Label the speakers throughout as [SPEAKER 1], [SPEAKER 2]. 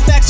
[SPEAKER 1] facts.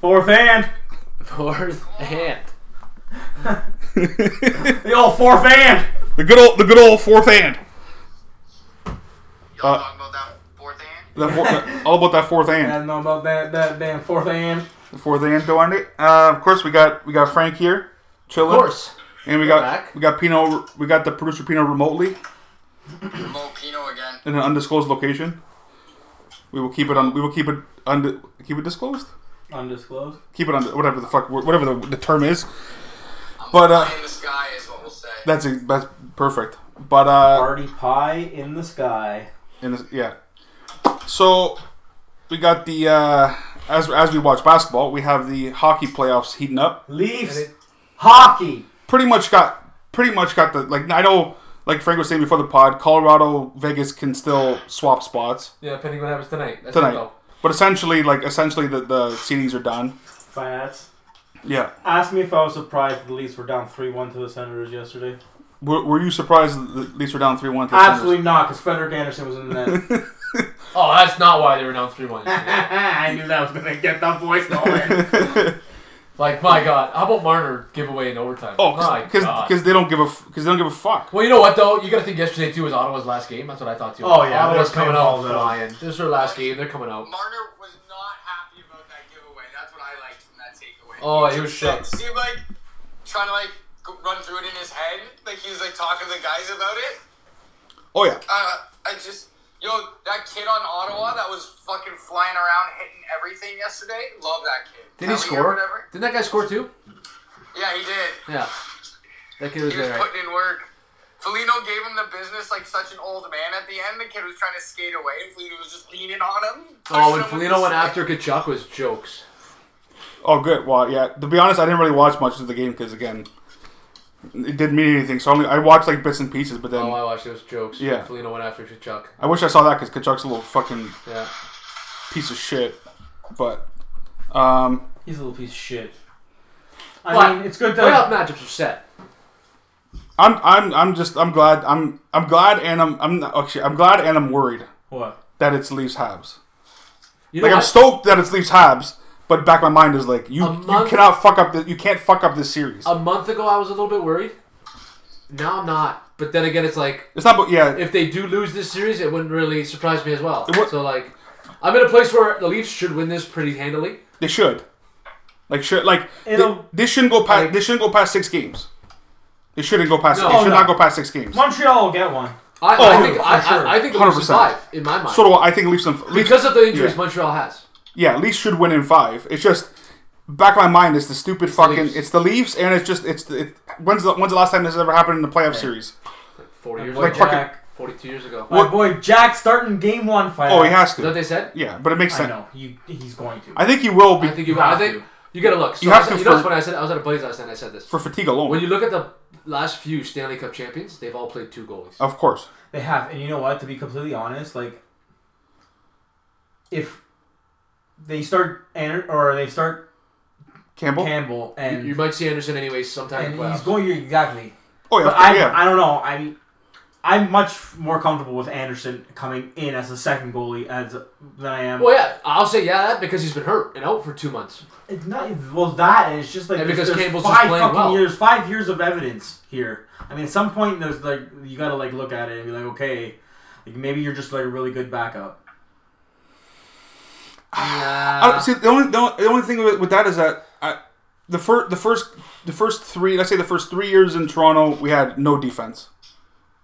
[SPEAKER 2] Fourth and.
[SPEAKER 3] Fourth hand.
[SPEAKER 2] The old fourth and.
[SPEAKER 4] the good old the good old fourth and
[SPEAKER 5] Y'all
[SPEAKER 4] Uh,
[SPEAKER 5] talking about that fourth hand?
[SPEAKER 4] That four- that- all about that fourth
[SPEAKER 2] I
[SPEAKER 4] and
[SPEAKER 2] don't know about that, that damn fourth and.
[SPEAKER 4] the fourth and doing it. Uh, of course, we got we got Frank here chilling.
[SPEAKER 3] Of course.
[SPEAKER 4] and we got
[SPEAKER 3] back.
[SPEAKER 4] we got Pino. We got the producer Pino remotely
[SPEAKER 5] Mo Pino again.
[SPEAKER 4] in an undisclosed location. We will keep it on. We will keep it under. Keep it disclosed.
[SPEAKER 2] Undisclosed.
[SPEAKER 4] Keep it under. Whatever the fuck. Whatever the, the term is. But uh,
[SPEAKER 5] Pie in the sky is what we'll say.
[SPEAKER 4] that's a, that's perfect. But uh,
[SPEAKER 2] Party pie in the sky.
[SPEAKER 4] In this, yeah. So we got the uh, as as we watch basketball, we have the hockey playoffs heating up.
[SPEAKER 2] Leafs. Hockey.
[SPEAKER 4] Pretty much got pretty much got the like I know like Frank was saying before the pod, Colorado Vegas can still swap spots
[SPEAKER 3] Yeah, depending what happens tonight. That's it,
[SPEAKER 4] tonight.
[SPEAKER 3] though.
[SPEAKER 4] But essentially, like essentially, the the seedings are done.
[SPEAKER 2] Fats.
[SPEAKER 4] Yeah.
[SPEAKER 2] Ask me if I was surprised the Leafs were down 3 1 to the Senators yesterday.
[SPEAKER 4] Were, were you surprised that the Leafs were down three one?
[SPEAKER 2] Absolutely not, because Frederick Anderson was in the net.
[SPEAKER 3] Oh, that's not why they were down 3 1.
[SPEAKER 2] Ah, I knew that was going to get that voice going.
[SPEAKER 3] like, my God. How about Marner giveaway in overtime?
[SPEAKER 4] Oh,
[SPEAKER 3] my God.
[SPEAKER 4] because they don't give a because they don't give a fuck.
[SPEAKER 3] well, you know what, though? You got to think yesterday, too, was Ottawa's last game. That's what I thought, too.
[SPEAKER 2] Oh, yeah,
[SPEAKER 3] Ottawa's
[SPEAKER 2] they're
[SPEAKER 3] coming
[SPEAKER 2] playing
[SPEAKER 3] out
[SPEAKER 2] balls out.
[SPEAKER 3] flying. This is their last game. They're coming out.
[SPEAKER 5] Marner was not happy about that giveaway. That's what I liked from that takeaway.
[SPEAKER 3] Oh, he was
[SPEAKER 5] It
[SPEAKER 3] shook.
[SPEAKER 5] seemed like trying to like go- run through it in his head. Like he was like talking to the guys about it.
[SPEAKER 4] Oh yeah.
[SPEAKER 5] Uh, I just yo that kid on Ottawa that was fucking flying around hitting everything yesterday. Love that kid.
[SPEAKER 3] Didn't he
[SPEAKER 5] Ellie or
[SPEAKER 3] score?
[SPEAKER 5] whatever.
[SPEAKER 3] Didn't that guy score, too?
[SPEAKER 5] Yeah, he did.
[SPEAKER 3] Yeah. That kid was
[SPEAKER 5] He was
[SPEAKER 3] there. right?
[SPEAKER 5] putting in work. Felino gave him the business like such an old man. At the end, the kid was trying to skate away, and Felino was just leaning on him.
[SPEAKER 3] Oh, when
[SPEAKER 5] pushing him with
[SPEAKER 3] Felino
[SPEAKER 5] the
[SPEAKER 3] went
[SPEAKER 5] stick.
[SPEAKER 3] after Kachuk was jokes.
[SPEAKER 4] Oh, good. Well, yeah. To be honest, I didn't really watch much of the game because again, it didn't mean anything. So only I watched like bits and pieces. But then
[SPEAKER 3] Oh, I watched those jokes.
[SPEAKER 4] Yeah.
[SPEAKER 3] Felino went after Kachuk.
[SPEAKER 4] I wish I saw that because Kachuk's a little fucking
[SPEAKER 3] Yeah.
[SPEAKER 4] piece of shit. But um,
[SPEAKER 2] He's a little piece of shit. I
[SPEAKER 3] But-
[SPEAKER 2] mean, it's good to.
[SPEAKER 3] Playoff matchups are set.
[SPEAKER 4] I'm I'm I'm just I'm glad I'm I'm glad and I'm I'm not, actually I'm glad and I'm worried
[SPEAKER 2] What?
[SPEAKER 4] that it's Leafs Habs.
[SPEAKER 3] You know
[SPEAKER 4] Like I'm
[SPEAKER 3] what?
[SPEAKER 4] stoked that it's Leafs Habs, but back of my mind is like you
[SPEAKER 3] A
[SPEAKER 4] you
[SPEAKER 3] month-
[SPEAKER 4] cannot fuck up the, you can't fuck up this series.
[SPEAKER 3] a month ago I was a little bit worried. Now I'm not. But then again, it's like
[SPEAKER 4] it's not but yeah
[SPEAKER 3] if they do lose this series, it wouldn't really surprise me as well.
[SPEAKER 4] It would-
[SPEAKER 3] So like, I'm in a place where the Leafs should win this pretty handily.
[SPEAKER 4] they should like should like they-
[SPEAKER 2] It'll-
[SPEAKER 4] this shouldn't go past
[SPEAKER 3] like-
[SPEAKER 4] this shouldn't go past six games. It shouldn't go past.
[SPEAKER 3] No.
[SPEAKER 4] it should
[SPEAKER 2] Oh, no.
[SPEAKER 4] not go past six games.
[SPEAKER 2] Montreal will get one.
[SPEAKER 3] I,
[SPEAKER 4] Oh,
[SPEAKER 3] I think
[SPEAKER 4] for
[SPEAKER 3] I,
[SPEAKER 2] sure.
[SPEAKER 3] I, I think the Leafs
[SPEAKER 4] 100%.
[SPEAKER 3] survive in my mind
[SPEAKER 4] So do I. I think Leafs and Leafs,
[SPEAKER 3] because of the injuries
[SPEAKER 4] Yeah.
[SPEAKER 3] Montreal has.
[SPEAKER 4] yeah, Leafs should win in five. It's just back of my mind is the stupid fucking.
[SPEAKER 3] Leafs.
[SPEAKER 4] it's the Leafs, and it's just it's the, it, when's the when's the last time this has ever happened in the playoff series?
[SPEAKER 3] Forty years
[SPEAKER 2] Like
[SPEAKER 3] ago,
[SPEAKER 4] fucking-
[SPEAKER 2] Jack.
[SPEAKER 3] 42 years ago.
[SPEAKER 2] My boy Jack starting game one fight.
[SPEAKER 4] Oh, he has
[SPEAKER 3] Is that what
[SPEAKER 4] to.
[SPEAKER 3] they said?
[SPEAKER 4] Yeah, but it makes
[SPEAKER 2] I
[SPEAKER 4] sense.
[SPEAKER 2] know. You, he's going to.
[SPEAKER 4] I think he will be
[SPEAKER 3] I think you.
[SPEAKER 2] You
[SPEAKER 3] I
[SPEAKER 2] have
[SPEAKER 3] think
[SPEAKER 2] to.
[SPEAKER 3] you gotta look. So
[SPEAKER 4] You
[SPEAKER 3] I
[SPEAKER 4] have
[SPEAKER 3] said-
[SPEAKER 4] to
[SPEAKER 3] you know what's
[SPEAKER 4] for-
[SPEAKER 3] funny? I said I was at a buddy's last night. and I said this.
[SPEAKER 4] for fatigue alone.
[SPEAKER 3] when you look at the last few Stanley Cup champions, they've all played two goalies.
[SPEAKER 4] of course,
[SPEAKER 2] They have, and you know what? To be completely honest, like if they start Ander- or they start
[SPEAKER 4] Campbell.
[SPEAKER 2] Campbell
[SPEAKER 3] You,
[SPEAKER 2] and
[SPEAKER 3] you might see Anderson anyways sometime.
[SPEAKER 2] and
[SPEAKER 3] in
[SPEAKER 2] he's
[SPEAKER 3] playoffs.
[SPEAKER 2] going exactly.
[SPEAKER 4] oh yeah,
[SPEAKER 2] But
[SPEAKER 4] of course,
[SPEAKER 2] I
[SPEAKER 4] yeah.
[SPEAKER 2] I don't know. I'm I'm much more comfortable with Anderson coming in as a second goalie as than I am.
[SPEAKER 3] Well, yeah, I'll say yeah that because he's been hurt and out for two months.
[SPEAKER 2] It's not well that and it's just like
[SPEAKER 3] And
[SPEAKER 2] there's-
[SPEAKER 3] because
[SPEAKER 2] there's
[SPEAKER 3] Campbell's just
[SPEAKER 2] five
[SPEAKER 3] playing
[SPEAKER 2] fucking
[SPEAKER 3] well.
[SPEAKER 2] years, five years of evidence here. I mean, at some point there's like you got to like look at it and be like, okay, like maybe you're just like a really good backup.
[SPEAKER 4] I
[SPEAKER 3] Uh,
[SPEAKER 4] don't, Uh, see, the only the only, the only thing with, with that is that I, the first the first the first three let's say the first three years in Toronto we had no defense,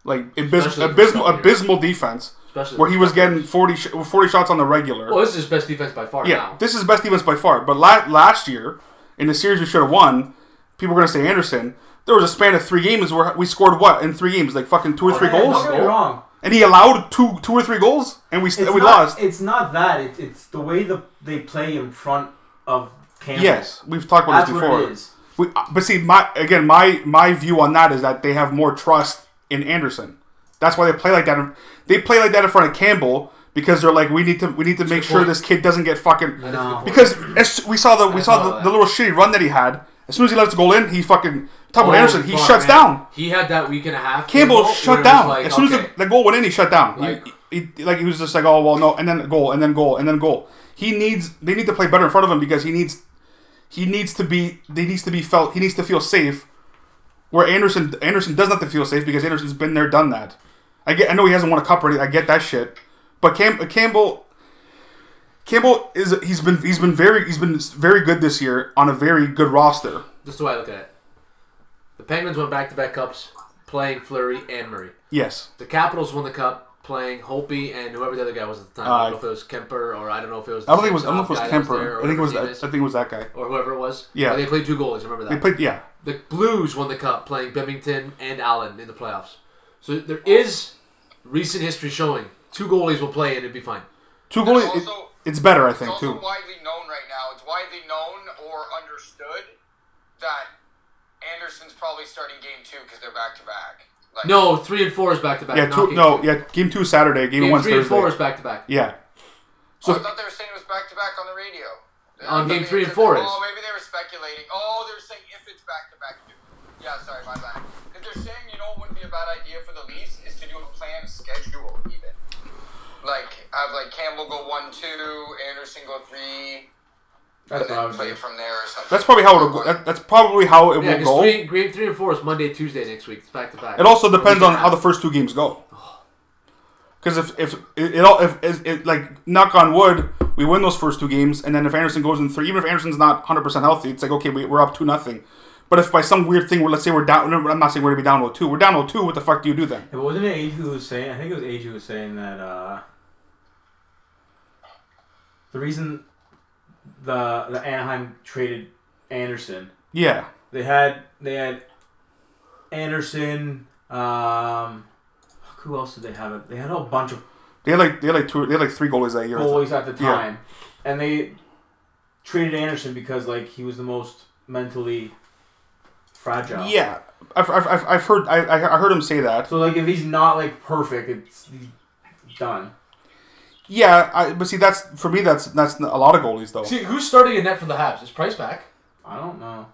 [SPEAKER 4] like abysmal
[SPEAKER 3] Especially the first
[SPEAKER 4] abysmal
[SPEAKER 3] couple
[SPEAKER 4] abysmal defense.
[SPEAKER 3] especially
[SPEAKER 4] where he was getting 40, sh- 40 shots on the regular.
[SPEAKER 3] Well, this is his best defense by far.
[SPEAKER 4] yeah,
[SPEAKER 3] now.
[SPEAKER 4] this is best defense by far. But la- last year, in the series we should have won, people were going to say Anderson. There was a span of three games where we scored what in three games, like fucking
[SPEAKER 3] Oh,
[SPEAKER 4] two or three
[SPEAKER 2] Yeah,
[SPEAKER 4] goals,
[SPEAKER 2] Don't get me wrong.
[SPEAKER 4] and he allowed two, two or three goals, and we st-
[SPEAKER 2] It's
[SPEAKER 4] we
[SPEAKER 2] not,
[SPEAKER 4] lost.
[SPEAKER 2] It's not that. It's, it's the way the they play in front of Campbell.
[SPEAKER 4] Yes, we've talked about
[SPEAKER 2] that's
[SPEAKER 4] this
[SPEAKER 2] what
[SPEAKER 4] before.
[SPEAKER 2] it is.
[SPEAKER 4] We, uh, but see, my again, my my view on that is that they have more trust in Anderson. That's why they play like that. They play like that in front of Campbell because they're like, we need to we need to make sure
[SPEAKER 3] point.
[SPEAKER 4] this kid doesn't get fucking.
[SPEAKER 3] That is a good
[SPEAKER 2] No.
[SPEAKER 3] point.
[SPEAKER 4] Because as we saw the we
[SPEAKER 3] saw
[SPEAKER 4] saw the,
[SPEAKER 3] that.
[SPEAKER 4] the little shitty run that he had. As soon as he lets the goal in, he fucking talk about
[SPEAKER 3] Holy
[SPEAKER 4] Anderson. He
[SPEAKER 3] fuck,
[SPEAKER 4] shuts
[SPEAKER 3] man.
[SPEAKER 4] down.
[SPEAKER 3] He had that week and a half.
[SPEAKER 4] Campbell
[SPEAKER 3] where it
[SPEAKER 4] shut
[SPEAKER 3] was
[SPEAKER 4] down.
[SPEAKER 3] like,
[SPEAKER 4] as soon
[SPEAKER 3] okay.
[SPEAKER 4] as the, the goal went in, he shut down.
[SPEAKER 3] Like-
[SPEAKER 4] he, he, like he was just like, oh well, no, and then goal, and then goal, and then goal. He needs. They need to play better in front of him because he needs. He needs to be. They needs to be felt. He needs to feel safe. Where Anderson Anderson does not have to feel safe because Anderson's been there, done that. I get. I know he hasn't won a cup or anything. I get that shit. But Cam, Campbell. Campbell is he's been he's been very he's been very good this year on a very good roster.
[SPEAKER 3] This is the way I look at it. The Penguins won back to back cups playing Fleury and Murray.
[SPEAKER 4] Yes.
[SPEAKER 3] The Capitals won the cup playing Holpe and whoever the other guy was at the time. I
[SPEAKER 4] Uh,
[SPEAKER 3] don't know if it was Kemper or I don't know if it was.
[SPEAKER 4] I don't think it was I don't know if it was
[SPEAKER 3] guy that there
[SPEAKER 4] Kemper.
[SPEAKER 3] or
[SPEAKER 4] I think it was
[SPEAKER 3] whatever
[SPEAKER 4] I
[SPEAKER 3] his name
[SPEAKER 4] think it was that guy.
[SPEAKER 3] is, or whoever it was.
[SPEAKER 4] Yeah.
[SPEAKER 3] But they played two goalies. Remember that.
[SPEAKER 4] They played yeah.
[SPEAKER 3] the Blues won the cup playing Bemington and Allen in the playoffs. So there is recent history showing two goalies will play and it'd be fine.
[SPEAKER 4] Two goalies.
[SPEAKER 5] also-
[SPEAKER 4] it- it's better, I
[SPEAKER 5] It's
[SPEAKER 4] think,
[SPEAKER 5] also
[SPEAKER 4] too.
[SPEAKER 5] widely known right now. It's widely known or understood that Anderson's probably starting game two because they're back to back. Like,
[SPEAKER 3] No, three and four is back to back.
[SPEAKER 4] Yeah, two. No, yeah. Game two is Saturday. Game,
[SPEAKER 3] Game
[SPEAKER 4] one is
[SPEAKER 3] three and four is
[SPEAKER 4] Thursday.
[SPEAKER 3] back to back.
[SPEAKER 4] Yeah.
[SPEAKER 5] Oh, I thought they were saying it was back to back on the radio.
[SPEAKER 3] On
[SPEAKER 5] I thought
[SPEAKER 3] game
[SPEAKER 5] they
[SPEAKER 3] three and
[SPEAKER 5] said
[SPEAKER 3] four is.
[SPEAKER 5] that- Oh, maybe they were speculating. Oh, they were saying if it's back to back. Yeah, sorry, my bad. Because they're saying, you know, what would be a bad idea for the Leafs is to do a planned schedule, even. Like have like Campbell go one two, Anderson go three,
[SPEAKER 2] That's
[SPEAKER 5] and
[SPEAKER 2] what I
[SPEAKER 5] then
[SPEAKER 2] was
[SPEAKER 5] play
[SPEAKER 2] doing.
[SPEAKER 5] it from there or something.
[SPEAKER 4] That's probably how it'll go. That, that's probably how it
[SPEAKER 3] Yeah,
[SPEAKER 4] will
[SPEAKER 3] because
[SPEAKER 4] go.
[SPEAKER 3] three, game three and four is Monday, Tuesday next week. It's back to back.
[SPEAKER 4] It also depends on how the first two games go. Because if if it, it all if it, it like knock on wood, we win those first two games, and then if Anderson goes in three, even if Anderson's not 100 percent healthy, it's like okay, we, we're up two nothing. But if by some weird thing, we're, let's say we're down. no, I'm not saying we're gonna be down 0-2. We're down 0-2. What the fuck do you do then?
[SPEAKER 2] It wasn't it Age who was saying. I think it was Age who was saying that uh, the reason the the Anaheim traded Anderson,
[SPEAKER 4] Yeah,
[SPEAKER 2] they had they had Anderson. Um, fuck, who else did they have? They had a whole bunch of
[SPEAKER 4] they had like they had like two they had like three goalies that year.
[SPEAKER 2] goalies at the
[SPEAKER 4] Yeah.
[SPEAKER 2] time, and they traded Anderson because like he was the most mentally fragile.
[SPEAKER 4] Yeah, I've, I've, I've- I've heard I, I I heard him say that.
[SPEAKER 2] So like if he's not like perfect, it's he's done.
[SPEAKER 4] Yeah, I, but see, that's for me. That's that's a lot of goalies though.
[SPEAKER 3] See, who's starting in net for the Habs? Is Price back?
[SPEAKER 2] I don't know.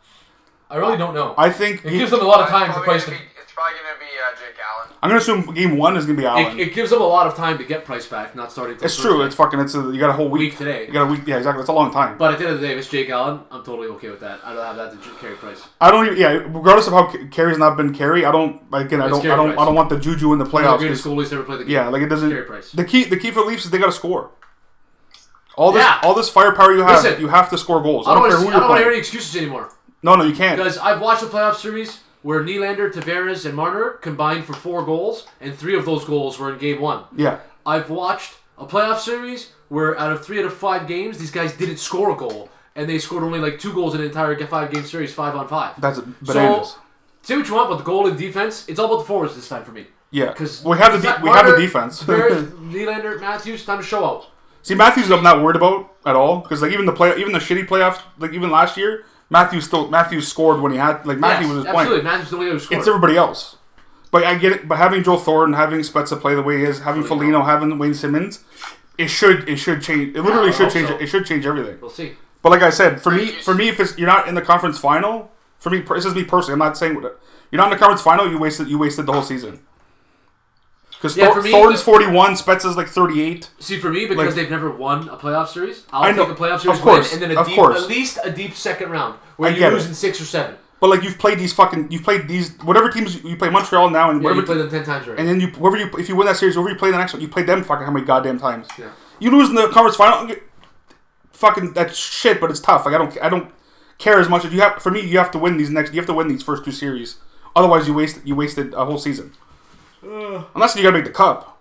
[SPEAKER 3] I really don't know.
[SPEAKER 4] I think
[SPEAKER 3] it
[SPEAKER 4] he-
[SPEAKER 3] gives them a lot of time
[SPEAKER 5] It's
[SPEAKER 3] to
[SPEAKER 5] probably
[SPEAKER 3] Price.
[SPEAKER 5] gonna
[SPEAKER 3] To,
[SPEAKER 5] be- It's probably gonna be uh, Jake Allen.
[SPEAKER 4] I'm gonna assume game one is gonna be Allen.
[SPEAKER 3] it, it gives them a lot of time to get Price back, not starting. till
[SPEAKER 4] it's true.
[SPEAKER 3] Thursday.
[SPEAKER 4] It's fucking. It's a, you got a whole week.
[SPEAKER 3] Week today.
[SPEAKER 4] You got a week. Yeah, exactly. That's a long time.
[SPEAKER 3] But at the end of the day, if it's Jake Allen, I'm totally okay with that. I don't have that to ju- carry Price.
[SPEAKER 4] I don't even. Yeah, regardless of how K- Carey's not been Carey, I don't. Again, I
[SPEAKER 3] It's
[SPEAKER 4] don't. I
[SPEAKER 3] Carey
[SPEAKER 4] don't.
[SPEAKER 3] Price.
[SPEAKER 4] I don't want the juju in the
[SPEAKER 3] One of the
[SPEAKER 4] playoffs.
[SPEAKER 3] greatest
[SPEAKER 4] 'cause-
[SPEAKER 3] goalies ever played the game.
[SPEAKER 4] yeah, like it doesn't.
[SPEAKER 3] Carey Price.
[SPEAKER 4] The key. The key for the Leafs is they got to score. All this.
[SPEAKER 3] Yeah.
[SPEAKER 4] All this firepower you have.
[SPEAKER 3] Listen.
[SPEAKER 4] you have to score goals.
[SPEAKER 3] I
[SPEAKER 4] I
[SPEAKER 3] don't
[SPEAKER 4] don't,
[SPEAKER 3] want
[SPEAKER 4] care
[SPEAKER 3] to.
[SPEAKER 4] who
[SPEAKER 3] I
[SPEAKER 4] you're
[SPEAKER 3] don't want to hear any
[SPEAKER 4] playing.
[SPEAKER 3] excuses anymore.
[SPEAKER 4] No, no, you can't.
[SPEAKER 3] Because I've watched the playoff series where Nylander, Tavares, and Marner combined for four goals, and three of those goals were in game one.
[SPEAKER 4] Yeah.
[SPEAKER 3] I've watched a playoff series where out of three out of five games, these guys didn't score a goal, and they scored only like two goals in an entire five game series, five on five.
[SPEAKER 4] That's bananas.
[SPEAKER 3] say what you want, but the goal and defense, it's all about the forwards this time for me.
[SPEAKER 4] yeah.
[SPEAKER 3] Because
[SPEAKER 4] we have the de- we have the defense.
[SPEAKER 3] Tavares, Nylander, Matthews, time to show out.
[SPEAKER 4] See, Matthews, I'm not worried about at all because like even the play, even the shitty playoffs, like even last year, Matthews still Matthews scored when he had like Matthews
[SPEAKER 3] Yes,
[SPEAKER 4] was his
[SPEAKER 3] absolutely.
[SPEAKER 4] point.
[SPEAKER 3] Matthews is the only guy who scored.
[SPEAKER 4] It's everybody else. But I get it. But having Joe Thornton, having Spezza play the way he is, having Felino, having Wayne Simmons, it should it should change. It literally
[SPEAKER 3] I
[SPEAKER 4] should
[SPEAKER 3] hope
[SPEAKER 4] change.
[SPEAKER 3] so.
[SPEAKER 4] It should change everything.
[SPEAKER 3] we'll see.
[SPEAKER 4] But like I said, for me, for me, if it's, you're not in the conference final, for me, this is me personally. I'm not saying what- you're not in the conference final. You wasted you wasted the whole season. Because
[SPEAKER 3] Yeah, for me,
[SPEAKER 4] Thornton's
[SPEAKER 3] the-
[SPEAKER 4] 41, Spezza's like 38.
[SPEAKER 3] See, for me, because
[SPEAKER 4] Like-
[SPEAKER 3] they've never won a playoff series, I'll
[SPEAKER 4] I know.
[SPEAKER 3] take a playoff series
[SPEAKER 4] Of course.
[SPEAKER 3] win and then a
[SPEAKER 4] Of
[SPEAKER 3] deep,
[SPEAKER 4] course.
[SPEAKER 3] at least a deep second round where
[SPEAKER 4] I
[SPEAKER 3] you
[SPEAKER 4] get
[SPEAKER 3] lose
[SPEAKER 4] it.
[SPEAKER 3] in six or seven.
[SPEAKER 4] But like you've played these fucking, you've played these whatever teams you play Montreal now and
[SPEAKER 3] Yeah,
[SPEAKER 4] whatever,
[SPEAKER 3] you play them ten times already.
[SPEAKER 4] and then you whoever you if you win that series, whoever you play the next one, you play them fucking how many goddamn times?
[SPEAKER 3] Yeah.
[SPEAKER 4] You lose in the conference final, fucking that's shit, but it's tough. Like I don't, I don't care as much as you have. For me, you have to win these next, you have to win these first two series. Otherwise, you waste you wasted a whole season. Unless you gotta make the cup,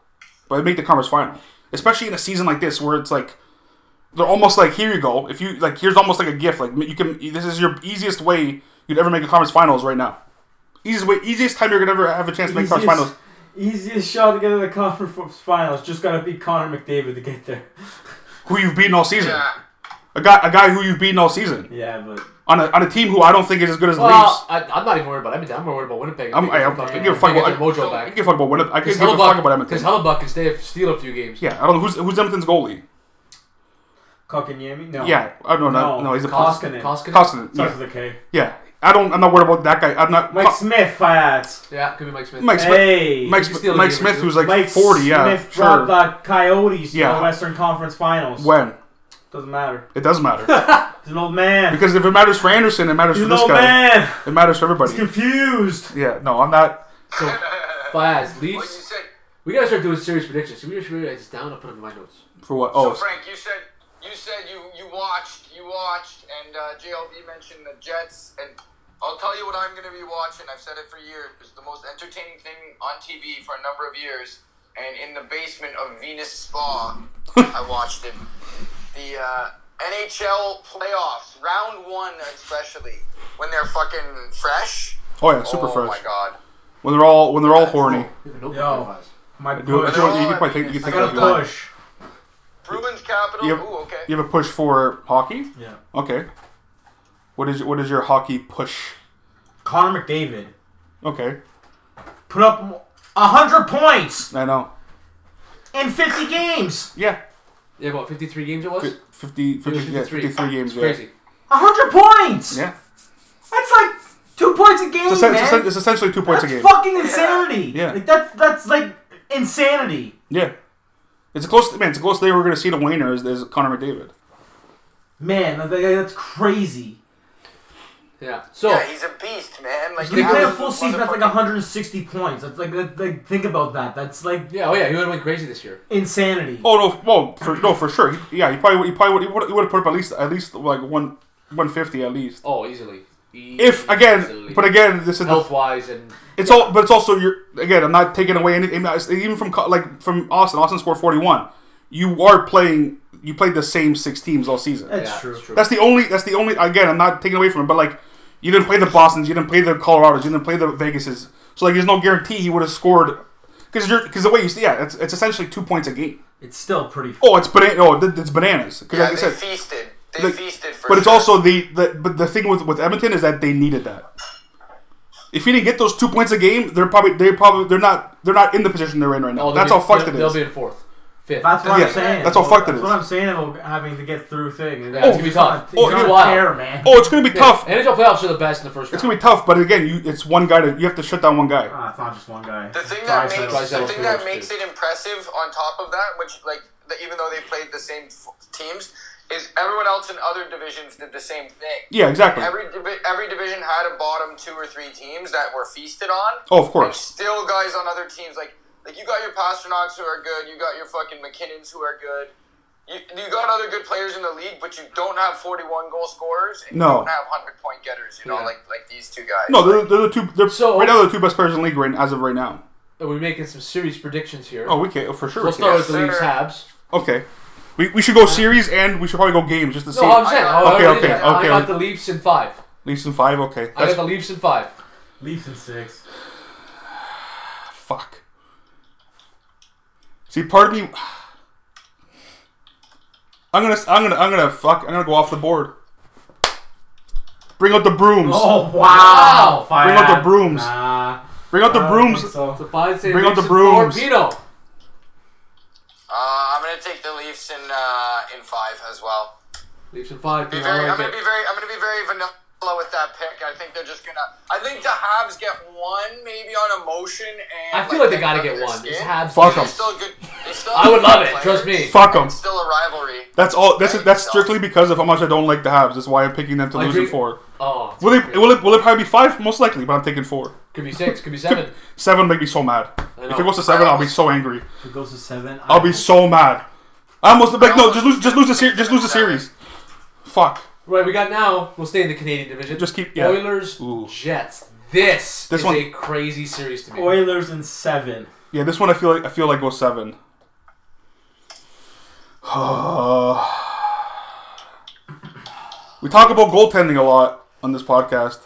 [SPEAKER 4] but they make the conference final, especially in a season like this where it's like they're almost like here you go. If you like, here's almost like a gift. Like you can, this is your easiest way you'd ever make a conference finals right now. Easiest way, easiest time you're gonna ever have a chance to make conference finals.
[SPEAKER 2] Easiest, easiest shot to get to the conference finals. Just gotta beat Connor McDavid to get there.
[SPEAKER 4] Who you've beaten all season?
[SPEAKER 5] Yeah.
[SPEAKER 4] A guy, a guy who you've beaten all season
[SPEAKER 2] Yeah, but
[SPEAKER 4] on a, on a team who I don't think is as good as the Leafs.
[SPEAKER 3] Well, I, I'm not even worried about. I mean, I'm more worried about Winnipeg.
[SPEAKER 4] I'm, I,
[SPEAKER 3] they're
[SPEAKER 4] I'm, I give a fuck
[SPEAKER 3] gonna
[SPEAKER 4] about. I,
[SPEAKER 3] get their mojo
[SPEAKER 4] I
[SPEAKER 3] back.
[SPEAKER 4] give a fuck about Winnipeg. I give
[SPEAKER 3] Because
[SPEAKER 4] a fuck about
[SPEAKER 3] Hellebuck, 'cause
[SPEAKER 4] Edmonton.
[SPEAKER 3] Hellebuck can stay steal a few games.
[SPEAKER 4] Yeah, I don't know who's who's Edmonton's goalie.
[SPEAKER 2] Kakanyemi? No.
[SPEAKER 4] Yeah, I don't know. No,
[SPEAKER 2] No,
[SPEAKER 4] no he's a
[SPEAKER 2] Cos-
[SPEAKER 4] Koskinen.
[SPEAKER 3] Koskinen.
[SPEAKER 2] Koskinen.
[SPEAKER 4] Koskinen.
[SPEAKER 2] Starts
[SPEAKER 4] Yeah.
[SPEAKER 2] with a K.
[SPEAKER 4] yeah, I don't. I'm not worried about that guy. I'm not.
[SPEAKER 2] Mike
[SPEAKER 4] Co-
[SPEAKER 2] Smith, fat.
[SPEAKER 3] Yeah, could be Mike Smith.
[SPEAKER 4] Mike Smith.
[SPEAKER 2] Hey.
[SPEAKER 4] Mike,
[SPEAKER 3] He can
[SPEAKER 4] Smith-
[SPEAKER 3] steal a
[SPEAKER 4] Mike
[SPEAKER 3] game or
[SPEAKER 4] Smith,
[SPEAKER 3] two.
[SPEAKER 4] who's like
[SPEAKER 2] Mike
[SPEAKER 4] 40, yeah,
[SPEAKER 2] Smith
[SPEAKER 4] sure.
[SPEAKER 2] dropped the Coyotes in
[SPEAKER 4] Yeah.
[SPEAKER 2] the Western Conference Finals.
[SPEAKER 4] When
[SPEAKER 2] Doesn't matter.
[SPEAKER 4] it does matter,
[SPEAKER 2] He's an old man.
[SPEAKER 4] because if it matters for Anderson, it matters
[SPEAKER 2] He's
[SPEAKER 4] for
[SPEAKER 2] an
[SPEAKER 4] this
[SPEAKER 2] old
[SPEAKER 4] guy.
[SPEAKER 2] man.
[SPEAKER 4] It matters for everybody.
[SPEAKER 2] Confused.
[SPEAKER 4] Yeah, no, I'm not.
[SPEAKER 3] So, Faz,
[SPEAKER 5] What did you
[SPEAKER 3] Leafs.
[SPEAKER 5] say?
[SPEAKER 3] We gotta start doing serious predictions. We just really write this down. I'll put it in my notes.
[SPEAKER 4] For what? Oh,
[SPEAKER 5] So Frank, you said you said you you watched you watched, and uh, JLB mentioned the Jets, and I'll tell you what I'm going to be watching. I've said it for years. It's the most entertaining thing on TV for a number of years, and in the basement of Venus Spa, I watched it. The uh, NHL playoffs, round one especially, when they're fucking fresh.
[SPEAKER 4] oh yeah, super
[SPEAKER 5] oh
[SPEAKER 4] fresh.
[SPEAKER 5] my god.
[SPEAKER 4] When they're all when they're all horny.
[SPEAKER 3] We have a notebook
[SPEAKER 2] Yo.
[SPEAKER 3] there, Faz.
[SPEAKER 2] My
[SPEAKER 4] Do
[SPEAKER 2] push.
[SPEAKER 4] it. You, want- you can probably take. You can
[SPEAKER 2] I
[SPEAKER 4] take that. if
[SPEAKER 2] got a
[SPEAKER 4] you want.
[SPEAKER 2] push.
[SPEAKER 5] Bruins Capital.
[SPEAKER 4] You have,
[SPEAKER 5] Oh, Ooh, okay.
[SPEAKER 4] you have a push for hockey.
[SPEAKER 2] Yeah.
[SPEAKER 4] Okay. What is what is your hockey push?
[SPEAKER 2] Connor McDavid.
[SPEAKER 4] Okay,
[SPEAKER 2] Put up mo- 100 points
[SPEAKER 4] I know.
[SPEAKER 2] in 50 games.
[SPEAKER 4] Yeah,
[SPEAKER 3] Yeah, what, 53 games it was?
[SPEAKER 4] Fi- 50, 50,
[SPEAKER 3] It was
[SPEAKER 4] yeah, 53 games.
[SPEAKER 3] It's
[SPEAKER 4] yeah.
[SPEAKER 3] crazy.
[SPEAKER 2] 100 points.
[SPEAKER 4] Yeah,
[SPEAKER 2] That's like two points a game,
[SPEAKER 4] it's,
[SPEAKER 2] man.
[SPEAKER 4] essen- it's essen- it's essentially two points
[SPEAKER 2] that's
[SPEAKER 4] a game.
[SPEAKER 2] fucking insanity.
[SPEAKER 4] Yeah.
[SPEAKER 2] Like that's that's like insanity.
[SPEAKER 4] Yeah, it's a close man. It's a close thing we're gonna see to Wayner is, is Connor McDavid.
[SPEAKER 2] Man, that- that- that's crazy.
[SPEAKER 3] Yeah. So,
[SPEAKER 5] yeah, he's a beast, man. Like
[SPEAKER 2] You
[SPEAKER 5] that
[SPEAKER 2] play a
[SPEAKER 5] was
[SPEAKER 2] full
[SPEAKER 5] the
[SPEAKER 2] season, that's like
[SPEAKER 5] motherfucking-
[SPEAKER 2] 160 points. That's like, that, like think about that. That's like
[SPEAKER 3] yeah, oh yeah, he would have went crazy this year.
[SPEAKER 2] insanity.
[SPEAKER 4] Oh no, well for, no for sure. He, yeah, he probably would- he probably would he would- he would have put up at least at least like one one fifty at least.
[SPEAKER 3] Oh, easily. E-
[SPEAKER 4] If again,
[SPEAKER 3] easily.
[SPEAKER 4] but again, this is the,
[SPEAKER 3] health wise and
[SPEAKER 4] it's all but it's also your again. I'm not taking away anything it's- even from co- like from Austin. Austin scored forty one. You are playing. You played the same six teams all season.
[SPEAKER 2] that's
[SPEAKER 3] yeah,
[SPEAKER 2] true.
[SPEAKER 3] it's true.
[SPEAKER 4] That's the only. That's the only. Again, I'm not taking away from it, but like, you didn't play the Boston's, you didn't play the Colorado's, you didn't play the Vegas's. So like, there's no guarantee he would have scored. Because you're because the way you see, yeah, it's, it's essentially two points a game.
[SPEAKER 2] It's still pretty.
[SPEAKER 4] Oh, it's banana. Oh, th- it's bananas. 'Cause
[SPEAKER 5] Yeah,
[SPEAKER 4] like I
[SPEAKER 5] they
[SPEAKER 4] said,
[SPEAKER 5] feasted. They
[SPEAKER 4] like-
[SPEAKER 5] feasted for
[SPEAKER 4] but it's
[SPEAKER 5] sure.
[SPEAKER 4] also the, the but the thing with with Edmonton is that they needed that. If he didn't get those two points a game, they're probably they probably they're not they're not in the position they're in right now.
[SPEAKER 3] Oh, they'll
[SPEAKER 4] that's
[SPEAKER 3] be-
[SPEAKER 4] how fucked
[SPEAKER 3] they'll,
[SPEAKER 4] it
[SPEAKER 3] They'll
[SPEAKER 4] is.
[SPEAKER 3] be in fourth, fifth.
[SPEAKER 2] That's what
[SPEAKER 4] yeah,
[SPEAKER 2] I'm saying.
[SPEAKER 4] that's how fucked it
[SPEAKER 2] That's
[SPEAKER 4] is.
[SPEAKER 2] what I'm saying about having to get through things.
[SPEAKER 3] Yeah, it's gonna be tough.
[SPEAKER 2] It's not,
[SPEAKER 3] Oh,
[SPEAKER 2] it's
[SPEAKER 3] wow.
[SPEAKER 2] not fair, man.
[SPEAKER 4] oh, it's gonna be tough.
[SPEAKER 3] Yeah, NHL playoffs are the best in the first
[SPEAKER 4] It's
[SPEAKER 3] round.
[SPEAKER 4] gonna be tough, but again, you it's one guy to you have to shut down one guy.
[SPEAKER 2] Ah, it's not just one guy.
[SPEAKER 5] the thing that
[SPEAKER 2] Draisaitl.
[SPEAKER 5] makes
[SPEAKER 3] Draisaitl
[SPEAKER 5] the thing that
[SPEAKER 3] too.
[SPEAKER 5] makes it impressive. On top of that, which like the, even though they played the same f- teams, is everyone else in other divisions did the same thing.
[SPEAKER 4] Yeah, exactly.
[SPEAKER 5] Every divi- every division had a bottom two or three teams that were feasted on.
[SPEAKER 4] Oh, of
[SPEAKER 5] And
[SPEAKER 4] course.
[SPEAKER 5] still, guys on other teams like like you got your Pasternak's who are good. You got your fucking McKinnons who are good. You, you got other good players in the league, but you don't have forty one goal scorers and
[SPEAKER 4] No.
[SPEAKER 5] you don't have hundred point getters. You know,
[SPEAKER 3] Yeah.
[SPEAKER 5] like like these two guys.
[SPEAKER 4] No, they're, they're the two. They're
[SPEAKER 3] So-
[SPEAKER 4] right now they're the two best players in the league right, as of right now.
[SPEAKER 3] Are we making some serious predictions here?
[SPEAKER 4] Oh, we can for sure.
[SPEAKER 3] we'll
[SPEAKER 4] we
[SPEAKER 3] start
[SPEAKER 4] can.
[SPEAKER 3] with the Leafs
[SPEAKER 5] sir.
[SPEAKER 3] Habs.
[SPEAKER 4] Okay, we, we should go series and we should probably go games just to see.
[SPEAKER 3] No, I'm saying.
[SPEAKER 5] I
[SPEAKER 3] oh, I
[SPEAKER 5] got-
[SPEAKER 3] already
[SPEAKER 4] okay,
[SPEAKER 3] did that.
[SPEAKER 4] okay.
[SPEAKER 3] I got the Leafs in five.
[SPEAKER 4] Leafs in five. Okay,
[SPEAKER 3] I
[SPEAKER 4] that's
[SPEAKER 3] got the Leafs in five.
[SPEAKER 2] Leafs in six.
[SPEAKER 4] fuck. See, part of me. I'm gonna I'm gonna I'm gonna fuck. I'm gonna go off the board. Bring out the brooms.
[SPEAKER 2] Oh wow!
[SPEAKER 4] Bring out the brooms.
[SPEAKER 2] Nah,
[SPEAKER 4] Bring out the
[SPEAKER 2] I don't
[SPEAKER 4] brooms.
[SPEAKER 2] think so.
[SPEAKER 3] Oh, So five say
[SPEAKER 4] Bring out
[SPEAKER 3] Leafs
[SPEAKER 4] the
[SPEAKER 3] in four.
[SPEAKER 4] brooms.
[SPEAKER 3] Pino.
[SPEAKER 5] Uh, I'm gonna take the Leafs in uh, in five as well.
[SPEAKER 3] Leafs in five.
[SPEAKER 5] Be
[SPEAKER 3] Pino,
[SPEAKER 5] very,
[SPEAKER 3] I
[SPEAKER 5] I'm
[SPEAKER 3] like
[SPEAKER 5] gonna
[SPEAKER 3] it.
[SPEAKER 5] be very, I'm gonna be very vanilla with that pick. I think they're just gonna. I think the Habs get one maybe on emotion
[SPEAKER 3] I
[SPEAKER 5] and.
[SPEAKER 3] feel like they
[SPEAKER 5] get
[SPEAKER 3] gotta
[SPEAKER 5] under
[SPEAKER 3] get
[SPEAKER 5] their
[SPEAKER 3] one. It's
[SPEAKER 5] skin.
[SPEAKER 3] Habs.
[SPEAKER 4] Fuck 'em.
[SPEAKER 5] They're still good. They still
[SPEAKER 3] I would
[SPEAKER 5] have
[SPEAKER 3] love
[SPEAKER 5] good
[SPEAKER 3] it. Trust
[SPEAKER 5] players.
[SPEAKER 3] me.
[SPEAKER 4] Fuck them.
[SPEAKER 5] It's still a rivalry.
[SPEAKER 4] That's all. That's that's strictly because of how much I don't like the Habs. That's why I'm picking them to
[SPEAKER 3] I
[SPEAKER 4] lose in
[SPEAKER 3] agree.
[SPEAKER 4] four.
[SPEAKER 3] Oh,
[SPEAKER 4] Will it, will it will it probably be five? Most likely, but I'm taking four.
[SPEAKER 3] could be six. Could be seven.
[SPEAKER 4] Seven make me so mad. If it
[SPEAKER 3] know.
[SPEAKER 4] goes to seven, I'll be so angry.
[SPEAKER 2] If it goes to seven,
[SPEAKER 4] I'll be so mad. I almost like no, just lose, just lose the series, just lose the series. Fuck.
[SPEAKER 3] Right, we got now. We'll stay in the Canadian division.
[SPEAKER 4] Just keep- yeah.
[SPEAKER 3] Oilers,
[SPEAKER 4] Ooh.
[SPEAKER 3] Jets. This,
[SPEAKER 4] This
[SPEAKER 3] is
[SPEAKER 4] one-
[SPEAKER 3] a crazy series to me.
[SPEAKER 2] Oilers in seven.
[SPEAKER 4] Yeah, this one I feel like I feel like goes seven. we talk about goaltending a lot on this podcast.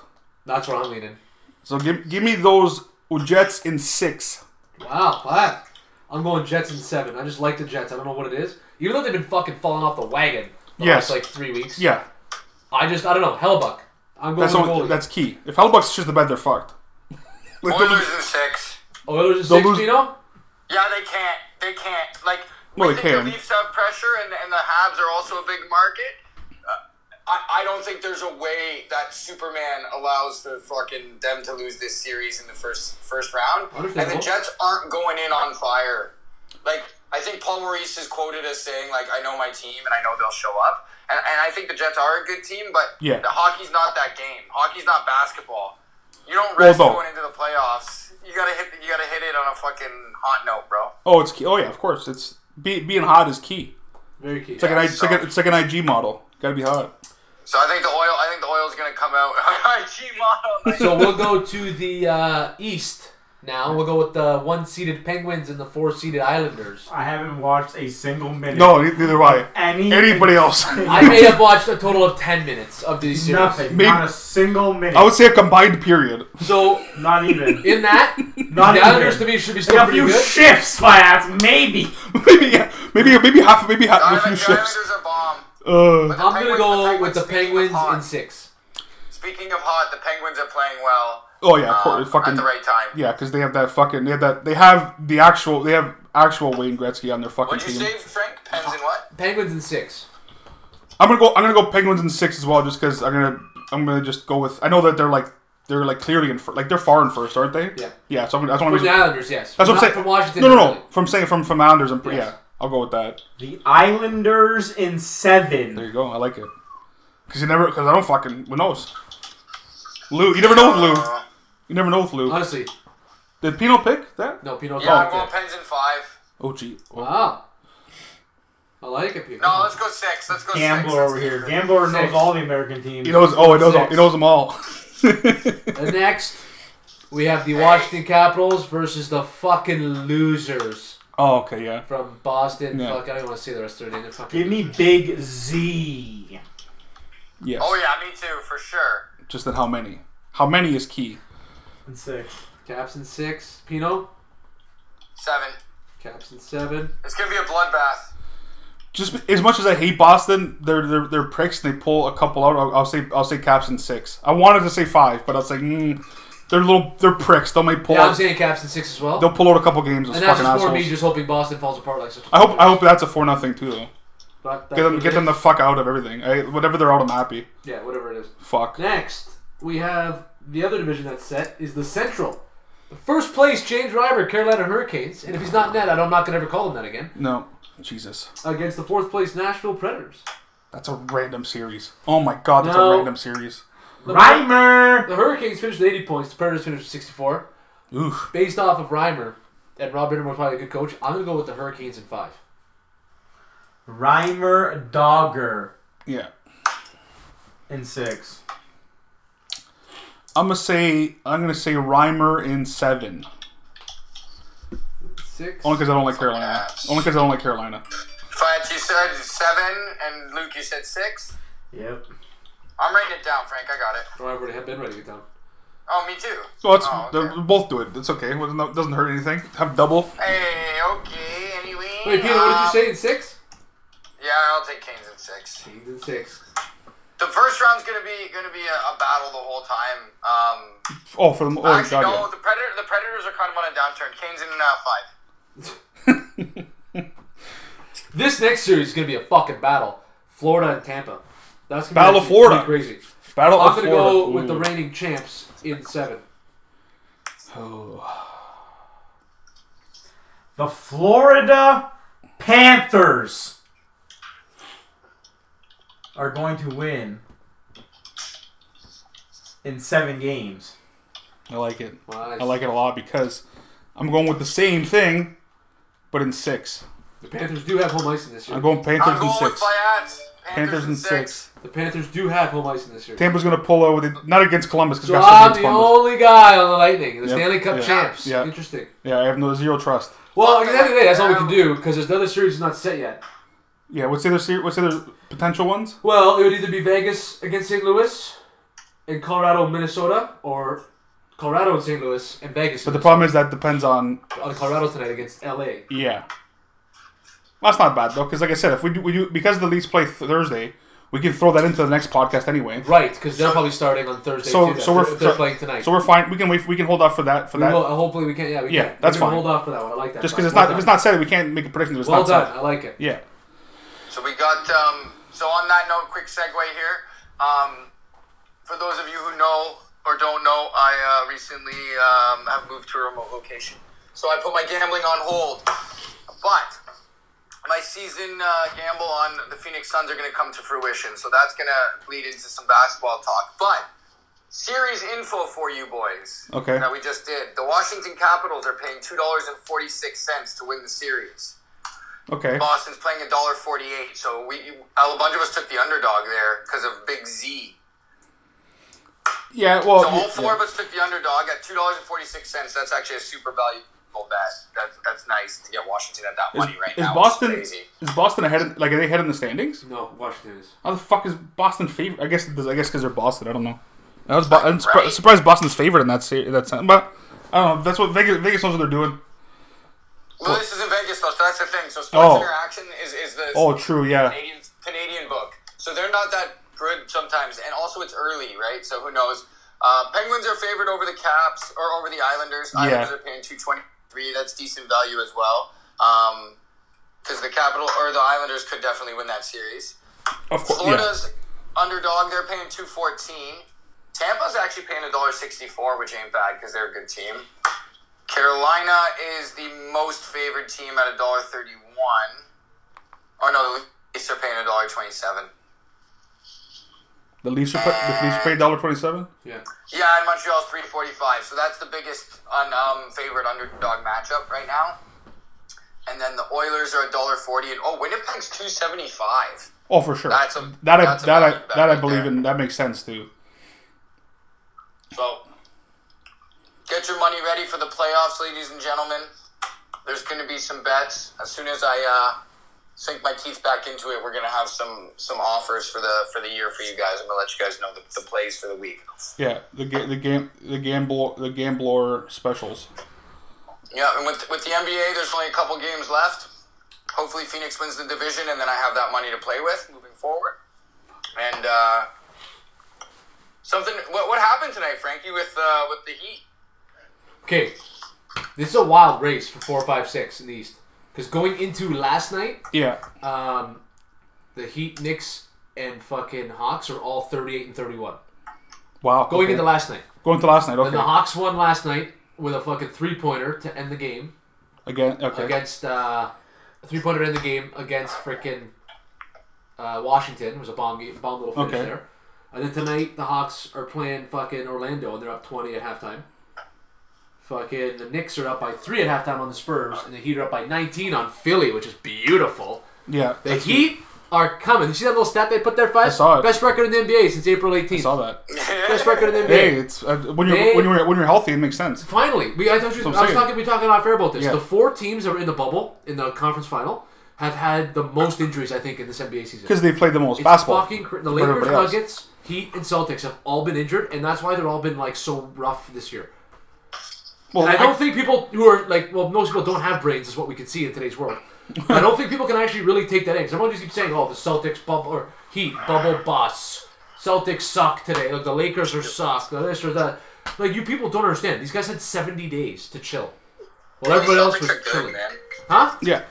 [SPEAKER 3] That's where I'm leaning.
[SPEAKER 4] So give, give me those Jets in six.
[SPEAKER 3] Oh, Wow, wow. I'm going Jets in seven. I just like the Jets. I don't know what it is. Even though they've been fucking falling off the wagon the
[SPEAKER 4] Yes.
[SPEAKER 3] last like three weeks.
[SPEAKER 4] Yeah,
[SPEAKER 3] I just I don't know. Hellebuck. I'm going
[SPEAKER 4] that's
[SPEAKER 3] with
[SPEAKER 4] all-
[SPEAKER 3] goalie.
[SPEAKER 4] that's key. If Hellbucks shits the bed, they're fucked. Like, they'll
[SPEAKER 5] Oilers
[SPEAKER 4] lose-
[SPEAKER 5] in six.
[SPEAKER 3] Oilers in
[SPEAKER 4] They'll
[SPEAKER 3] six,
[SPEAKER 4] lose-
[SPEAKER 3] Pino?
[SPEAKER 5] Yeah, they can't. They can't. Like,
[SPEAKER 4] Well,
[SPEAKER 5] we
[SPEAKER 4] they
[SPEAKER 5] think
[SPEAKER 4] can.
[SPEAKER 5] the Leafs have pressure, and, and the Habs are also a big market. Uh, I, I don't think there's a way that Superman allows the fucking them to lose this series in the first first round. And the
[SPEAKER 3] Understandable.
[SPEAKER 5] Jets aren't going in on fire. Like, I think Paul Maurice is quoted as saying, like, I know my team and I know they'll show up. And, and I think the Jets are a good team, but
[SPEAKER 4] Yeah.
[SPEAKER 5] the hockey's not that game. Hockey's not basketball. You don't rest
[SPEAKER 4] Although-
[SPEAKER 5] going into the playoffs. You gotta hit. You gotta hit it on a fucking hot note, bro.
[SPEAKER 4] Oh, it's key. Oh yeah, of course. It's be, being hot is key.
[SPEAKER 3] Very key.
[SPEAKER 4] It's like, an, I-
[SPEAKER 5] so-
[SPEAKER 4] it's, like an, it's like an IG model. Gotta be hot.
[SPEAKER 5] So I think the oil. I think the oil's gonna come out. IG model. Like,
[SPEAKER 3] so we'll go to the uh, East now. We'll go with the one seeded Penguins and the four seeded Islanders.
[SPEAKER 2] I haven't watched a single minute.
[SPEAKER 4] No, neither do I.
[SPEAKER 2] Any-
[SPEAKER 4] Anybody else?
[SPEAKER 3] I may have watched a total of ten minutes of these series.
[SPEAKER 2] Nothing.
[SPEAKER 4] Maybe-
[SPEAKER 2] Not a single minute.
[SPEAKER 4] I would say a combined period.
[SPEAKER 3] So
[SPEAKER 2] not even.
[SPEAKER 3] in that,
[SPEAKER 2] Not
[SPEAKER 3] the
[SPEAKER 2] even.
[SPEAKER 3] Islanders to me should be still
[SPEAKER 2] Like a
[SPEAKER 3] pretty
[SPEAKER 2] few
[SPEAKER 3] good.
[SPEAKER 2] shifts, perhaps, maybe.
[SPEAKER 4] maybe, yeah, maybe, maybe half, maybe half,
[SPEAKER 5] I
[SPEAKER 4] a few
[SPEAKER 5] think the
[SPEAKER 4] shifts.
[SPEAKER 5] Islanders are bomb.
[SPEAKER 4] Uh,
[SPEAKER 5] But the
[SPEAKER 3] I'm gonna
[SPEAKER 5] Penguins-
[SPEAKER 3] go with the
[SPEAKER 5] speaking of
[SPEAKER 3] Penguins
[SPEAKER 5] hot-
[SPEAKER 3] in six.
[SPEAKER 5] Speaking of hot, the Penguins are playing well.
[SPEAKER 4] oh yeah, of
[SPEAKER 5] um,
[SPEAKER 4] course. Fucking
[SPEAKER 5] at the right time.
[SPEAKER 4] yeah, because they have that fucking. They have that. They have the actual. They have actual Wayne Gretzky on their fucking
[SPEAKER 5] What'd you
[SPEAKER 4] team.
[SPEAKER 5] say, Frank? Pens and what?
[SPEAKER 3] Penguins in six.
[SPEAKER 4] I'm gonna go. I'm gonna go Penguins in six as well, just because I'm gonna. I'm gonna just go with. I know that they're like they're like clearly in fir- like they're far in first, aren't they?
[SPEAKER 3] Yeah.
[SPEAKER 4] Yeah. So I'm gonna, I just want
[SPEAKER 3] From
[SPEAKER 4] to.
[SPEAKER 3] the Islanders, yes.
[SPEAKER 4] That's what
[SPEAKER 3] Not
[SPEAKER 4] I'm saying.
[SPEAKER 3] From Washington.
[SPEAKER 4] no, no, no.
[SPEAKER 3] really.
[SPEAKER 4] From saying from from Islanders, I'm pretty.
[SPEAKER 3] Yes.
[SPEAKER 4] Yeah, I'll go with that.
[SPEAKER 2] The Islanders in
[SPEAKER 4] There
[SPEAKER 2] seven.
[SPEAKER 4] you go. I like it. Because you never. Because I don't fucking. Who knows? Lou, you never know with Lou.
[SPEAKER 5] Uh,
[SPEAKER 4] You never know with Lou.
[SPEAKER 3] Honestly,
[SPEAKER 4] Did Pino pick that?
[SPEAKER 3] no, Pino's
[SPEAKER 5] yeah, I'm
[SPEAKER 3] not
[SPEAKER 5] going
[SPEAKER 3] there.
[SPEAKER 5] Pens in five.
[SPEAKER 4] Oh gee. Well,
[SPEAKER 3] Wow. I like it, Pino.
[SPEAKER 5] No, let's go six. Let's go six.
[SPEAKER 2] Gambler
[SPEAKER 5] That's
[SPEAKER 2] over
[SPEAKER 5] good
[SPEAKER 2] here.
[SPEAKER 5] for-
[SPEAKER 2] Gambler knows
[SPEAKER 3] Six.
[SPEAKER 2] all the American teams.
[SPEAKER 4] he knows. Oh, he knows.
[SPEAKER 3] Six.
[SPEAKER 4] He knows them all.
[SPEAKER 3] The next, we have the Washington Capitals versus the fucking losers
[SPEAKER 4] oh, okay. Yeah.
[SPEAKER 3] from Boston.
[SPEAKER 4] Yeah.
[SPEAKER 3] Fuck, I don't even want to say the rest of their name. They're fucking
[SPEAKER 2] Give me Big Z.
[SPEAKER 4] Yes.
[SPEAKER 5] Oh yeah, me too, for sure.
[SPEAKER 4] Just that how many? How many is key?
[SPEAKER 2] And six.
[SPEAKER 3] Caps in six. Pino.
[SPEAKER 5] Seven.
[SPEAKER 3] Caps in seven.
[SPEAKER 5] It's gonna be a bloodbath.
[SPEAKER 4] just as much as I hate Boston, they're they're, they're pricks. And they pull a couple out. I'll, I'll say I'll say Caps in six. I wanted to say five, but I was like, mm, they're little they're pricks. They might pull.
[SPEAKER 3] Yeah, I'm
[SPEAKER 4] out,
[SPEAKER 3] saying caps in six as well.
[SPEAKER 4] they'll pull out a couple games. Those
[SPEAKER 3] And that's
[SPEAKER 4] fucking
[SPEAKER 3] just more
[SPEAKER 4] assholes.
[SPEAKER 3] me just hoping Boston falls apart like such.
[SPEAKER 4] I hope I hope that's a four nothing too though.
[SPEAKER 3] But that-
[SPEAKER 4] Get them get them the fuck out of everything. I, whatever they're out, I'm happy.
[SPEAKER 3] Yeah, whatever it is.
[SPEAKER 4] Fuck.
[SPEAKER 3] Next, we have the other division that's set is the Central. The first place, James Reimer, Carolina Hurricanes, and if he's not net, I don't- I'm not gonna ever call him that again.
[SPEAKER 4] No, Jesus,
[SPEAKER 3] Against the fourth place Nashville Predators.
[SPEAKER 4] that's a random series. Oh my god, that's
[SPEAKER 3] No.
[SPEAKER 4] a random series.
[SPEAKER 2] Reimer!
[SPEAKER 3] The Hurricanes finished with 80 points. The Predators finished with 64.
[SPEAKER 4] Oof.
[SPEAKER 3] Based off of Reimer and Rob Bittermore's probably a good coach, I'm gonna go with the Hurricanes in five.
[SPEAKER 2] Reimer Dogger
[SPEAKER 4] Yeah,
[SPEAKER 2] in six.
[SPEAKER 4] I'm gonna say I'm gonna say Reimer in seven.
[SPEAKER 3] Six.
[SPEAKER 4] Only because I don't like Carolina. Only because I don't like Carolina.
[SPEAKER 5] Fiat, you said seven, and Luke, you said six.
[SPEAKER 2] Yep.
[SPEAKER 5] I'm writing it down, Frank. I got it.
[SPEAKER 3] Oh, I've already been ready to get down.
[SPEAKER 5] Oh, me too.
[SPEAKER 4] Well, it's,
[SPEAKER 5] Oh,
[SPEAKER 4] they're-
[SPEAKER 5] okay.
[SPEAKER 4] both do it. It's okay. It doesn't doesn't hurt anything. Have double.
[SPEAKER 5] Hey, okay. Anyway.
[SPEAKER 3] Wait, Peter, what did you
[SPEAKER 5] um,
[SPEAKER 3] say in six?
[SPEAKER 5] Yeah, I'll take Canes in six.
[SPEAKER 3] Canes in six.
[SPEAKER 5] The first round's gonna be gonna be a, a battle the whole time. Um,
[SPEAKER 4] Oh, for the oh god,
[SPEAKER 5] actually, no.
[SPEAKER 4] yeah.
[SPEAKER 5] The predator, the Predators are kind of on a downturn. Canes in and out five.
[SPEAKER 3] This next series is gonna be a fucking battle. Florida and Tampa. That's gonna be
[SPEAKER 4] Battle of
[SPEAKER 3] actually
[SPEAKER 4] Florida.
[SPEAKER 3] pretty crazy.
[SPEAKER 4] Battle
[SPEAKER 3] I'm
[SPEAKER 4] of
[SPEAKER 3] gonna
[SPEAKER 4] Florida.
[SPEAKER 3] go with the
[SPEAKER 4] Ooh.
[SPEAKER 3] reigning champs in seven.
[SPEAKER 4] Oh,
[SPEAKER 2] The Florida Panthers are going to win in seven games.
[SPEAKER 4] I like it.
[SPEAKER 3] Nice.
[SPEAKER 4] I like it a lot because I'm going with the same thing, but in six.
[SPEAKER 3] The Panthers do have home ice in this year.
[SPEAKER 4] I'm going Panthers
[SPEAKER 5] I'm
[SPEAKER 4] in
[SPEAKER 5] going with
[SPEAKER 4] six.
[SPEAKER 5] Fiat.
[SPEAKER 4] Panthers in six.
[SPEAKER 3] The Panthers do have home ice in this year.
[SPEAKER 4] Tampa's gonna pull over. The, not against Columbus because
[SPEAKER 3] so
[SPEAKER 4] got
[SPEAKER 3] I'm
[SPEAKER 4] something
[SPEAKER 3] the
[SPEAKER 4] Columbus.
[SPEAKER 3] only guy on the Lightning, the
[SPEAKER 4] Yep.
[SPEAKER 3] Stanley Cup
[SPEAKER 4] Yeah.
[SPEAKER 3] champs.
[SPEAKER 4] Yeah.
[SPEAKER 3] Interesting.
[SPEAKER 4] yeah, I have no zero trust.
[SPEAKER 3] Well, at the end of the day, that's all we can do because there's another series is not set yet.
[SPEAKER 4] Yeah, what's the other ser- what's the other potential ones?
[SPEAKER 3] Well, it would either be Vegas against St. Louis, and Colorado, Minnesota, or Colorado and St. Louis and Vegas.
[SPEAKER 4] But the problem is that depends on
[SPEAKER 3] on Colorado tonight against LA.
[SPEAKER 4] yeah. That's not bad though, because like I said, if we do, we do because the Leafs play th- Thursday, we can throw that into the next podcast anyway.
[SPEAKER 3] Right, because they're probably starting on Thursday.
[SPEAKER 4] So
[SPEAKER 3] too,
[SPEAKER 4] so
[SPEAKER 3] if
[SPEAKER 4] we're
[SPEAKER 3] they're- if they're
[SPEAKER 4] so-
[SPEAKER 3] playing tonight.
[SPEAKER 4] So we're fine. We can wait. We can hold off for that for
[SPEAKER 3] We
[SPEAKER 4] that.
[SPEAKER 3] will- uh, hopefully we can. Yeah, we
[SPEAKER 4] Yeah,
[SPEAKER 3] can.
[SPEAKER 4] that's
[SPEAKER 3] We're gonna
[SPEAKER 4] fine.
[SPEAKER 3] Hold off for that one. I like that.
[SPEAKER 4] Just
[SPEAKER 3] Mike.
[SPEAKER 4] because it's
[SPEAKER 3] Well
[SPEAKER 4] not if
[SPEAKER 3] done.
[SPEAKER 4] it's not said, we can't make a prediction. If it's
[SPEAKER 3] Well
[SPEAKER 4] not
[SPEAKER 3] done.
[SPEAKER 4] said.
[SPEAKER 3] I like it.
[SPEAKER 4] Yeah.
[SPEAKER 5] So we got um, so on that note, quick segue here. Um, for those of you who know or don't know, I uh, recently um, have moved to a remote location, so I put my gambling on hold. But my season uh, gamble on the Phoenix Suns are going to come to fruition, so that's going to lead into some basketball talk. But series info for you boys.
[SPEAKER 4] Okay.
[SPEAKER 5] That we just did. The Washington Capitals are paying two dollars and forty six cents to win the series.
[SPEAKER 4] Okay.
[SPEAKER 5] Boston's playing a dollar forty-eight, so we a bunch of us took the underdog there because of Big Z.
[SPEAKER 4] Yeah. Well.
[SPEAKER 5] So all
[SPEAKER 4] Oh, yeah,
[SPEAKER 5] four of us took the underdog at two dollars and forty-six cents. That's actually a super valuable bet. That's that's nice to get Washington at that
[SPEAKER 4] yeah.
[SPEAKER 5] money right
[SPEAKER 4] Is
[SPEAKER 5] now. It's
[SPEAKER 4] Boston
[SPEAKER 5] crazy.
[SPEAKER 4] is Boston ahead? In, like are they ahead in the standings?
[SPEAKER 3] No, Washington is.
[SPEAKER 4] How the fuck is Boston favorite? I guess I guess because they're Boston. I don't know. I was bo- I'm surpri-
[SPEAKER 5] Right.
[SPEAKER 4] surprised Boston's favorite in that series. That sense. but I don't know. That's what Vegas. Vegas knows what they're doing.
[SPEAKER 5] Well, this is in Vegas though, so that's the thing. So
[SPEAKER 4] Oh.
[SPEAKER 5] sports interaction is is the
[SPEAKER 4] Oh, true. Yeah.
[SPEAKER 5] Canadian Canadian book, so they're not that good sometimes, and also it's early, right? So who knows? Uh, Penguins are favored over the Caps or over the Islanders. Islanders are paying two twenty three. That's decent value as well, because the Capital or the Islanders could definitely win that series.
[SPEAKER 4] Of course. Yeah.
[SPEAKER 5] Florida's underdog. They're paying two fourteen. Tampa's actually paying a dollar sixty four, which ain't bad because they're a good team. Carolina is the most favored team at a dollar thirty one. Oh no, the Leafs are paying a dollar twenty seven.
[SPEAKER 4] The Leafs are pay- the Leafs paid dollar twenty seven.
[SPEAKER 3] Yeah.
[SPEAKER 5] Yeah, and Montreal's three forty five. So that's the biggest un, um, favorite underdog matchup right now. And then the Oilers are a dollar forty, and oh, Winnipeg's two seventy five.
[SPEAKER 4] Oh, for sure.
[SPEAKER 5] That's a-
[SPEAKER 4] that I
[SPEAKER 5] that's a
[SPEAKER 4] that I
[SPEAKER 5] value bet
[SPEAKER 4] that I
[SPEAKER 5] right
[SPEAKER 4] believe
[SPEAKER 5] there.
[SPEAKER 4] in. That makes sense too.
[SPEAKER 5] So, get your money ready for the playoffs, ladies and gentlemen. There's going to be some bets. As soon as I uh, sink my teeth back into it, we're going to have some some offers for the for the year for you guys. I'm going to let you guys know the, the plays for the week.
[SPEAKER 4] Yeah. The ga- the game the gamble the gambler specials.
[SPEAKER 5] Yeah, and with with the NBA, there's only a couple games left. Hopefully, Phoenix wins the division, and then I have that money to play with moving forward. And uh, something. What, what happened tonight, Frankie? With uh, with the Heat?
[SPEAKER 3] Okay, this is a wild race for four, five, six in the East. Because going into last night,
[SPEAKER 4] Yeah.
[SPEAKER 3] um, the Heat, Knicks, and fucking Hawks are all 38 and 31.
[SPEAKER 4] Wow.
[SPEAKER 3] Going
[SPEAKER 4] okay.
[SPEAKER 3] into last night.
[SPEAKER 4] going to last night.
[SPEAKER 3] And the
[SPEAKER 4] Okay.
[SPEAKER 3] Hawks won last night with a fucking three pointer to end the game
[SPEAKER 4] Again. Okay.
[SPEAKER 3] against, uh, a three pointer in the game against freaking uh, Washington. It was a bomb, game, bomb little finish
[SPEAKER 4] Okay.
[SPEAKER 3] there. And then tonight, the Hawks are playing fucking Orlando and they're up 20 at halftime. Fucking the Knicks are up by three at halftime on the Spurs, and the Heat are up by 19 on Philly, which is beautiful.
[SPEAKER 4] Yeah.
[SPEAKER 3] The Heat are coming. Did you see that little stat they put there, Five?
[SPEAKER 4] saw it.
[SPEAKER 3] Best record in the NBA since April
[SPEAKER 4] I
[SPEAKER 3] 18th.
[SPEAKER 4] saw that.
[SPEAKER 3] Best record in the NBA.
[SPEAKER 4] Hey, it's uh, when you're
[SPEAKER 3] They-
[SPEAKER 4] when you're when you're healthy, it makes sense.
[SPEAKER 3] Finally, we, I, told you,
[SPEAKER 4] what I'm
[SPEAKER 3] I was
[SPEAKER 4] saying.
[SPEAKER 3] talking. We were talking off air about this.
[SPEAKER 4] Yeah.
[SPEAKER 3] The four teams that were in the bubble in the conference final have had the most injuries, I think, in this NBA season.
[SPEAKER 4] Because they played the most
[SPEAKER 3] it's
[SPEAKER 4] basketball.
[SPEAKER 3] fucking cr-
[SPEAKER 4] compared
[SPEAKER 3] the
[SPEAKER 4] to
[SPEAKER 3] Lakers,
[SPEAKER 4] everybody else.
[SPEAKER 3] Nuggets, Heat, and Celtics have all been injured, and that's why they've all been like so rough this year.
[SPEAKER 4] Well,
[SPEAKER 3] And I
[SPEAKER 4] I-
[SPEAKER 3] don't think people who are like, well, most people don't have brains, is what we can see in today's world. I don't think people can actually really take that in. 'cause everyone just keeps saying, oh, the Celtics bubble or Heat bubble bus. Celtics suck today. Like the Lakers are suck. or This or that. Like you people don't understand. These guys had 70 days to chill. Well, everybody else was
[SPEAKER 5] Celtics are good,
[SPEAKER 3] chilling,
[SPEAKER 5] man.
[SPEAKER 3] huh?
[SPEAKER 4] yeah.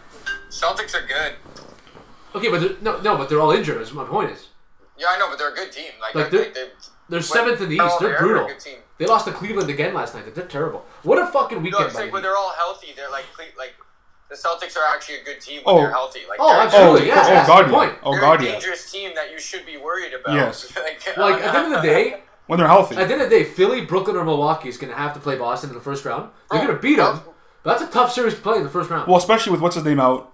[SPEAKER 5] Celtics are good.
[SPEAKER 3] Okay, but they're, no, no, but they're all injured. Is what my point is.
[SPEAKER 5] Yeah, I know, but they're a good team. Like,
[SPEAKER 3] Like,
[SPEAKER 5] they're,
[SPEAKER 3] they're-
[SPEAKER 5] they're-
[SPEAKER 3] They're seventh in the
[SPEAKER 5] they're
[SPEAKER 3] East.
[SPEAKER 5] all
[SPEAKER 3] They're
[SPEAKER 5] there.
[SPEAKER 3] brutal.
[SPEAKER 5] They're a good team.
[SPEAKER 3] They lost to Cleveland again last night. They're terrible. What a fucking
[SPEAKER 5] no, I'm
[SPEAKER 3] weekend! by
[SPEAKER 5] saying
[SPEAKER 3] the
[SPEAKER 5] when
[SPEAKER 3] Heat.
[SPEAKER 5] they're all healthy, they're like cle- like the Celtics are actually a good team when
[SPEAKER 4] Oh.
[SPEAKER 5] they're healthy. Like,
[SPEAKER 3] Oh,
[SPEAKER 5] they're,
[SPEAKER 3] absolutely.
[SPEAKER 4] oh,
[SPEAKER 3] yeah,
[SPEAKER 4] oh,
[SPEAKER 3] that's
[SPEAKER 4] God,
[SPEAKER 3] the
[SPEAKER 4] yeah.
[SPEAKER 3] point.
[SPEAKER 4] Oh,
[SPEAKER 5] they're
[SPEAKER 4] God,
[SPEAKER 5] a
[SPEAKER 4] yeah.
[SPEAKER 5] dangerous team that you should be worried about.
[SPEAKER 4] Yes.
[SPEAKER 5] like,
[SPEAKER 3] Like at the end of the day,
[SPEAKER 4] When they're healthy.
[SPEAKER 3] At the end of the day, Philly, Brooklyn, or Milwaukee is going to have to play Boston in the first round. They're going to beat them. That's a tough series to play in the first round.
[SPEAKER 4] well, especially with what's his name out,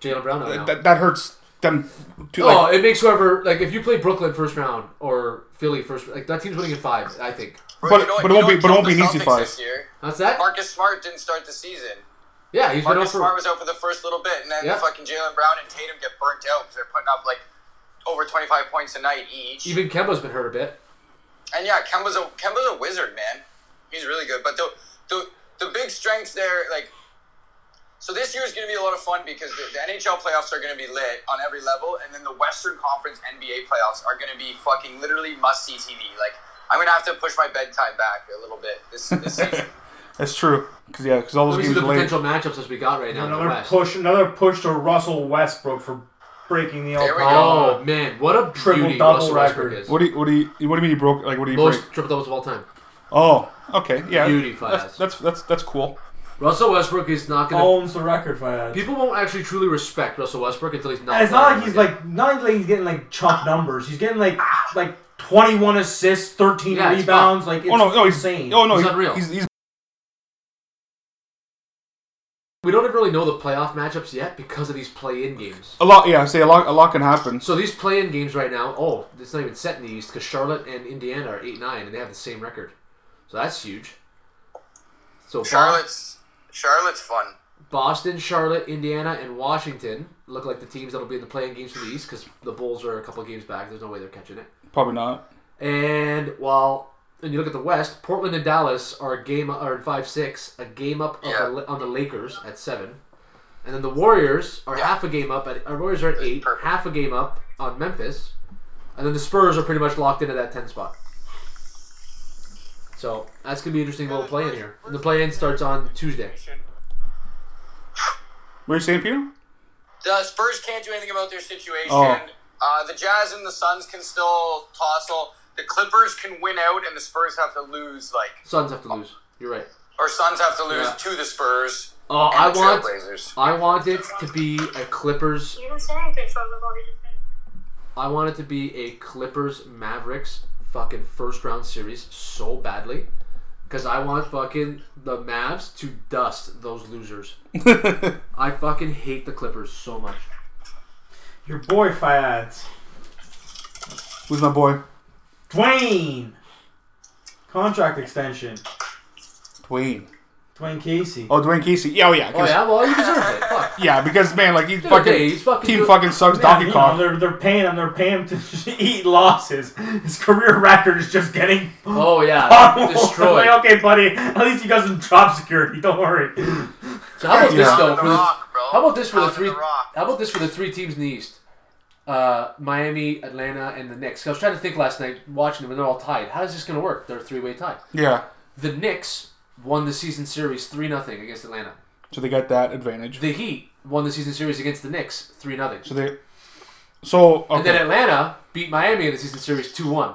[SPEAKER 3] Jalen Brown. Not now.
[SPEAKER 4] that, that hurts them. Too,
[SPEAKER 3] oh,
[SPEAKER 4] like,
[SPEAKER 3] it makes whoever like if you play Brooklyn first round or Philly first, like that team's winning in five. I think
[SPEAKER 5] Bro,
[SPEAKER 4] but-
[SPEAKER 5] you know what-
[SPEAKER 4] but it
[SPEAKER 5] you
[SPEAKER 4] won't be-
[SPEAKER 5] know what
[SPEAKER 4] but it
[SPEAKER 5] killed
[SPEAKER 4] won't be
[SPEAKER 5] the
[SPEAKER 4] an easy
[SPEAKER 5] Celtics
[SPEAKER 4] fight.
[SPEAKER 5] this year?
[SPEAKER 3] that's that.
[SPEAKER 5] Marcus Smart didn't start the season.
[SPEAKER 3] Yeah, he's been out
[SPEAKER 5] Marcus
[SPEAKER 3] for
[SPEAKER 5] Smart was out for the first little bit, and then
[SPEAKER 3] Yeah.
[SPEAKER 5] fucking Jalen Brown and Tatum get burnt out because they're putting up like over 25 points a night each.
[SPEAKER 3] even Kemba's been hurt a bit.
[SPEAKER 5] and yeah, Kemba's a Kemba's a wizard, man. He's really good. But the the the big strengths there, like, so this year is going to be a lot of fun because the, the NHL playoffs are going to be lit on every level, and then the Western Conference NBA playoffs are going to be fucking literally must see TV. Like, I'm going to have to push my bedtime back a little bit this this season.
[SPEAKER 4] That's true. Because yeah, because all those
[SPEAKER 3] Let me see
[SPEAKER 4] games
[SPEAKER 3] the
[SPEAKER 4] are late.
[SPEAKER 3] potential matchups as we got right now in the
[SPEAKER 2] Another
[SPEAKER 3] West.
[SPEAKER 2] push, another push to Russell Westbrook for breaking the all
[SPEAKER 5] There we
[SPEAKER 3] Oh man, what a
[SPEAKER 2] Triple
[SPEAKER 3] beauty
[SPEAKER 2] double
[SPEAKER 3] Russell Westbrook
[SPEAKER 2] record.
[SPEAKER 3] is.
[SPEAKER 4] What do you what do you what do you mean you broke? Like what do you
[SPEAKER 3] Most
[SPEAKER 4] break?
[SPEAKER 3] triple doubles of all time.
[SPEAKER 4] Oh, okay, yeah.
[SPEAKER 3] Beauty
[SPEAKER 4] that's,
[SPEAKER 3] fast.
[SPEAKER 4] that's that's that's cool.
[SPEAKER 3] Russell Westbrook is not gonna.
[SPEAKER 2] owns the record for that.
[SPEAKER 3] People won't actually truly respect Russell Westbrook until he's not.
[SPEAKER 2] And it's not like
[SPEAKER 3] playing
[SPEAKER 2] he's
[SPEAKER 3] again.
[SPEAKER 2] like not like he's getting like chunk numbers. He's getting like like twenty one assists, thirteen
[SPEAKER 3] Yeah, it's
[SPEAKER 2] rebounds. Like it's
[SPEAKER 4] Oh no, no, he's
[SPEAKER 2] insane.
[SPEAKER 4] Oh no,
[SPEAKER 3] He's
[SPEAKER 4] he-
[SPEAKER 3] unreal.
[SPEAKER 4] He's, he's
[SPEAKER 3] We don't really know the playoff matchups yet because of these play-in games.
[SPEAKER 4] a lot. Yeah, I say a lot. A lot can happen.
[SPEAKER 3] So these play-in games right now, oh, it's not even set in the East because Charlotte and Indiana are eight nine and they have the same record, so that's huge. So Bo-
[SPEAKER 5] Charlotte's Charlotte's fun.
[SPEAKER 3] Boston, Charlotte, Indiana, and Washington look like the teams that'll be in the play-in games for the East because the Bulls are a couple games back. There's no way they're catching it.
[SPEAKER 4] Probably not.
[SPEAKER 3] And while and you look at the West, Portland and Dallas are a game are in five six, a game up on,
[SPEAKER 5] Yeah.
[SPEAKER 3] the, on the Lakers at seven, and then the Warriors are half a game up. At, our Warriors are at eight,
[SPEAKER 5] perfect.
[SPEAKER 3] half a game up on Memphis, and then the Spurs are pretty much locked into that ten spot. So that's gonna be an interesting little play in here. And the play in starts on Tuesday.
[SPEAKER 4] What are you saying, Peter?
[SPEAKER 5] The Spurs can't do anything about their situation.
[SPEAKER 4] Oh.
[SPEAKER 5] Uh, the Jazz and the Suns can still tussle. The Clippers can win out, and the Spurs have to lose, like,
[SPEAKER 3] Suns have to lose. You're right.
[SPEAKER 5] or Suns have to lose
[SPEAKER 3] Yeah.
[SPEAKER 5] to the Spurs
[SPEAKER 3] Oh,
[SPEAKER 5] and
[SPEAKER 3] I
[SPEAKER 5] the
[SPEAKER 3] want
[SPEAKER 5] Trailblazers.
[SPEAKER 3] I want it to be a Clippers
[SPEAKER 6] You were saying control the body defense.
[SPEAKER 3] I want it to be a Clippers Mavericks fucking first round series so badly because I want fucking the Mavs to dust those losers. I fucking hate the Clippers so much.
[SPEAKER 2] Your boy Fayad,
[SPEAKER 4] Who's my boy?
[SPEAKER 2] Dwayne, contract extension.
[SPEAKER 4] Dwayne.
[SPEAKER 2] Dwayne Casey.
[SPEAKER 4] Oh, Dwayne Casey. Yeah, oh yeah. 'cause-
[SPEAKER 3] Oh yeah, well he deserves it. Fuck.
[SPEAKER 4] Yeah, because man, like he's
[SPEAKER 3] Dude,
[SPEAKER 4] fucking
[SPEAKER 3] okay, he's fucking
[SPEAKER 4] team
[SPEAKER 3] good.
[SPEAKER 4] fucking sucks.
[SPEAKER 2] Yeah,
[SPEAKER 4] Donkey
[SPEAKER 2] you know,
[SPEAKER 4] Kong.
[SPEAKER 2] they're, they're paying him. They're paying him to eat losses. His career record is just getting
[SPEAKER 3] Oh yeah,
[SPEAKER 2] pummeled.
[SPEAKER 3] destroyed.
[SPEAKER 2] Like, okay, buddy. At least you got some job security. Don't worry.
[SPEAKER 3] So how about this
[SPEAKER 4] Yeah.
[SPEAKER 3] though?
[SPEAKER 5] The
[SPEAKER 3] For the,
[SPEAKER 5] Rock, bro.
[SPEAKER 3] how about this for the
[SPEAKER 5] Under
[SPEAKER 3] three?
[SPEAKER 5] the Rock.
[SPEAKER 3] How about this for the three teams in the East? Uh, Miami, Atlanta, and the Knicks. 'Cause I was trying to think last night, watching them, and they're all tied. How is this going to work? They're a three-way tie.
[SPEAKER 4] Yeah,
[SPEAKER 3] The Knicks won the season series three 0 against Atlanta.
[SPEAKER 4] so they got that advantage.
[SPEAKER 3] The Heat won the season series against the Knicks, three 0
[SPEAKER 4] so they, so
[SPEAKER 3] And then
[SPEAKER 4] okay.
[SPEAKER 3] Atlanta beat Miami in the season series two one.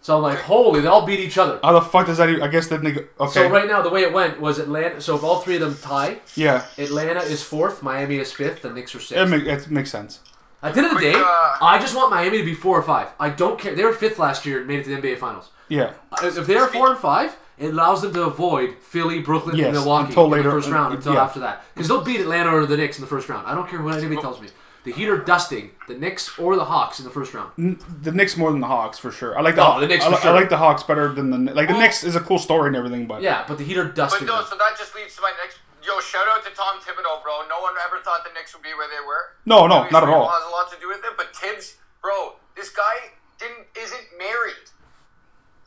[SPEAKER 3] So I'm like, holy, they all beat each other.
[SPEAKER 4] How the fuck does that? Even, I guess that nigga. Okay.
[SPEAKER 3] So right now, the way it went was Atlanta. So if all three of them tie,
[SPEAKER 4] yeah,
[SPEAKER 3] Atlanta is fourth, Miami is fifth, the Knicks are
[SPEAKER 4] it,
[SPEAKER 3] sixth.
[SPEAKER 4] make, it makes sense.
[SPEAKER 3] At the end of the
[SPEAKER 5] Quick,
[SPEAKER 3] day,
[SPEAKER 5] uh,
[SPEAKER 3] I just want Miami to be four or five. I don't care. They were fifth last year and made it to the NBA Finals.
[SPEAKER 4] Yeah,
[SPEAKER 3] Uh, If they are four and five, it allows them to avoid Philly, Brooklyn,
[SPEAKER 4] Yes,
[SPEAKER 3] and Milwaukee
[SPEAKER 4] until
[SPEAKER 3] in
[SPEAKER 4] later,
[SPEAKER 3] the first
[SPEAKER 4] uh,
[SPEAKER 3] round until
[SPEAKER 4] yeah.
[SPEAKER 3] after that. Because they'll beat Atlanta or the Knicks in the first round. I don't care what anybody tells me. The Heat are dusting the Knicks or the Hawks in the first round.
[SPEAKER 4] the Knicks more than the Hawks for sure. I like the,
[SPEAKER 3] No, Oh, the Knicks
[SPEAKER 4] I,
[SPEAKER 3] for
[SPEAKER 4] li- I
[SPEAKER 3] sure.
[SPEAKER 4] like the Hawks better than the like the
[SPEAKER 3] Well-
[SPEAKER 4] Knicks is a cool story and everything, but
[SPEAKER 3] Yeah, but the Heat are
[SPEAKER 5] But
[SPEAKER 3] dusting
[SPEAKER 5] no,
[SPEAKER 3] them.
[SPEAKER 5] so that just leads to my next. Yo, shout out to Tom Thibodeau, bro. No one ever thought the Knicks would be where they were.
[SPEAKER 4] No, no, not at
[SPEAKER 5] Obviously,
[SPEAKER 4] all.
[SPEAKER 5] Has a lot to do with it, but Tibbs, bro, this guy didn't isn't married.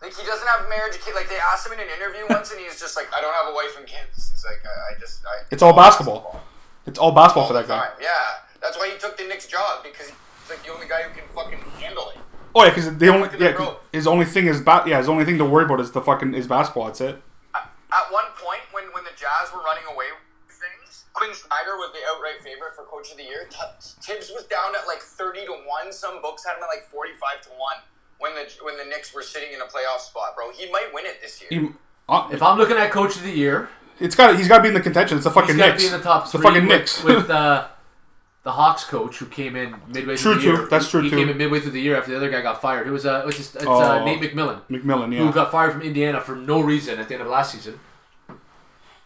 [SPEAKER 5] Like he doesn't have marriage. kid. Like they asked him in an interview once, and he's just like, "I don't have a wife and kids." He's like, "I, I just." I,
[SPEAKER 4] it's all basketball. It's all basketball for that
[SPEAKER 5] All the
[SPEAKER 4] guy.
[SPEAKER 5] time. Yeah, that's why he took the Knicks job because he's like the only guy who can fucking handle it.
[SPEAKER 4] Oh yeah, because the only
[SPEAKER 5] Look at
[SPEAKER 4] yeah
[SPEAKER 5] the
[SPEAKER 4] 'cause
[SPEAKER 5] rope.
[SPEAKER 4] his only thing is ba- yeah his only thing to worry about is the fucking is basketball. That's it.
[SPEAKER 5] At one point, when when the Jazz were running away with things, Quinn Snyder was the outright favorite for Coach of the Year. T- Tibbs was down at like thirty to one. Some books had him at like forty-five to one. When the when the Knicks were sitting in a playoff spot, bro, he might win it this year.
[SPEAKER 4] He, uh,
[SPEAKER 3] If I'm looking at Coach of the Year,
[SPEAKER 4] it's got he's got to be in the contention. It's the fucking
[SPEAKER 3] he's got to
[SPEAKER 4] Knicks.
[SPEAKER 3] be in the top
[SPEAKER 4] it's
[SPEAKER 3] three
[SPEAKER 4] the fucking
[SPEAKER 3] with,
[SPEAKER 4] Knicks.
[SPEAKER 3] with uh, the Hawks coach who came in midway through
[SPEAKER 4] True,
[SPEAKER 3] the year.
[SPEAKER 4] too. That's true,
[SPEAKER 3] He
[SPEAKER 4] too.
[SPEAKER 3] came in midway through the year after the other guy got fired. It was uh, it was just, it's, uh,
[SPEAKER 4] Oh.
[SPEAKER 3] Nate McMillan.
[SPEAKER 4] McMillan, yeah.
[SPEAKER 3] who got fired from Indiana for no reason at the end of last season.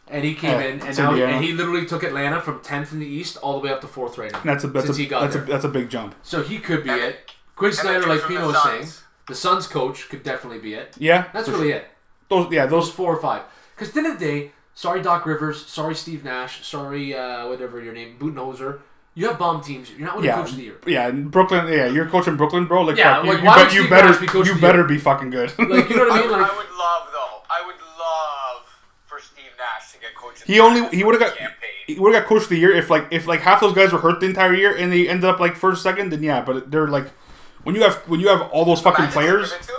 [SPEAKER 3] And he came
[SPEAKER 4] Yeah,
[SPEAKER 3] in, and,
[SPEAKER 4] it's
[SPEAKER 3] now,
[SPEAKER 4] Indiana.
[SPEAKER 3] and he literally took Atlanta from tenth in the East all the way up to fourth right now.
[SPEAKER 4] that's a that's
[SPEAKER 3] since
[SPEAKER 4] a
[SPEAKER 3] he got
[SPEAKER 4] that's a
[SPEAKER 3] there.
[SPEAKER 4] that's a big jump.
[SPEAKER 3] so he could be
[SPEAKER 5] And-
[SPEAKER 3] it. Quinn Snyder,
[SPEAKER 5] dude
[SPEAKER 3] like
[SPEAKER 5] from
[SPEAKER 3] Pino
[SPEAKER 5] the
[SPEAKER 3] was saying,
[SPEAKER 5] Suns.
[SPEAKER 3] the Suns coach could definitely be it.
[SPEAKER 4] Yeah,
[SPEAKER 3] that's
[SPEAKER 4] for
[SPEAKER 3] really it.
[SPEAKER 4] Those yeah those
[SPEAKER 3] Those four or five. Because at the end of the day, Sorry, Doc Rivers. Sorry, Steve Nash. Sorry, uh, whatever your name, Budenholzer. You have bomb teams. You're not winning
[SPEAKER 4] Yeah,
[SPEAKER 3] Coach of the Year.
[SPEAKER 4] yeah, in Brooklyn. Yeah, you're coaching Brooklyn, bro. Like,
[SPEAKER 3] Yeah,
[SPEAKER 4] fuck, you,
[SPEAKER 3] like,
[SPEAKER 4] you,
[SPEAKER 3] why
[SPEAKER 4] bet-
[SPEAKER 3] would
[SPEAKER 4] you
[SPEAKER 3] Steve Nash
[SPEAKER 4] better,
[SPEAKER 3] be coach of
[SPEAKER 4] you
[SPEAKER 3] the year?
[SPEAKER 4] better be fucking good.
[SPEAKER 3] Like, you know what I mean? Like,
[SPEAKER 5] I would love though. I would love for Steve Nash to get coached.
[SPEAKER 4] he only he would have got
[SPEAKER 5] campaign.
[SPEAKER 4] he would have got coach of the year if like if like half those guys were hurt the entire year and they ended up like first second. Then yeah, but they're like when you have when you have all those fucking
[SPEAKER 5] Imagine they give
[SPEAKER 4] players.
[SPEAKER 5] it to him.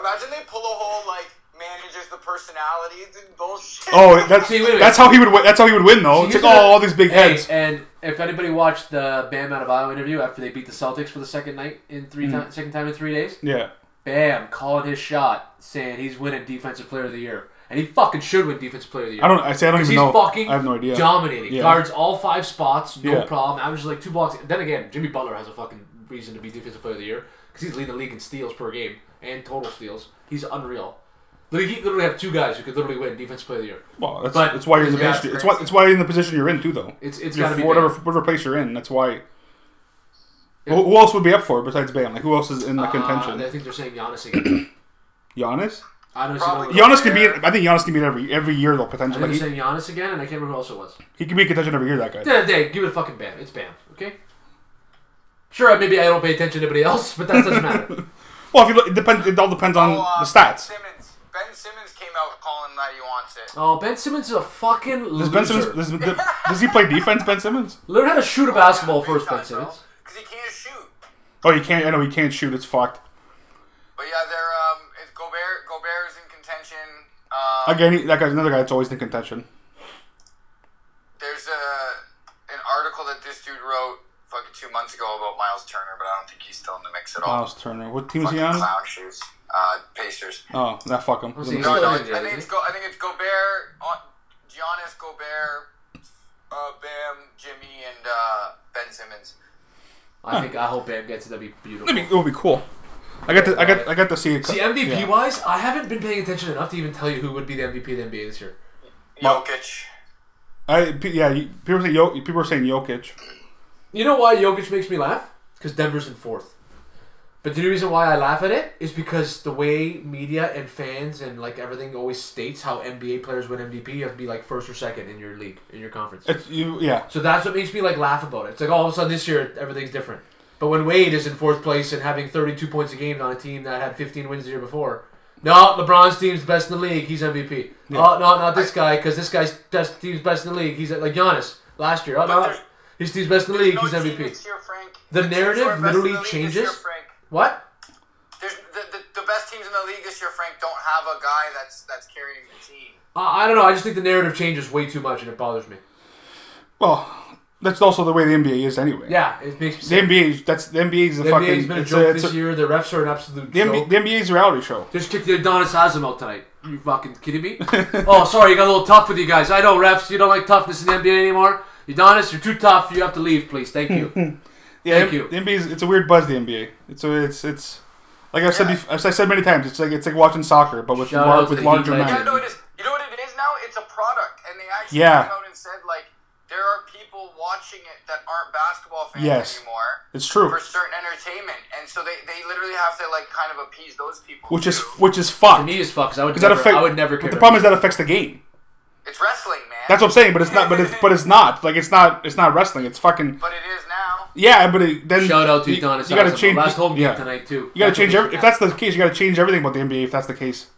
[SPEAKER 5] Imagine they pull a whole like managers the personalities and bullshit.
[SPEAKER 4] Oh, that's
[SPEAKER 3] See, wait a minute.
[SPEAKER 4] that's how he would win. That's how he would win though.
[SPEAKER 3] See,
[SPEAKER 4] It's
[SPEAKER 3] here's
[SPEAKER 4] like oh,
[SPEAKER 3] what-
[SPEAKER 4] all these big
[SPEAKER 3] Hey,
[SPEAKER 4] heads.
[SPEAKER 3] and if anybody watched the Bam Adebayo interview after they beat the Celtics for the second night in three
[SPEAKER 4] Mm.
[SPEAKER 3] ti- second time in three days,
[SPEAKER 4] Yeah,
[SPEAKER 3] Bam calling his shot, saying he's winning Defensive Player of the Year, and he fucking should win Defensive Player of the Year.
[SPEAKER 4] I don't. I say I don't
[SPEAKER 3] Because
[SPEAKER 4] even
[SPEAKER 3] he's
[SPEAKER 4] know.
[SPEAKER 3] fucking
[SPEAKER 4] I have no idea.
[SPEAKER 3] dominating.
[SPEAKER 4] Yeah.
[SPEAKER 3] Guards all five spots, no
[SPEAKER 4] Yeah.
[SPEAKER 3] problem. Averages like two blocks. Then again, Jimmy Butler has a fucking reason to be Defensive Player of the Year because he's leading the league in steals per game and total steals. He's unreal. Literally, he literally have two guys who could literally win Defensive Player of the Year.
[SPEAKER 4] Well, that's,
[SPEAKER 3] But-
[SPEAKER 4] that's why you're in the
[SPEAKER 3] Yeah,
[SPEAKER 4] bench. It's why it's why you're in the position you're in too, though.
[SPEAKER 3] It's- it's
[SPEAKER 4] You're
[SPEAKER 3] gotta be
[SPEAKER 4] for whatever
[SPEAKER 3] Bam.
[SPEAKER 4] whatever place you're in. That's why. Who, who else would be up for it besides Bam? Like who else is in the
[SPEAKER 3] Uh, I
[SPEAKER 4] contention?
[SPEAKER 3] think they're saying Giannis again.
[SPEAKER 4] Giannis.
[SPEAKER 3] I don't
[SPEAKER 5] Probably
[SPEAKER 3] know.
[SPEAKER 5] Gian-
[SPEAKER 4] Giannis can be. in- I think Giannis can be in every every year though.
[SPEAKER 3] I
[SPEAKER 4] Potentially,
[SPEAKER 3] think
[SPEAKER 4] like,
[SPEAKER 3] they're
[SPEAKER 4] he,
[SPEAKER 3] saying Giannis again, and I can't remember who else it was.
[SPEAKER 4] he can be in contention every year. That guy.
[SPEAKER 3] At the end of the day, give it a fucking Bam. It's Bam, okay? Sure, maybe I don't pay attention to anybody else, but that doesn't matter.
[SPEAKER 4] Well, if you look, it depends. It all depends on
[SPEAKER 5] Oh, uh,
[SPEAKER 4] the stats.
[SPEAKER 5] Ben Simmons. Ben Simmons came out calling that he wants it.
[SPEAKER 3] Oh, Ben Simmons is a fucking
[SPEAKER 4] Does
[SPEAKER 3] loser.
[SPEAKER 4] Ben Simmons? Does, does- does he play defense? Ben Simmons?
[SPEAKER 3] Learn how to shoot a basketball first, Ben Simmons.
[SPEAKER 5] Because he can't shoot.
[SPEAKER 4] Oh, he can't. I know he can't shoot. It's fucked.
[SPEAKER 5] But yeah, they're um, it's Gobert. Gobert is in contention. Um,
[SPEAKER 4] Again, he, that guy's another guy that's always in contention.
[SPEAKER 5] There's a an article that this dude wrote fucking two months ago about Miles Turner, but I don't think he's still in the mix at all.
[SPEAKER 4] Miles Turner. What team is he
[SPEAKER 5] Fucking
[SPEAKER 4] on?
[SPEAKER 5] clown shoes, uh, Pacers.
[SPEAKER 4] Oh, that fuck him.
[SPEAKER 3] Let's see.
[SPEAKER 5] No, no, I
[SPEAKER 3] Yeah,
[SPEAKER 5] think
[SPEAKER 3] is
[SPEAKER 5] it's
[SPEAKER 3] it?
[SPEAKER 5] Go, I think it's Gobert, uh, Giannis Gobert, uh, Bam, Jimmy, and uh, Ben Simmons.
[SPEAKER 3] I think I hope Bam gets it. That'd be beautiful.
[SPEAKER 4] That'd be- It would be cool. I got to. I got. I got to see it.
[SPEAKER 3] See, MVP
[SPEAKER 4] Yeah.
[SPEAKER 3] wise, I haven't been paying attention enough to even tell you who would be the MVP of the NBA this year.
[SPEAKER 5] Jokic.
[SPEAKER 4] I pe- yeah, you- people say Yo, people are saying Jokic.
[SPEAKER 3] You know why Jokic makes me laugh? Because Denver's in fourth. But the reason why I laugh at it is because the way media and fans and like everything always states how NBA players win MVP, you have to be like first or second in your league, in your conference.
[SPEAKER 4] It's you yeah.
[SPEAKER 3] So that's what makes me like laugh about it. It's like all of a sudden this year everything's different. But when Wade is in fourth place and having 32 points a game on a team that had 15 wins the year before, no, LeBron's team's best in the league. He's MVP. Oh no, not this guy because this guy's best team's best in the league. He's like Giannis last year. Oh no,
[SPEAKER 5] there's-
[SPEAKER 3] his team's best in the league.
[SPEAKER 5] No
[SPEAKER 3] He's
[SPEAKER 5] team
[SPEAKER 3] MVP.
[SPEAKER 5] this year, Frank.
[SPEAKER 3] The
[SPEAKER 5] teams who are
[SPEAKER 3] narrative
[SPEAKER 5] best in the
[SPEAKER 3] literally
[SPEAKER 5] league this
[SPEAKER 3] changes?
[SPEAKER 5] year, Frank.
[SPEAKER 3] What?
[SPEAKER 5] There's the, the, the best teams in the league this year, Frank, don't have a guy that's that's carrying the team.
[SPEAKER 3] Uh, I don't know. I just think the narrative changes way too much and it bothers me.
[SPEAKER 4] Well, that's also the way the NBA is anyway.
[SPEAKER 3] Yeah, it makes me
[SPEAKER 4] The
[SPEAKER 3] sick.
[SPEAKER 4] NBA is that's the NBA is the,
[SPEAKER 3] The
[SPEAKER 4] fucking.
[SPEAKER 3] NBA's been a
[SPEAKER 4] it's
[SPEAKER 3] joke
[SPEAKER 4] it's
[SPEAKER 3] this year. The refs are an absolute
[SPEAKER 4] The,
[SPEAKER 3] joke.
[SPEAKER 4] NBA, the NBA's reality show.
[SPEAKER 3] Just kicked the Adonis Asimov tonight. You fucking kidding me? oh, sorry, you got a little tough with you guys. I know, refs, you don't like toughness in the NBA anymore. Adonis, you're too tough. You have to leave, please. Thank you.
[SPEAKER 4] Yeah,
[SPEAKER 3] Thank you.
[SPEAKER 4] The NBA is it's a weird buzz. The NBA. It's a, it's it's like I've said bef- as I said many times. It's like it's like watching soccer, but with
[SPEAKER 3] Shout out
[SPEAKER 4] lar-
[SPEAKER 3] to
[SPEAKER 4] with
[SPEAKER 3] the
[SPEAKER 4] larger
[SPEAKER 3] Heat
[SPEAKER 4] men.
[SPEAKER 3] legend.
[SPEAKER 5] You know what it is? You know what it is now? It's a product, and they actually
[SPEAKER 4] Yeah.
[SPEAKER 5] came out and said like there are people watching it that aren't basketball fans
[SPEAKER 4] Yes.
[SPEAKER 5] anymore
[SPEAKER 4] It's true,
[SPEAKER 5] for certain entertainment, and so they, they literally have to like kind of appease those people.
[SPEAKER 4] which is
[SPEAKER 5] too.
[SPEAKER 4] which is fucked.
[SPEAKER 3] me as fuck, 'cause I would
[SPEAKER 4] Because that
[SPEAKER 3] never,
[SPEAKER 4] affect,
[SPEAKER 3] I would never care.
[SPEAKER 4] But the problem is that affects the game.
[SPEAKER 5] it's wrestling, man.
[SPEAKER 4] That's what I'm saying. But it's not. But it's but it's not. Like it's not. It's not wrestling. It's fucking.
[SPEAKER 5] but it is now.
[SPEAKER 4] Yeah, but it, then
[SPEAKER 3] Shout out to
[SPEAKER 4] you,
[SPEAKER 3] Adonis
[SPEAKER 4] You gotta
[SPEAKER 3] Asimov.
[SPEAKER 4] change.
[SPEAKER 3] Last home game
[SPEAKER 4] yeah.
[SPEAKER 3] tonight, too.
[SPEAKER 4] You gotta
[SPEAKER 3] That's what
[SPEAKER 4] change
[SPEAKER 3] makes
[SPEAKER 4] every.
[SPEAKER 3] me
[SPEAKER 4] If
[SPEAKER 3] happy.
[SPEAKER 4] that's the case, you gotta change everything about the NBA. If that's the case,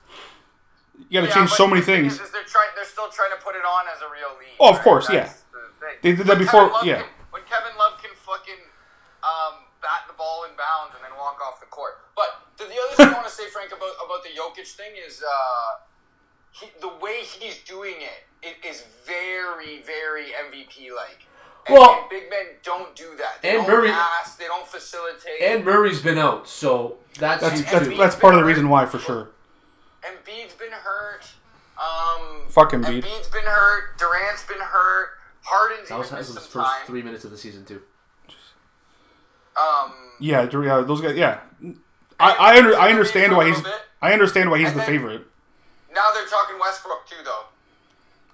[SPEAKER 4] you gotta
[SPEAKER 5] Yeah,
[SPEAKER 4] change
[SPEAKER 5] but
[SPEAKER 4] so many
[SPEAKER 5] the thing
[SPEAKER 4] things.
[SPEAKER 5] Is, is they're trying. They're still trying to put it on as a real league.
[SPEAKER 4] Oh, of course, yeah.
[SPEAKER 5] That's the thing.
[SPEAKER 4] They did that
[SPEAKER 5] When
[SPEAKER 4] before-
[SPEAKER 5] Kevin Love
[SPEAKER 4] yeah.
[SPEAKER 5] Can, when Kevin Love can fucking um, bat the ball in bounds and then walk off the court. But the, the other thing I want to say, Frank, about about the Jokic thing is uh, he, the way he's doing it. It is very, very MVP like. And,
[SPEAKER 3] Well-
[SPEAKER 5] and big men don't do that. They
[SPEAKER 3] And
[SPEAKER 5] don't
[SPEAKER 3] Murray-
[SPEAKER 5] pass. They don't facilitate.
[SPEAKER 3] And Murray's been out, so that's.
[SPEAKER 4] That's
[SPEAKER 3] huge,
[SPEAKER 4] that's,
[SPEAKER 3] too.
[SPEAKER 4] that's part of the reason why for sure.
[SPEAKER 5] Embiid's been hurt. Um,
[SPEAKER 4] Fuck Embiid.
[SPEAKER 5] Embiid's been hurt. Durant's been hurt. Harden's
[SPEAKER 3] that was
[SPEAKER 5] even
[SPEAKER 3] his
[SPEAKER 5] missed
[SPEAKER 3] first
[SPEAKER 5] some time.
[SPEAKER 3] three minutes of the season, too.
[SPEAKER 5] Um,
[SPEAKER 4] Yeah, Dur- yeah, those guys. Yeah, I I, under, I understand why he's
[SPEAKER 5] A little bit.
[SPEAKER 4] I understand why he's the
[SPEAKER 5] then-
[SPEAKER 4] favorite.
[SPEAKER 5] now they're talking Westbrook too, though.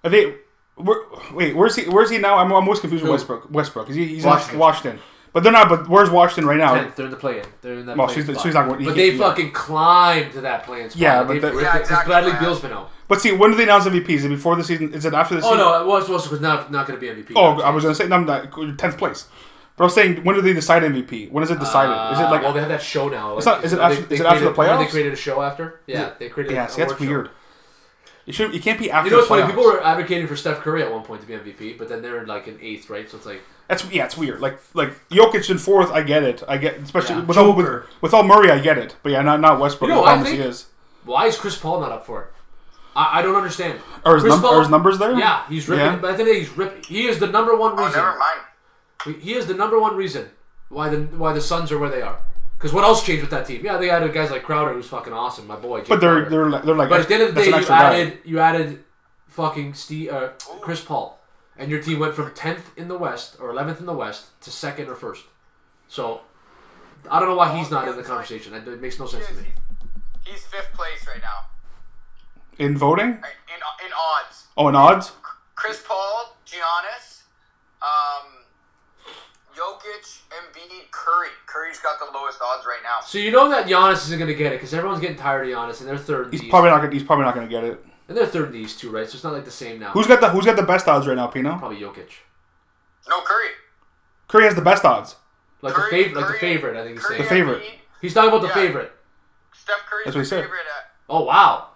[SPEAKER 4] Are they? Where, wait, where's he? Where's he now? I'm, I'm most confused with
[SPEAKER 3] Who?
[SPEAKER 4] Westbrook. Westbrook. Is he, he's
[SPEAKER 3] Washington.
[SPEAKER 4] in Washington, but they're not. But where's Washington right now?
[SPEAKER 3] Tenth, they're in the play-in. They're in that.
[SPEAKER 4] Um, Well,
[SPEAKER 3] play-in
[SPEAKER 4] so he's- so
[SPEAKER 3] spot.
[SPEAKER 4] he's not going-
[SPEAKER 3] But
[SPEAKER 4] he-
[SPEAKER 3] they
[SPEAKER 4] yeah.
[SPEAKER 3] fucking climbed to that play-in spot.
[SPEAKER 4] Yeah,
[SPEAKER 3] Like,
[SPEAKER 4] but
[SPEAKER 3] they
[SPEAKER 4] the-
[SPEAKER 3] ripped it,
[SPEAKER 5] Yeah,
[SPEAKER 3] 'cause
[SPEAKER 5] exactly,
[SPEAKER 3] Bradley
[SPEAKER 5] man.
[SPEAKER 3] Beal's been out.
[SPEAKER 4] But see, when do they announce MVPs? Is it before the season? Is it after the
[SPEAKER 3] Oh
[SPEAKER 4] season?
[SPEAKER 3] no, it was was was not not going to be MVP.
[SPEAKER 4] Oh, I was gonna say no, I'm not tenth place. But I'm saying, when do they decide MVP? When is it decided? is it like
[SPEAKER 3] Uh, well, they have that show now.
[SPEAKER 4] It's
[SPEAKER 3] like,
[SPEAKER 4] not- is it
[SPEAKER 3] they-
[SPEAKER 4] after-
[SPEAKER 3] they
[SPEAKER 4] is it after
[SPEAKER 3] created-
[SPEAKER 4] the playoffs?
[SPEAKER 3] They created a show after. Yeah, they created.
[SPEAKER 4] yeah?
[SPEAKER 3] an
[SPEAKER 4] See, that's
[SPEAKER 3] award show.
[SPEAKER 4] weird. You should. You can't be after.
[SPEAKER 3] You know what's
[SPEAKER 4] the
[SPEAKER 3] funny?
[SPEAKER 4] playoffs.
[SPEAKER 3] People were advocating for Steph Curry at one point to be MVP, but then they're like in eighth, right? So it's like
[SPEAKER 4] That's yeah, it's weird. Like like Jokic in fourth, I get it. I get especially
[SPEAKER 3] Yeah.
[SPEAKER 4] with, all, with
[SPEAKER 2] Joker.
[SPEAKER 4] with all Murray, I get it. But yeah, not not Westbrook.
[SPEAKER 3] You know
[SPEAKER 4] as
[SPEAKER 3] what I
[SPEAKER 4] dumb as he
[SPEAKER 3] think?
[SPEAKER 4] is.
[SPEAKER 3] why is Chris Paul not up for it? I, I don't understand.
[SPEAKER 4] Are his,
[SPEAKER 3] Chris
[SPEAKER 4] num-
[SPEAKER 3] Paul-
[SPEAKER 4] are his numbers there?
[SPEAKER 3] Yeah, he's ripping.
[SPEAKER 4] Yeah.
[SPEAKER 3] But I think that he's ripping. He is the number one
[SPEAKER 5] Oh,
[SPEAKER 3] reason.
[SPEAKER 5] never mind.
[SPEAKER 3] He is the number one reason why the why the Suns are where they are. Because what else changed with that team? Yeah, they added guys like Crowder, who's fucking awesome, my boy. Jay
[SPEAKER 4] But they're
[SPEAKER 3] Crowder.
[SPEAKER 4] they're like- they're like.
[SPEAKER 3] But at the end of the
[SPEAKER 4] that's
[SPEAKER 3] day,
[SPEAKER 4] an
[SPEAKER 3] you
[SPEAKER 4] extra guy.
[SPEAKER 3] added you added fucking Steve, uh, Chris Paul, and your team went from tenth in the West or eleventh in the West to second or first. So I don't know why he's not in the conversation. That it makes no sense to me.
[SPEAKER 5] He's fifth place right now
[SPEAKER 4] in voting.
[SPEAKER 5] right, in in odds.
[SPEAKER 4] Oh, in odds.
[SPEAKER 5] Chris Paul, Giannis, um, Jokic, Embiid, Curry. Curry's got the lowest odds right now.
[SPEAKER 3] So you know that Giannis isn't going to get it because everyone's getting tired of Giannis, and they're third. In the
[SPEAKER 4] He's
[SPEAKER 3] East.
[SPEAKER 4] probably not. Gonna, he's probably not going to get it.
[SPEAKER 3] and they're third in the East too, right? So it's not like the same now.
[SPEAKER 4] Who's got the Who's got the best odds right now? Pino.
[SPEAKER 3] probably Jokic?
[SPEAKER 5] No Curry.
[SPEAKER 4] Curry has the best odds.
[SPEAKER 3] Like
[SPEAKER 5] Curry,
[SPEAKER 3] the favorite, like the
[SPEAKER 5] Curry-
[SPEAKER 3] favorite. I think he's
[SPEAKER 5] Curry,
[SPEAKER 3] saying.
[SPEAKER 4] The favorite.
[SPEAKER 5] Embiid,
[SPEAKER 3] He's talking about the
[SPEAKER 5] Yeah.
[SPEAKER 3] favorite.
[SPEAKER 5] Steph Curry's
[SPEAKER 4] That's what he
[SPEAKER 5] the
[SPEAKER 4] said.
[SPEAKER 5] favorite. At,
[SPEAKER 3] Oh wow,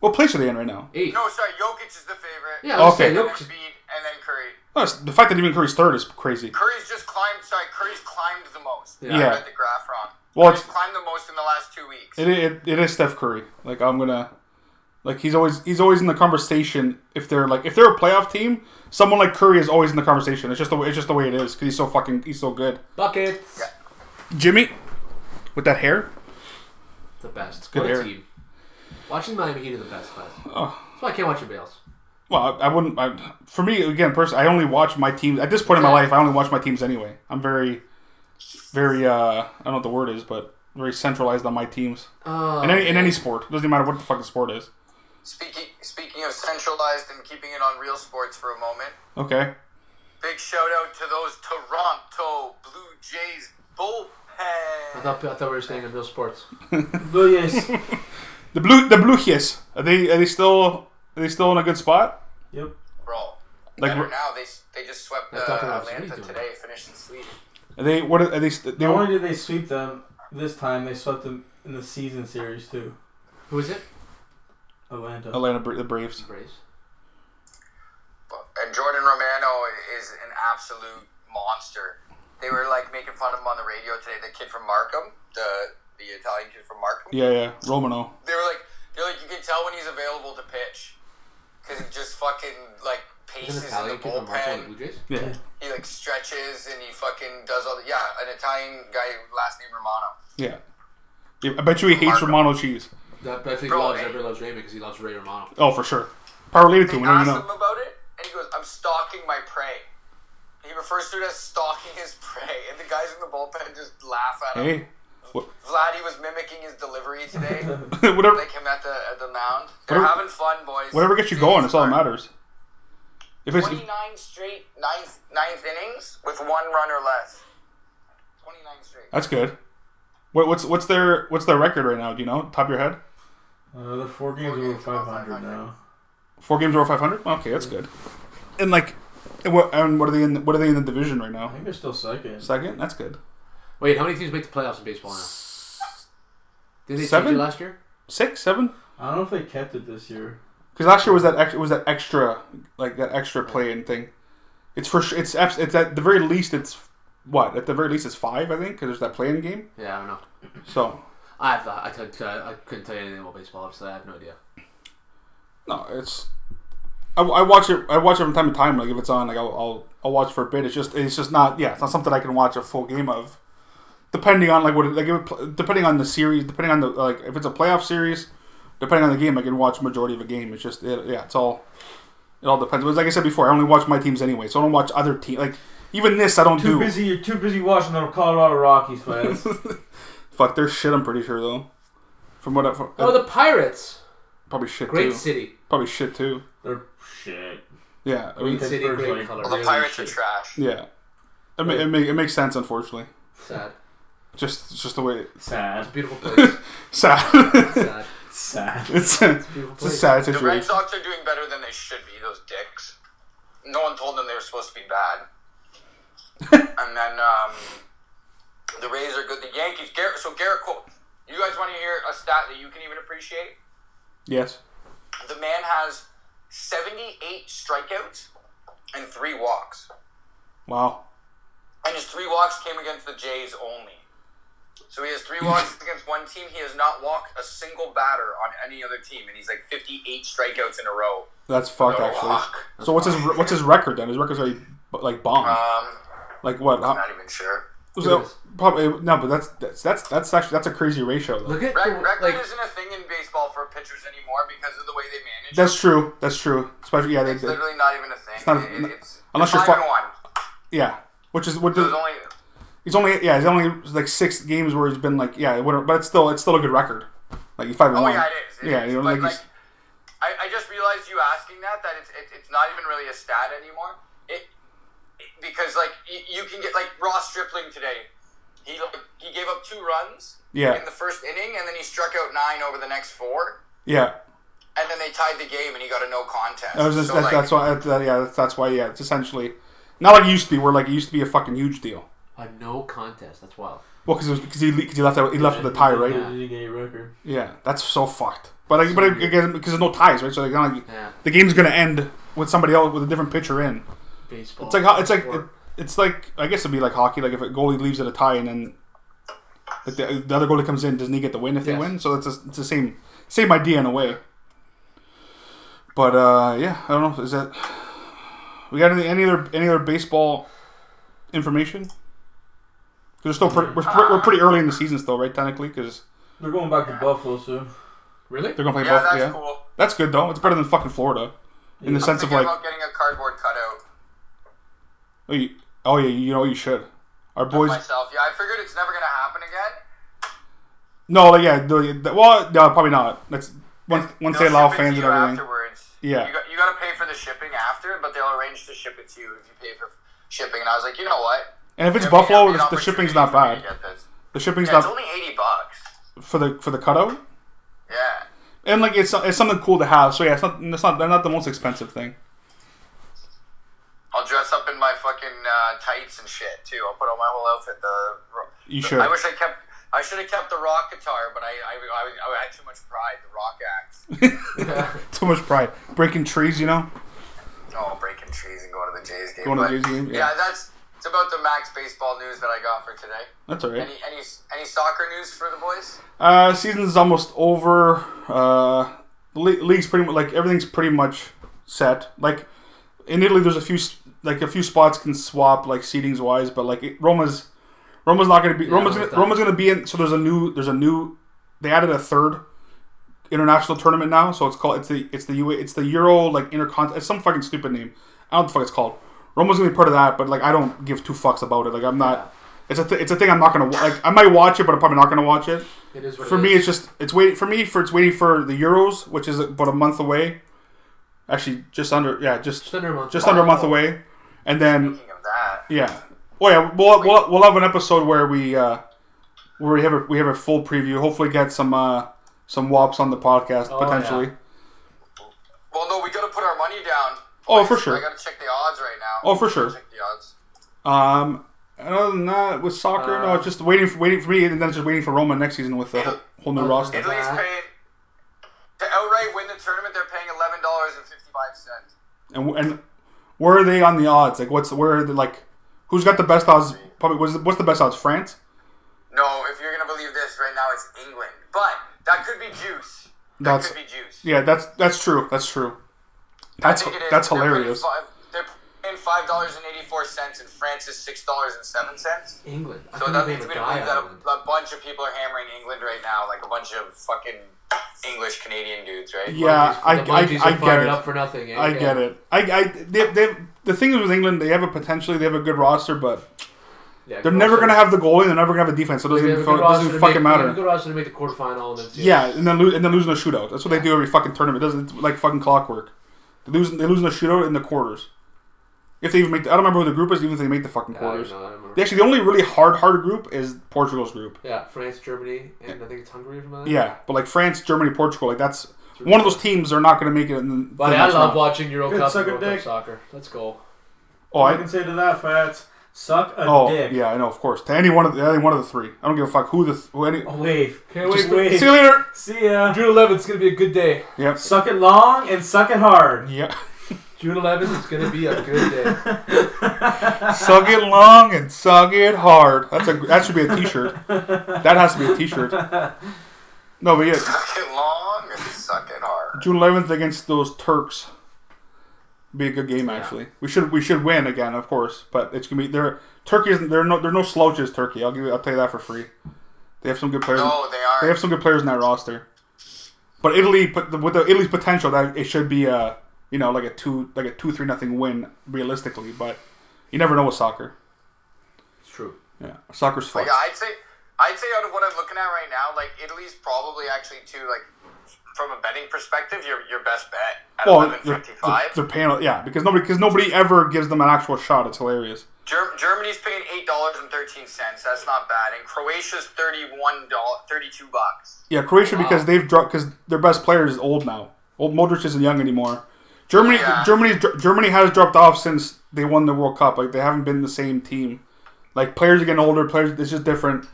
[SPEAKER 4] What place are they in right now?
[SPEAKER 3] eight.
[SPEAKER 5] no, sorry, Jokic is the favorite.
[SPEAKER 3] yeah, I was
[SPEAKER 4] Okay.
[SPEAKER 3] saying,
[SPEAKER 5] Then
[SPEAKER 3] Jokic-
[SPEAKER 5] Embiid and then Curry.
[SPEAKER 4] Oh, it's- the fact that even Curry's third is crazy.
[SPEAKER 5] Curry's just climbed. Sorry, Curry's climbed the most.
[SPEAKER 3] Yeah.
[SPEAKER 4] Yeah.
[SPEAKER 5] I read the graph wrong.
[SPEAKER 4] Well,
[SPEAKER 5] Curry's
[SPEAKER 4] it's-
[SPEAKER 5] climbed the most in the last two weeks.
[SPEAKER 4] It, it, it is Steph Curry. Like I'm gonna, like he's always he's always in the conversation. If they're like if they're a playoff team, someone like Curry is always in the conversation. It's just the way it's just the way it is because he's so fucking he's so good.
[SPEAKER 3] buckets.
[SPEAKER 4] Jimmy, with that hair,
[SPEAKER 3] The best.
[SPEAKER 4] good
[SPEAKER 3] What a
[SPEAKER 4] hair.
[SPEAKER 3] team. Watching Miami Heat is the best class.
[SPEAKER 4] Oh.
[SPEAKER 3] That's why I can't watch anybody else.
[SPEAKER 4] well, I, I wouldn't. I, for me, again, personally, I only watch my teams at this point in my life. I only watch my teams anyway. I'm very, very. uh I don't know what the word is, but very centralized on my teams.
[SPEAKER 3] Oh,
[SPEAKER 4] in any in any sport, doesn't matter what the fuck the sport is.
[SPEAKER 5] Speaking speaking of centralized and keeping it on real sports for a moment.
[SPEAKER 4] Okay.
[SPEAKER 5] Big shout out to those Toronto Blue Jays
[SPEAKER 3] I
[SPEAKER 5] bullpen.
[SPEAKER 3] thought, I thought we were staying in real sports.
[SPEAKER 2] Blue Jays.
[SPEAKER 4] The blue the blue Jays, are they are they still are they still in a good spot?
[SPEAKER 2] Yep.
[SPEAKER 5] Bro,
[SPEAKER 4] Like
[SPEAKER 5] better
[SPEAKER 4] are
[SPEAKER 5] now they they just swept uh,
[SPEAKER 3] Now Tucker Robinson, what are you
[SPEAKER 5] Atlanta
[SPEAKER 3] doing?
[SPEAKER 5] today, finishing sweep.
[SPEAKER 4] they what are, are they st- they
[SPEAKER 2] Not
[SPEAKER 4] were
[SPEAKER 2] only did they sweep them this time, they swept them in the season series too.
[SPEAKER 3] Who is it?
[SPEAKER 2] Atlanta.
[SPEAKER 4] Atlanta Bra- the Braves.
[SPEAKER 3] Braves.
[SPEAKER 5] And Jordan Romano is an absolute monster. They were like making fun of him on the radio today. The kid from Markham, the the Italian kid from Markham.
[SPEAKER 4] Yeah, yeah, Romano.
[SPEAKER 5] They were like they're like you can tell when he's available to pitch because he just fucking like
[SPEAKER 3] Is it
[SPEAKER 5] paces in the
[SPEAKER 3] Italian kid from Montreal, the Blue
[SPEAKER 5] bullpen.
[SPEAKER 3] Jays?
[SPEAKER 4] Yeah.
[SPEAKER 5] He like stretches and he fucking does all the yeah. An Italian guy, last name Romano.
[SPEAKER 4] Yeah. Yeah, I bet you he hates
[SPEAKER 5] Marco.
[SPEAKER 4] Romano cheese.
[SPEAKER 3] That, but I think
[SPEAKER 5] Bro,
[SPEAKER 3] he loves,
[SPEAKER 5] eh?
[SPEAKER 3] everybody loves Raymond because he loves Ray Romano.
[SPEAKER 4] Oh, for sure. Probably related to him.
[SPEAKER 5] They
[SPEAKER 4] We don't
[SPEAKER 5] asked
[SPEAKER 4] even
[SPEAKER 5] him
[SPEAKER 4] know.
[SPEAKER 5] about it, and he goes, "I'm stalking my prey." He refers to it as stalking his prey, and the guys in the bullpen just laugh at him.
[SPEAKER 4] Hey, wh-
[SPEAKER 5] Vladdy was mimicking his delivery today,
[SPEAKER 4] whatever
[SPEAKER 5] like him at the at the mound. They're
[SPEAKER 4] Whatever-
[SPEAKER 5] having fun, boys.
[SPEAKER 4] whatever gets you going, it's all that matters. If it's if-
[SPEAKER 5] Twenty-nine straight ninth ninth innings with one run or less. Twenty-nine straight.
[SPEAKER 4] that's good. What, what's what's their what's their record right now? Do you know top of your head?
[SPEAKER 2] Uh, the four games
[SPEAKER 5] Four
[SPEAKER 2] over
[SPEAKER 5] games over
[SPEAKER 2] 500 now.
[SPEAKER 4] Four games over five hundred. Okay, that's good. And like, and what and what are they in? What are they in the division right
[SPEAKER 2] I
[SPEAKER 4] now?
[SPEAKER 2] think they're still second.
[SPEAKER 4] Second. That's good.
[SPEAKER 3] Wait, how many teams make the playoffs in baseball now? Did they
[SPEAKER 4] Seven?
[SPEAKER 3] change it last year?
[SPEAKER 4] Six, seven.
[SPEAKER 2] I don't know if they kept it this year.
[SPEAKER 4] Because last year was that ex- was that extra like that extra play in thing. It's for sure. It's abs- it's at the very least it's what at the very least it's five I think because there's that play in game.
[SPEAKER 3] Yeah, I don't know.
[SPEAKER 4] So
[SPEAKER 3] I have to, I, could- I couldn't tell you anything about baseball. Obviously, I have no idea.
[SPEAKER 4] no, it's I, I watch it. I watch it from time to time. Like if it's on, like I'll, I'll I'll watch for a bit. It's just it's just not yeah. It's not something I can watch a full game of. Depending on like what it, like if it, pl- depending on the series, depending on the like if it's a playoff series, depending on the game, I can watch majority of a game. It's just it, yeah, it's all it all depends. But like I said before, I only watch my teams anyway, so I don't watch other teams. Like even this, I don't do.
[SPEAKER 2] Too busy. You're too busy watching the Colorado Rockies fights.
[SPEAKER 4] Fuck, their shit. I'm pretty sure though. From what I from,
[SPEAKER 3] Oh, the Pirates.
[SPEAKER 4] probably shit
[SPEAKER 3] Great
[SPEAKER 4] too.
[SPEAKER 3] city.
[SPEAKER 4] Probably shit too.
[SPEAKER 2] they're shit.
[SPEAKER 4] Yeah, I mean,
[SPEAKER 3] Great city,
[SPEAKER 2] Pittsburgh's
[SPEAKER 3] great
[SPEAKER 2] like-
[SPEAKER 3] color.
[SPEAKER 5] Well, the
[SPEAKER 2] Really
[SPEAKER 5] Pirates are
[SPEAKER 2] shit.
[SPEAKER 5] trash.
[SPEAKER 4] yeah. It, ma- it, ma- it makes sense, unfortunately.
[SPEAKER 3] Sad.
[SPEAKER 4] Just, it's just the way.
[SPEAKER 2] Sad.
[SPEAKER 3] Beautiful place.
[SPEAKER 4] Sad.
[SPEAKER 3] Sad.
[SPEAKER 2] Sad.
[SPEAKER 4] It's a, it's a sad
[SPEAKER 5] The Red
[SPEAKER 4] situation.
[SPEAKER 5] Sox are doing better than they should be. Those dicks. No one told them they were supposed to be bad. and then um, the Rays are good. The Yankees. Garrett, so Garrett Cole. You guys want to hear a stat that you can even appreciate?
[SPEAKER 4] Yes.
[SPEAKER 5] The man has 78 strikeouts and three walks.
[SPEAKER 4] Wow.
[SPEAKER 5] And his three walks came against the Jays only. So he has three walks against one team. He has not walked a single batter on any other team, and he's like 58 strikeouts in a row.
[SPEAKER 4] That's fucked
[SPEAKER 5] No
[SPEAKER 4] actually.
[SPEAKER 5] walk.
[SPEAKER 4] So what's his what's his record then? His record's like like bomb.
[SPEAKER 5] Um,
[SPEAKER 4] like what? How,
[SPEAKER 5] not even sure.
[SPEAKER 4] so-
[SPEAKER 3] at this.
[SPEAKER 4] probably no, but that's that's that's that's actually that's a crazy ratio. Though.
[SPEAKER 3] Look at
[SPEAKER 5] Rec-
[SPEAKER 3] the,
[SPEAKER 5] record
[SPEAKER 3] like
[SPEAKER 5] isn't a thing in baseball for pitchers anymore because of the way they manage.
[SPEAKER 4] That's true. That's true. Especially yeah, they,
[SPEAKER 5] it's
[SPEAKER 4] they,
[SPEAKER 5] literally not even a thing. It's
[SPEAKER 4] not-
[SPEAKER 5] it's,
[SPEAKER 4] unless
[SPEAKER 5] it's
[SPEAKER 4] you're
[SPEAKER 5] five
[SPEAKER 4] fu-
[SPEAKER 5] and one.
[SPEAKER 4] yeah. Which is what
[SPEAKER 5] So there's
[SPEAKER 4] does-
[SPEAKER 5] only
[SPEAKER 4] He's only yeah, he's only like six games where he's been like yeah, it wouldn't- but it's still it's still a good record. Like you five and
[SPEAKER 5] oh
[SPEAKER 4] one.
[SPEAKER 5] yeah, it is. It
[SPEAKER 4] yeah,
[SPEAKER 5] is.
[SPEAKER 4] you know,
[SPEAKER 5] But,
[SPEAKER 4] like, he's-
[SPEAKER 5] like, I, I just realized you asking that that it's it, it's not even really a stat anymore. It, it- because like y- you can get like Ross Stripling today. He like, he gave up two runs
[SPEAKER 4] Yeah.
[SPEAKER 5] in the first inning, and then he struck out nine over the next four,
[SPEAKER 4] yeah.
[SPEAKER 5] and then they tied the game, and he got a no contest.
[SPEAKER 4] That was just,
[SPEAKER 5] so,
[SPEAKER 4] that's,
[SPEAKER 5] like,
[SPEAKER 4] that's why that, yeah, that's, that's why yeah, it's essentially not like it used to be where like it used to be a fucking huge deal.
[SPEAKER 3] a no contest. That's wild.
[SPEAKER 4] Well, because because he because he left out- he left with a tie, right?
[SPEAKER 2] You
[SPEAKER 4] Yeah,
[SPEAKER 2] didn't get your record.
[SPEAKER 4] that's so fucked. But like, but again, because there's no ties, right? So like, not like
[SPEAKER 3] Yeah.
[SPEAKER 4] the game's gonna end with somebody else with a different pitcher in.
[SPEAKER 3] Baseball.
[SPEAKER 4] It's like ho- it's like it, it's like I guess it'd be like hockey. Like if a goalie leaves at a tie and then like the, the other goalie comes in, doesn't he get the win if they
[SPEAKER 3] Yes.
[SPEAKER 4] win? So it's a, it's the same same idea in a way. But uh, yeah, I don't know. Is that we got any, any other any other baseball information? 'Cause We're still pretty, we're,
[SPEAKER 5] Hmm.
[SPEAKER 4] pre-
[SPEAKER 5] Uh,
[SPEAKER 4] we're pretty early in the season still, right? Technically, because
[SPEAKER 2] They're going back to Buffalo soon.
[SPEAKER 3] really?
[SPEAKER 4] they're gonna play
[SPEAKER 5] yeah,
[SPEAKER 4] both.
[SPEAKER 5] that's
[SPEAKER 4] yeah,
[SPEAKER 5] cool.
[SPEAKER 4] that's good though. It's better than fucking Florida in the sense of
[SPEAKER 5] Thinking
[SPEAKER 4] like,
[SPEAKER 5] about getting a cardboard cutout.
[SPEAKER 4] oh, you, oh yeah, you know you should. Our boys,
[SPEAKER 5] myself. Yeah, I figured it's never gonna happen again.
[SPEAKER 4] No, like, yeah, the, the- well, no, probably not. That's once once they
[SPEAKER 5] They'll
[SPEAKER 4] allow
[SPEAKER 5] ship it
[SPEAKER 4] fans
[SPEAKER 5] to
[SPEAKER 4] and
[SPEAKER 5] you
[SPEAKER 4] everything.
[SPEAKER 5] Afterwards,
[SPEAKER 4] Yeah.
[SPEAKER 5] you got, you got to pay for the shipping after, but they'll arrange to ship it to you if you pay for shipping. And I was like, you know what?
[SPEAKER 4] And if it's
[SPEAKER 5] There may
[SPEAKER 4] Buffalo,
[SPEAKER 5] not be an
[SPEAKER 4] the shipping's not
[SPEAKER 5] opportunity
[SPEAKER 4] bad.
[SPEAKER 5] for me to get this.
[SPEAKER 4] The shipping's
[SPEAKER 5] Yeah, it's
[SPEAKER 4] not
[SPEAKER 5] only eighty bucks.
[SPEAKER 4] for the for the cutout,
[SPEAKER 5] Yeah,
[SPEAKER 4] and like it's it's something cool to have. So yeah, it's not it's not they're not the most expensive thing.
[SPEAKER 5] I'll dress up in my fucking uh, tights and shit too. I'll put on my whole outfit. The
[SPEAKER 4] You should.
[SPEAKER 5] I wish I kept. I should have kept the rock guitar, but I I, I, I had too much pride. The rock axe.
[SPEAKER 4] Too much pride, breaking trees, you know.
[SPEAKER 5] Oh, breaking trees and going to the Jays game.
[SPEAKER 4] Going to the Jays
[SPEAKER 5] but-
[SPEAKER 4] game, yeah.
[SPEAKER 5] Yeah, that's it's about the Max baseball news that I got for today.
[SPEAKER 4] That's alright.
[SPEAKER 5] Any any any soccer news for the boys?
[SPEAKER 4] Uh, season's almost over. Uh, the le- league's pretty much like everything's pretty much set. Like in Italy, there's a few s- like a few spots can swap like seedings wise, but like it, Roma's Roma's not gonna be Roma's
[SPEAKER 3] Roma's
[SPEAKER 4] gonna,
[SPEAKER 3] done.
[SPEAKER 4] Roma's gonna be in. So there's a new there's a new they added a third international tournament now. So it's called it's the it's the U it's the Euro like intercont it's some fucking stupid name. I don't know what the fuck it's called. Roma's gonna be part of that, but like I don't give two fucks about it. Like I'm not. It's a th- it's a thing I'm not gonna wa- like. I might watch it, but I'm probably not gonna watch it
[SPEAKER 3] It is what
[SPEAKER 4] for
[SPEAKER 3] it
[SPEAKER 4] me,
[SPEAKER 3] is.
[SPEAKER 4] it's just it's waiting for me for it's waiting for the Euros, which is about a month away. Actually, just under yeah, just just
[SPEAKER 3] under a month. Oh,
[SPEAKER 4] under a month away, and then
[SPEAKER 5] Speaking of that,
[SPEAKER 4] yeah, oh yeah, we'll we'll, we'll have an episode where we uh where we have a we have a full preview. Hopefully, get some uh some wops on the podcast potentially.
[SPEAKER 3] yeah.
[SPEAKER 5] well, no, we gotta put our money down.
[SPEAKER 4] Oh, for
[SPEAKER 5] I
[SPEAKER 4] sure.
[SPEAKER 5] gotta check the odds right now.
[SPEAKER 4] Oh, for sure.
[SPEAKER 5] Check the odds.
[SPEAKER 4] Um, and other than that, with soccer, no, it's just waiting for waiting for me, and then just waiting for Roma next season with a whole, whole new roster.
[SPEAKER 5] Italy's
[SPEAKER 3] that.
[SPEAKER 5] paying to outright win the tournament. They're paying eleven dollars and fifty five cents.
[SPEAKER 4] And and where are they on the odds? Like, what's where are they, like who's got the best odds? Probably what's the, what's the best odds? France.
[SPEAKER 5] No, if you're gonna believe this, right now it's England, but that could be juice. That
[SPEAKER 4] That's-
[SPEAKER 5] could be juice.
[SPEAKER 4] Yeah, that's that's true. That's true. That's
[SPEAKER 5] think it is.
[SPEAKER 4] that's
[SPEAKER 5] They're paying
[SPEAKER 4] hilarious.
[SPEAKER 5] Five, they're paying five dollars and eighty four cents, and France is six dollars and seven cents.
[SPEAKER 3] England. I
[SPEAKER 5] So
[SPEAKER 3] couldn't
[SPEAKER 5] that
[SPEAKER 3] name
[SPEAKER 5] means
[SPEAKER 3] a
[SPEAKER 5] we
[SPEAKER 3] guy
[SPEAKER 5] believe that
[SPEAKER 3] Ireland.
[SPEAKER 5] a, a bunch of people are hammering England right now, like a bunch of fucking English Canadian dudes, right?
[SPEAKER 4] Yeah, I,
[SPEAKER 3] The
[SPEAKER 4] I,
[SPEAKER 3] Bungies
[SPEAKER 4] I
[SPEAKER 3] are
[SPEAKER 4] get
[SPEAKER 3] fired
[SPEAKER 4] it.
[SPEAKER 3] up for nothing. eh?
[SPEAKER 4] I
[SPEAKER 3] Yeah.
[SPEAKER 4] get it. I, I they, they, the thing is with England, they have a potentially they have a good roster, but
[SPEAKER 3] Yeah,
[SPEAKER 4] they're
[SPEAKER 3] good
[SPEAKER 4] never
[SPEAKER 3] roster.
[SPEAKER 4] gonna have the goalie. They're never gonna have a defense. So it
[SPEAKER 3] They
[SPEAKER 4] doesn't
[SPEAKER 3] have a
[SPEAKER 4] even,
[SPEAKER 3] good
[SPEAKER 4] it
[SPEAKER 3] roster to
[SPEAKER 4] doesn't
[SPEAKER 3] make-
[SPEAKER 4] fucking
[SPEAKER 3] They have a
[SPEAKER 4] matter.
[SPEAKER 3] good roster to make the quarterfinal and then see.
[SPEAKER 4] Yeah, and then lose and then losing a shootout. That's what they do every fucking tournament. It doesn't it's like fucking clockwork. They lose they lose in a shootout in the quarters. If they even make, the, I don't remember who the group is, even if they make the fucking
[SPEAKER 3] I don't
[SPEAKER 4] quarters.
[SPEAKER 3] know. I don't remember.
[SPEAKER 4] They actually, the only really hard, hard group is Portugal's group.
[SPEAKER 3] Yeah, France, Germany, and I think it's Hungary or something. like that.
[SPEAKER 4] Yeah, but like France, Germany, Portugal, like that's one of those teams. They're not going to make it. In the,
[SPEAKER 3] Buddy,
[SPEAKER 4] the
[SPEAKER 3] I
[SPEAKER 4] next
[SPEAKER 3] love
[SPEAKER 4] round.
[SPEAKER 3] watching Euro
[SPEAKER 2] Good
[SPEAKER 3] Cup
[SPEAKER 2] suck
[SPEAKER 3] and
[SPEAKER 2] a
[SPEAKER 3] World Cup
[SPEAKER 2] dick.
[SPEAKER 3] soccer. Let's go.
[SPEAKER 4] Oh,
[SPEAKER 2] I
[SPEAKER 4] I,
[SPEAKER 2] can say to that, Fats, suck a
[SPEAKER 4] oh
[SPEAKER 2] dick.
[SPEAKER 4] yeah, I know, of course. To any one of the, any one of the three, I don't give a fuck who the th- who any.
[SPEAKER 2] Oh, wave.
[SPEAKER 3] Can't
[SPEAKER 2] Just
[SPEAKER 3] wait.
[SPEAKER 2] wave.
[SPEAKER 4] See you later.
[SPEAKER 2] See ya.
[SPEAKER 3] June 11th is going to be a good day.
[SPEAKER 4] Yep.
[SPEAKER 2] Suck it long and suck it hard.
[SPEAKER 4] Yeah.
[SPEAKER 3] June 11th is going to be a good day.
[SPEAKER 4] suck it long and suck it hard. That's a that should be a T-shirt. That has to be a T-shirt. No, but yeah,
[SPEAKER 5] Suck it long and suck it hard.
[SPEAKER 4] June 11th against those Turks. Be a good game actually. We should we should win again, of course. But it's gonna be they're Turkey isn't they're no they're no slouches. Turkey, I'll give you, I'll tell you that for free. They have some good players.
[SPEAKER 5] No, they
[SPEAKER 4] They
[SPEAKER 5] are.
[SPEAKER 4] have some good players in that roster. But Italy, but the- with the Italy's potential, that it should be a you know like a two like a two three nothing win realistically. But you never know with soccer.
[SPEAKER 3] It's true.
[SPEAKER 4] Yeah, soccer's fucked.
[SPEAKER 5] Like, I'd say, I'd say out of what I'm looking at right now, like Italy's probably actually too like from a betting perspective, your your best bet at
[SPEAKER 4] Well,
[SPEAKER 5] eleven
[SPEAKER 4] they're,
[SPEAKER 5] fifty
[SPEAKER 4] they're,
[SPEAKER 5] five.
[SPEAKER 4] they're paying, yeah, because nobody because nobody ever gives them an actual shot. It's hilarious.
[SPEAKER 5] Ger- Germany's paying eight dollars and thirteen cents. That's not bad. And Croatia's thirty one dollar, thirty two bucks.
[SPEAKER 4] Yeah, Croatia because they've dropped because their best player is old now. Old Modric isn't young anymore. Germany,
[SPEAKER 5] Yeah.
[SPEAKER 4] Germany's Germany has dropped off since they won the World Cup. Like they haven't been the same team. Like players are getting older. Players, it's just different.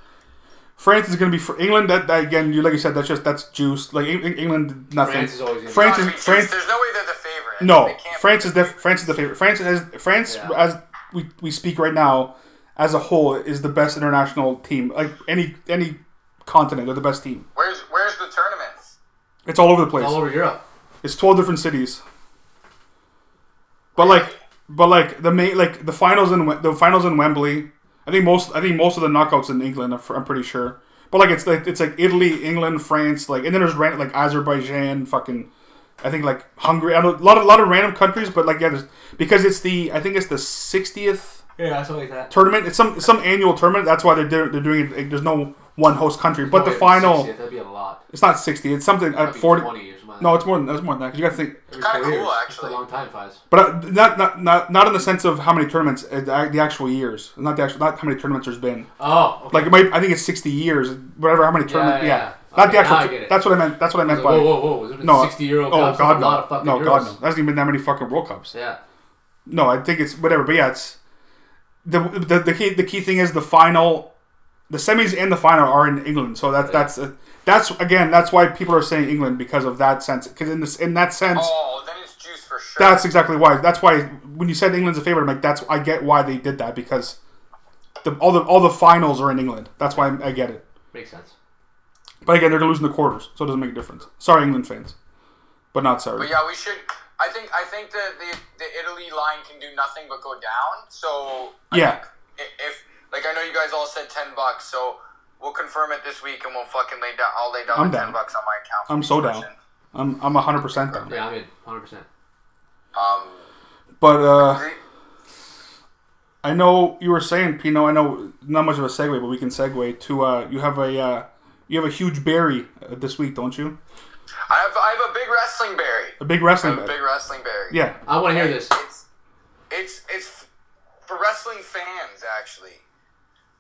[SPEAKER 4] France is going to be for England. That, that again, you like you said, that's just that's juice. Like Eng- Eng- England, nothing.
[SPEAKER 3] France is always gonna be-
[SPEAKER 4] France
[SPEAKER 5] I
[SPEAKER 4] is
[SPEAKER 5] mean,
[SPEAKER 4] France.
[SPEAKER 5] There's no way they're the favorite.
[SPEAKER 4] No,
[SPEAKER 5] They can't
[SPEAKER 4] France is def- France is the favorite. France has France
[SPEAKER 3] Yeah.
[SPEAKER 4] as we, we speak right now, as a whole, is the best international team. Like any any continent, they're the best team.
[SPEAKER 5] Where's Where's the tournament?
[SPEAKER 4] It's all over the place.
[SPEAKER 3] All over Europe.
[SPEAKER 4] It's twelve different cities. But like, but like the main like the finals in Wem- the finals in Wembley. I think most I think most of the knockouts in England. I'm fr- I'm pretty sure. But like it's like it's like Italy, England, France, like and then there's ran- like Azerbaijan, fucking. I think like Hungary. I don't, a lot of lot of random countries, but like yeah, there's because it's the I think it's the sixtieth
[SPEAKER 3] Yeah, something like that.
[SPEAKER 4] tournament. It's some some annual tournament. That's why they're do- they're doing it. Like, there's no one host country, but
[SPEAKER 3] Oh,
[SPEAKER 4] the
[SPEAKER 3] yeah,
[SPEAKER 4] final.
[SPEAKER 3] 60th, that'd be a lot.
[SPEAKER 4] It's not sixty. It's something uh,
[SPEAKER 3] That'd be
[SPEAKER 4] forty.
[SPEAKER 3] 20 years. something like
[SPEAKER 4] No,
[SPEAKER 3] that.
[SPEAKER 4] it's more than that's more than that because you got to think.
[SPEAKER 3] Every
[SPEAKER 5] kinda
[SPEAKER 3] four
[SPEAKER 5] cool,
[SPEAKER 3] years. It's
[SPEAKER 5] actually.
[SPEAKER 3] a long time, Fives.
[SPEAKER 4] But uh, not, not not not in the sense of how many tournaments, uh, the the actual years, not the actual, not how many tournaments there's been.
[SPEAKER 3] Oh, okay.
[SPEAKER 4] Like it might, I think it's sixty years, whatever. How many tournaments?
[SPEAKER 3] yeah,
[SPEAKER 4] Yeah,
[SPEAKER 3] yeah.
[SPEAKER 4] not
[SPEAKER 3] Okay,
[SPEAKER 4] the actual.
[SPEAKER 3] now I get it.
[SPEAKER 4] That's what I meant. That's what I meant by
[SPEAKER 3] whoa, whoa, whoa. Was it
[SPEAKER 4] no
[SPEAKER 3] 60 Euro
[SPEAKER 4] Oh
[SPEAKER 3] Cups?
[SPEAKER 4] God,
[SPEAKER 3] That's
[SPEAKER 4] no,
[SPEAKER 3] a lot of fucking
[SPEAKER 4] no,
[SPEAKER 3] Euros.
[SPEAKER 4] God, no. There hasn't even been that many fucking World Cups.
[SPEAKER 3] Yeah.
[SPEAKER 4] No, I think it's whatever. But yeah, it's the the, the key the key thing is the final, the semis and the final are in England. So that that's uh, that's again that's why people are saying England because of that sense. Because in this in that sense.
[SPEAKER 5] Oh, then it's juice for sure.
[SPEAKER 4] That's exactly why. That's why when you said England's a favorite, I'm like, that's I get why they did that because the all the all the finals are in England. That's why I'm, I get it.
[SPEAKER 3] Makes sense.
[SPEAKER 4] But again, they're gonna lose in the quarters, so it doesn't make a difference. Sorry, England fans, but not sorry.
[SPEAKER 5] But yeah, we should. I think I think the the, the Italy line can do nothing but go down. So I
[SPEAKER 4] Yeah.
[SPEAKER 5] think i- if like I know you guys all said ten bucks, so we'll confirm it this week and we'll fucking lay down. I'll lay down
[SPEAKER 4] I'm
[SPEAKER 5] the
[SPEAKER 4] down.
[SPEAKER 5] ten bucks on my account. for
[SPEAKER 4] I'm so
[SPEAKER 5] each
[SPEAKER 4] down.
[SPEAKER 5] person.
[SPEAKER 4] I'm I'm hundred percent down.
[SPEAKER 3] Yeah, I'm in. 100%.
[SPEAKER 5] Um,
[SPEAKER 4] But uh,
[SPEAKER 5] Gre-
[SPEAKER 4] I know you were saying Pino. I know not much of a segue, but we can segue to uh, you have a uh, you have a huge berry uh, this week, don't you?
[SPEAKER 5] I have I have a big wrestling berry.
[SPEAKER 4] A big wrestling
[SPEAKER 5] A
[SPEAKER 4] bet.
[SPEAKER 5] big wrestling berry.
[SPEAKER 4] Yeah,
[SPEAKER 3] I want to hear this.
[SPEAKER 5] It's it's it's for wrestling fans actually.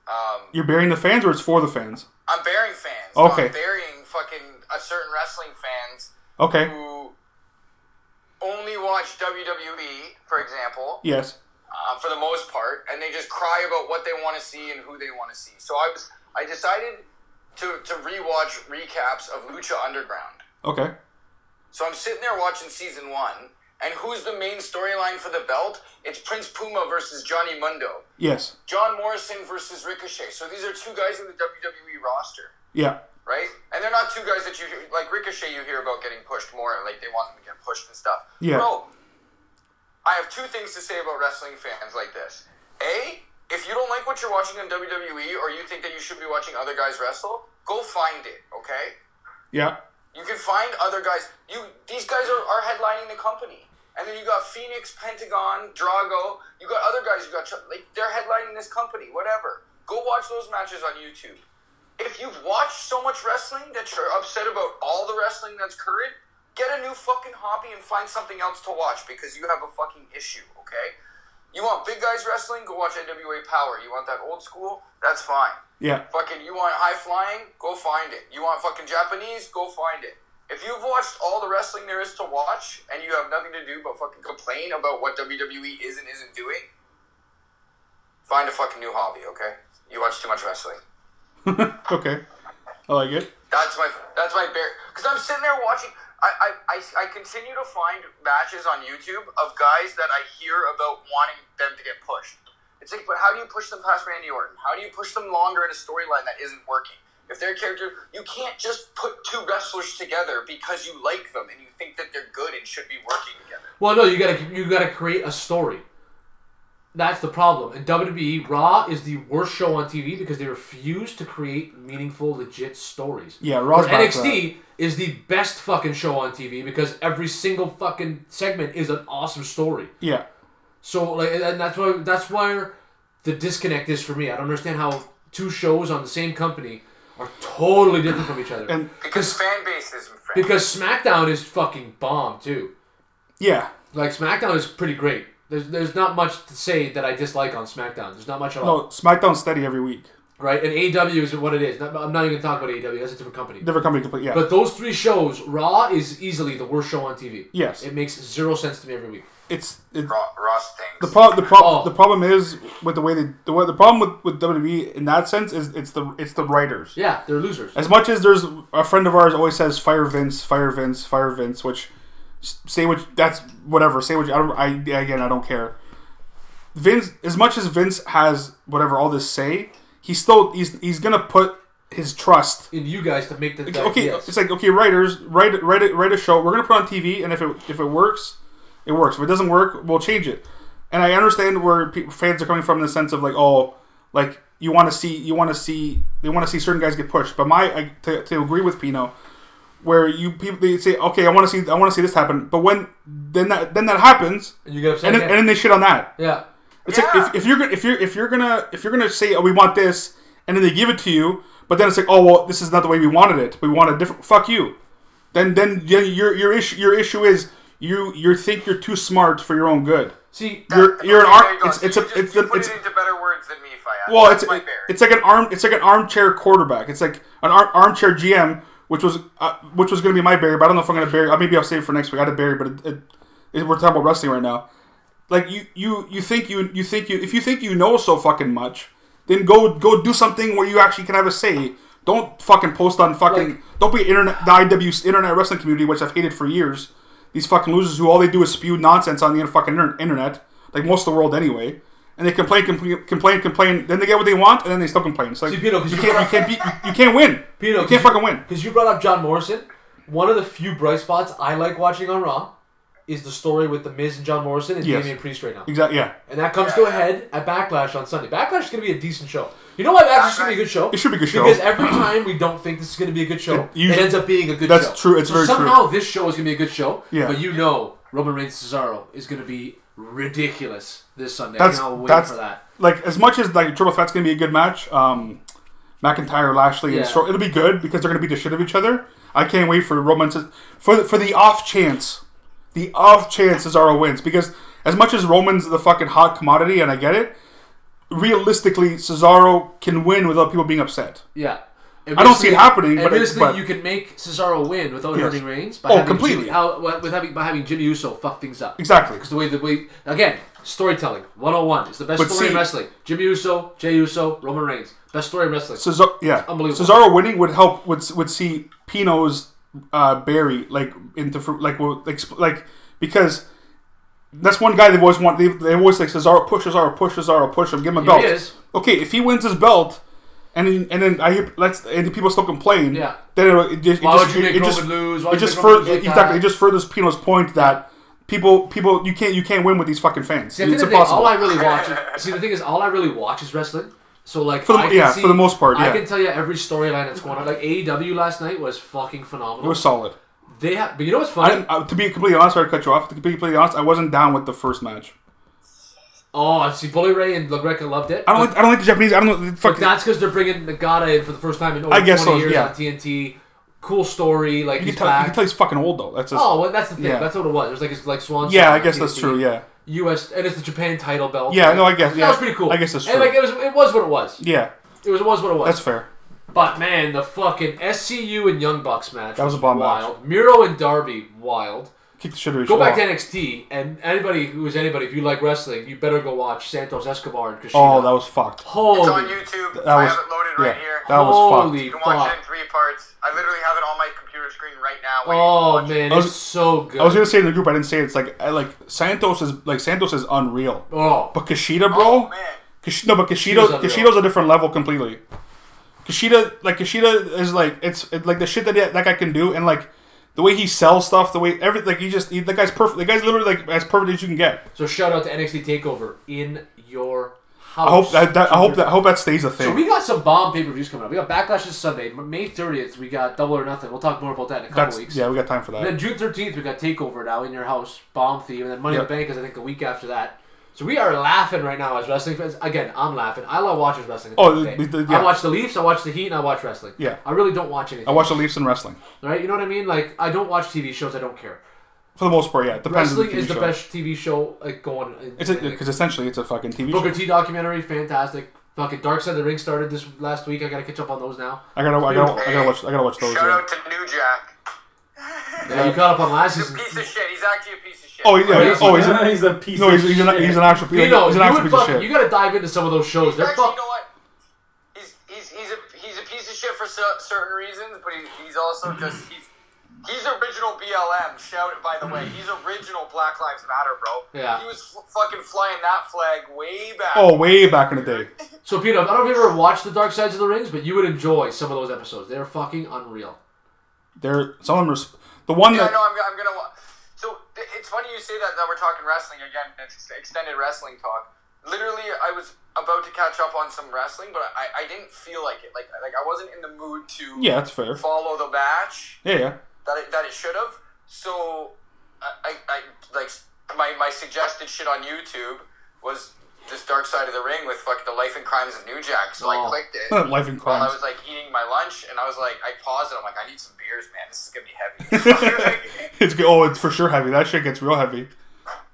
[SPEAKER 5] Um,
[SPEAKER 4] you're burying the fans, or it's for the fans.
[SPEAKER 5] I'm burying fans.
[SPEAKER 4] Okay.
[SPEAKER 5] I'm burying fucking a certain wrestling fans
[SPEAKER 4] Okay.
[SPEAKER 5] who only watch WWE, for example,
[SPEAKER 4] Yes.
[SPEAKER 5] uh, for the most part, and they just cry about what they want to see and who they want to see. So I was I decided to to rewatch recaps of Lucha Underground.
[SPEAKER 4] Okay.
[SPEAKER 5] So I'm sitting there watching season one, and who's the main storyline for the belt? It's Prince Puma versus Johnny Mundo.
[SPEAKER 4] Yes.
[SPEAKER 5] John Morrison versus Ricochet. So these are two guys in the WWE roster
[SPEAKER 4] Yeah.
[SPEAKER 5] right? And they're not two guys that you hear, like Ricochet. You hear about getting pushed more, and like they want them to get pushed and stuff.
[SPEAKER 4] Yeah.
[SPEAKER 5] Bro, I have two things to say about wrestling fans like this. A, if you don't like what you're watching on WWE, E or you think that you should be watching other guys wrestle, go find it. Okay,
[SPEAKER 4] Yeah.
[SPEAKER 5] you can find other guys. You these guys are, are headlining the company. And then you got Phoenix, Pentagon, Drago. You got other guys. You got Ch- like they're headlining this company. Whatever. Go watch those matches on YouTube. If you've watched so much wrestling that you're upset about all the wrestling that's current, get a new fucking hobby and find something else to watch because you have a fucking issue. Okay. You want big guys wrestling? Go watch NWA Power. You want that old school? That's fine.
[SPEAKER 4] Yeah.
[SPEAKER 5] Fucking, you want high flying? Go find it. You want fucking Japanese? Go find it. If you've watched all the wrestling there is to watch and you have nothing to do but fucking complain about what WWE is and isn't doing, find a fucking new hobby, okay? You watch too much wrestling.
[SPEAKER 4] okay. I like it.
[SPEAKER 5] That's my that's my bear. Because I'm sitting there watching. I, I, I, I continue to find matches on YouTube of guys that I hear about wanting them to get pushed. It's like, but how do you push them past Randy Orton? How do you push them longer in a storyline that isn't working? If their character, you can't just put two wrestlers together because you like them and you think that they're good and should be working together.
[SPEAKER 3] Well, no, you gotta you gotta create a story. That's the problem. And WWE Raw is the worst show on TV because they refuse to create meaningful, legit stories.
[SPEAKER 4] Yeah, Raw's
[SPEAKER 3] Where
[SPEAKER 4] back to
[SPEAKER 3] NXT is the best fucking show on TV because every single fucking segment is an awesome story.
[SPEAKER 4] Yeah.
[SPEAKER 3] So like, and that's why that's where the disconnect is for me. I don't understand how two shows on the same company are totally different from each other.
[SPEAKER 4] And
[SPEAKER 5] Because fan bases, my friend.
[SPEAKER 3] because SmackDown is fucking bomb too.
[SPEAKER 4] yeah.
[SPEAKER 3] Like SmackDown is pretty great. There's there's not much to say that I dislike on SmackDown. There's not much at all,
[SPEAKER 4] No, SmackDown steady every week.
[SPEAKER 3] right? And AW is what it is. Not, I'm not even talking about AW. That's a different company.
[SPEAKER 4] Different company complete. Yeah.
[SPEAKER 3] But those three shows, Raw is easily the worst show on TV.
[SPEAKER 4] Yes.
[SPEAKER 3] it makes zero sense to me every week.
[SPEAKER 4] it's it's
[SPEAKER 5] Raw, Raw stinks.
[SPEAKER 4] the pro- the pro-
[SPEAKER 3] Oh.
[SPEAKER 4] the problem is with the way they the, way- the problem with, with WWE in that sense is it's the it's the writers.
[SPEAKER 3] Yeah, they're losers.
[SPEAKER 4] As much as there's a friend of ours always says fire Vince, fire Vince, fire Vince, which s- say which that's whatever. Say which I don't. I again I don't care. Vince, as much as Vince has whatever all this say, he's still he's he's gonna put his trust.
[SPEAKER 3] And you guys to make the, the
[SPEAKER 4] Okay,
[SPEAKER 3] yes.
[SPEAKER 4] it's like okay, writers write write a, write a show. We're gonna put on TV, and if it if it works, it works. If it doesn't work, we'll change it. And I understand where pe- fans are coming from in the sense of like oh like you want to see you want to see they want to see certain guys get pushed. But my I, to, to agree with Pino, where you people they say okay, I want to see I want to see this happen, but when then that then that happens,
[SPEAKER 3] and you get upset.
[SPEAKER 4] and then, and
[SPEAKER 3] again.
[SPEAKER 4] then they shit on that.
[SPEAKER 3] yeah,
[SPEAKER 4] It's like if, if you're gonna- if you're if you're gonna if you're gonna say oh we want this and then they give it to you, but then it's like oh well this is not the way we wanted it. We want a different. Fuck you. Then then then your your issue your issue is you you think you're too smart for your own good.
[SPEAKER 3] see,
[SPEAKER 4] You're you're an
[SPEAKER 5] Okay, there
[SPEAKER 4] arm.
[SPEAKER 5] you go.
[SPEAKER 4] It's it's
[SPEAKER 5] You
[SPEAKER 4] a
[SPEAKER 5] just-
[SPEAKER 4] it's
[SPEAKER 5] you
[SPEAKER 4] a,
[SPEAKER 5] put
[SPEAKER 4] it's
[SPEAKER 5] it into better words than me if I had.
[SPEAKER 4] well
[SPEAKER 5] That's
[SPEAKER 4] it's
[SPEAKER 5] my bear.
[SPEAKER 4] it's like an arm it's like an armchair quarterback. It's like an ar- armchair GM which was uh, which was gonna be my barrier, but I don't know if I'm gonna bury. Uh, maybe I'll save it for next week. I had a bury, but it, it, it, we're talking about wrestling right now like you you you think you you think you if you think you know so fucking much then go go do something where you actually can have a say don't fucking post on fucking
[SPEAKER 3] Like-
[SPEAKER 4] don't be internet the iw internet wrestling community which i've hated for years these fucking losers who all they do is spew nonsense on the inter- fucking inter- internet like most of the world anyway and they complain compl- complain complain then they get what they want and then they still complain it's like
[SPEAKER 3] See, Pino, 'cause
[SPEAKER 4] you
[SPEAKER 3] you-
[SPEAKER 4] can't you can't be you, you can't win
[SPEAKER 3] Pino,
[SPEAKER 4] you can't fucking win
[SPEAKER 3] Because you brought up John Morrison. One of the few bright spots I like watching on Raw is the story with the Miz and John Morrison and
[SPEAKER 4] Yes.
[SPEAKER 3] Damian Priest right now.
[SPEAKER 4] exactly yeah
[SPEAKER 3] And that comes to a head at Backlash on Sunday. Backlash is going to be a decent show. You know why Backlash is going to be a good show?
[SPEAKER 4] It should be a good show.
[SPEAKER 3] Because every time we don't think this is going to be a good show, it,
[SPEAKER 4] usually-
[SPEAKER 3] ends up being a good
[SPEAKER 4] that's
[SPEAKER 3] show.
[SPEAKER 4] true, it's
[SPEAKER 3] so
[SPEAKER 4] very true.
[SPEAKER 3] somehow this show is going to be a good show,
[SPEAKER 4] Yeah.
[SPEAKER 3] but you know Roman Reigns Cesaro is going to be ridiculous this Sunday.
[SPEAKER 4] that's
[SPEAKER 3] I cannot wait
[SPEAKER 4] that's
[SPEAKER 3] for that.
[SPEAKER 4] like as much as like triple threat's gonna be a good match. Um, McIntyre, Lashley, and
[SPEAKER 3] Yeah.
[SPEAKER 4] Stro- it'll be good because they're gonna beat the shit of each other. I can't wait for Roman Ce- for the, for the off chance, the off chance Cesaro wins because as much as Roman's the fucking hot commodity and I get it, realistically Cesaro can win without people being upset.
[SPEAKER 3] Yeah.
[SPEAKER 4] I don't see it happening,
[SPEAKER 3] And
[SPEAKER 4] but it-
[SPEAKER 3] realistically,
[SPEAKER 4] but-
[SPEAKER 3] you can make Cesaro win without
[SPEAKER 4] Yes.
[SPEAKER 3] hurting Reigns. By
[SPEAKER 4] Oh,
[SPEAKER 3] having
[SPEAKER 4] completely.
[SPEAKER 3] Jimmy, how, with having, by having Jimmy Uso fuck things up.
[SPEAKER 4] Exactly.
[SPEAKER 3] Because the way the way again storytelling 101 is the best
[SPEAKER 4] But
[SPEAKER 3] story in
[SPEAKER 4] see-
[SPEAKER 3] wrestling. Jimmy Uso, Jay Uso, Roman Reigns, best story in wrestling.
[SPEAKER 4] Cesaro, yeah,
[SPEAKER 3] Unbelievable.
[SPEAKER 4] Cesaro winning would help. Would would see Pino's uh, Barry like into fr- like will- like sp- like because that's one guy they always want. They, they always like Cesaro push Cesaro push Cesaro push him give him a
[SPEAKER 3] Here
[SPEAKER 4] belt.
[SPEAKER 3] he is.
[SPEAKER 4] Okay, if he wins his belt. And then, and then I hear let's and people still complain.
[SPEAKER 3] Yeah.
[SPEAKER 4] Then it, it just it
[SPEAKER 3] Why
[SPEAKER 4] just,
[SPEAKER 3] would you make
[SPEAKER 4] it just,
[SPEAKER 3] Roman lose? Why
[SPEAKER 4] it
[SPEAKER 3] would you
[SPEAKER 4] just
[SPEAKER 3] make Roman
[SPEAKER 4] fur-
[SPEAKER 3] lose like
[SPEAKER 4] exactly
[SPEAKER 3] that?
[SPEAKER 4] it just furthers Pino's point that people people you can't you can't win with these fucking fans.
[SPEAKER 3] See, I think
[SPEAKER 4] it's
[SPEAKER 3] the thing,
[SPEAKER 4] impossible.
[SPEAKER 3] all I really watch. Is, see, the thing is, all I really watch is wrestling. So like,
[SPEAKER 4] the-
[SPEAKER 3] I can
[SPEAKER 4] yeah,
[SPEAKER 3] see-
[SPEAKER 4] for the most part,
[SPEAKER 3] I
[SPEAKER 4] yeah.
[SPEAKER 3] can tell you every storyline that's going on. Like AEW last night was fucking phenomenal.
[SPEAKER 4] it was solid.
[SPEAKER 3] They have, but you know what's
[SPEAKER 4] I,
[SPEAKER 3] funny?
[SPEAKER 4] didn't- I, to be completely honest, sorry to cut you off. To be completely honest, I wasn't down with the first match.
[SPEAKER 3] oh, see, Bully Ray and LaGreca loved it.
[SPEAKER 4] I don't like. I don't like the Japanese. I don't know. the
[SPEAKER 3] But
[SPEAKER 4] Fuck.
[SPEAKER 3] that's because they're bringing Nagata in for the first time in over
[SPEAKER 4] I guess
[SPEAKER 3] 20
[SPEAKER 4] so,
[SPEAKER 3] years
[SPEAKER 4] yeah.
[SPEAKER 3] on TNT. Cool story, like
[SPEAKER 4] you,
[SPEAKER 3] he's
[SPEAKER 4] can tell, you
[SPEAKER 3] back.
[SPEAKER 4] can tell he's fucking old though. That's just,
[SPEAKER 3] oh, well, that's the thing.
[SPEAKER 4] Yeah.
[SPEAKER 3] That's what it was. It was like his like swan.
[SPEAKER 4] yeah.
[SPEAKER 3] song
[SPEAKER 4] I
[SPEAKER 3] on
[SPEAKER 4] guess that's
[SPEAKER 3] TNT.
[SPEAKER 4] true. Yeah.
[SPEAKER 3] U.S. and it's the Japan title belt.
[SPEAKER 4] Yeah, no, I guess.
[SPEAKER 3] that
[SPEAKER 4] Yeah,
[SPEAKER 3] was pretty cool.
[SPEAKER 4] I guess that's true.
[SPEAKER 3] And like it was, it was what it was.
[SPEAKER 4] yeah,
[SPEAKER 3] It was, it was what it was.
[SPEAKER 4] that's fair.
[SPEAKER 3] But man, the fucking SCU and Young Bucks match.
[SPEAKER 4] That was a bomb match.
[SPEAKER 3] wild. Miro and Darby, wild.
[SPEAKER 4] Kick the shit out of each
[SPEAKER 3] Go back
[SPEAKER 4] other.
[SPEAKER 3] to NXT, and anybody who is anybody, if you like wrestling, you better go watch Santos Escobar and Kushida.
[SPEAKER 4] Oh, that was fucked.
[SPEAKER 3] holy,
[SPEAKER 5] It's on YouTube.
[SPEAKER 4] That
[SPEAKER 5] I
[SPEAKER 4] was
[SPEAKER 5] have it loaded right
[SPEAKER 4] yeah,
[SPEAKER 5] here.
[SPEAKER 4] That was fucked.
[SPEAKER 3] holy
[SPEAKER 5] you can watch it in
[SPEAKER 3] fuck.
[SPEAKER 5] three parts. I literally have it on my computer screen right now. waiting to
[SPEAKER 3] Oh
[SPEAKER 5] watch it.
[SPEAKER 3] man,
[SPEAKER 4] I was-
[SPEAKER 3] it's so good.
[SPEAKER 4] I was gonna say in the group, I didn't say it. it's like I, like Santos is like Santos is unreal,
[SPEAKER 3] oh,
[SPEAKER 4] but Kushida,
[SPEAKER 5] Oh
[SPEAKER 4] bro,
[SPEAKER 5] man.
[SPEAKER 4] Kush- no, but
[SPEAKER 3] Kushida's
[SPEAKER 4] Kushida,
[SPEAKER 3] unreal.
[SPEAKER 4] Kushida's a different level completely. Kushida, like Kushida, is like it's it, like the shit that that guy can do, and like the way he sells stuff, the way everything, like he just he, the guy's perfect. The guy's literally like as perfect as you can get.
[SPEAKER 3] so shout out to NXT Takeover in your house.
[SPEAKER 4] I hope that, that I hope that I hope that stays a thing.
[SPEAKER 3] So we got some bomb pay per views coming up. We got Backlash this Sunday, M- May thirtieth. We got Double or Nothing. We'll talk more about that in a couple
[SPEAKER 4] That's
[SPEAKER 3] weeks.
[SPEAKER 4] yeah, we got time for
[SPEAKER 3] And
[SPEAKER 4] that.
[SPEAKER 3] then June thirteenth, we got Takeover now in your house, bomb theme, and then Money
[SPEAKER 4] Yep.
[SPEAKER 3] in the Bank is I think the week after that. So we are laughing right now as wrestling fans. Again, I'm laughing. I love watching wrestling. at the
[SPEAKER 4] Oh,
[SPEAKER 3] end of the
[SPEAKER 4] the-
[SPEAKER 3] day.
[SPEAKER 4] the- yeah.
[SPEAKER 3] I watch the Leafs, I watch the Heat, and I watch wrestling.
[SPEAKER 4] Yeah.
[SPEAKER 3] I really don't watch anything.
[SPEAKER 4] I watch the Leafs in wrestling
[SPEAKER 3] right? You know what I mean? Like I don't watch TV shows. I don't care.
[SPEAKER 4] for the most part. Yeah, it depends. on
[SPEAKER 3] Wrestling is
[SPEAKER 4] TV
[SPEAKER 3] the
[SPEAKER 4] show.
[SPEAKER 3] best TV show like going. in-
[SPEAKER 4] It's because essentially it's a fucking TV
[SPEAKER 3] Booker
[SPEAKER 4] show.
[SPEAKER 3] T documentary, fantastic. Fucking Dark Side of the Ring started this last week. I gotta catch up on those now.
[SPEAKER 4] I gotta, I gotta, I gotta watch, I gotta watch those.
[SPEAKER 5] Shout
[SPEAKER 4] yeah.
[SPEAKER 5] out to New Jack.
[SPEAKER 3] Yeah, you caught up on last
[SPEAKER 5] He's a
[SPEAKER 3] season.
[SPEAKER 5] piece of shit. He's actually a piece of shit.
[SPEAKER 4] Oh, yeah.
[SPEAKER 3] Crazy.
[SPEAKER 4] Oh, he's a,
[SPEAKER 2] he's a piece
[SPEAKER 4] no,
[SPEAKER 2] of
[SPEAKER 4] he's, he's, an,
[SPEAKER 2] shit.
[SPEAKER 4] he's an actual, he's,
[SPEAKER 3] You know,
[SPEAKER 4] he's
[SPEAKER 3] you,
[SPEAKER 4] an actual
[SPEAKER 3] would
[SPEAKER 4] piece of
[SPEAKER 3] fucking,
[SPEAKER 4] shit.
[SPEAKER 3] you gotta dive into some of those shows.
[SPEAKER 5] He's
[SPEAKER 3] They're
[SPEAKER 5] actually, you
[SPEAKER 3] fuck.
[SPEAKER 5] know what? He's, he's, he's, a, he's a piece of shit for cer- certain reasons, but he, he's also just. He's, he's original BLM. Shout it, by the way. He's original Black Lives Matter, bro.
[SPEAKER 3] Yeah.
[SPEAKER 5] He was f- fucking flying that flag way back.
[SPEAKER 4] Oh, way back in the day.
[SPEAKER 3] So, Pino, I don't know if you ever watched the Dark Sides of the Rings, but you would enjoy some of those episodes. They're fucking unreal.
[SPEAKER 4] There, some of them are. sp- The one
[SPEAKER 5] Yeah,
[SPEAKER 4] that
[SPEAKER 5] no, I'm, I'm gonna. wa- So th- it's funny you say that. That we're talking wrestling again. It's extended wrestling talk. Literally, I was about to catch up on some wrestling, but I, I didn't feel like it. Like like I wasn't in the mood to
[SPEAKER 4] yeah, that's fair.
[SPEAKER 5] follow the match
[SPEAKER 4] Yeah, yeah.
[SPEAKER 5] that it, that it should have. So I, I, I like my, my suggested shit on YouTube was this Dark Side of the Ring with fuck the life and crimes of New Jack. So
[SPEAKER 3] Oh.
[SPEAKER 5] I clicked it.
[SPEAKER 4] Life and
[SPEAKER 5] While I
[SPEAKER 4] crimes.
[SPEAKER 5] was like eating my lunch, and I was like, I paused it. I'm like, I need some beers, man. This is gonna be heavy.
[SPEAKER 4] it's good. oh, it's for sure heavy. That shit gets real heavy.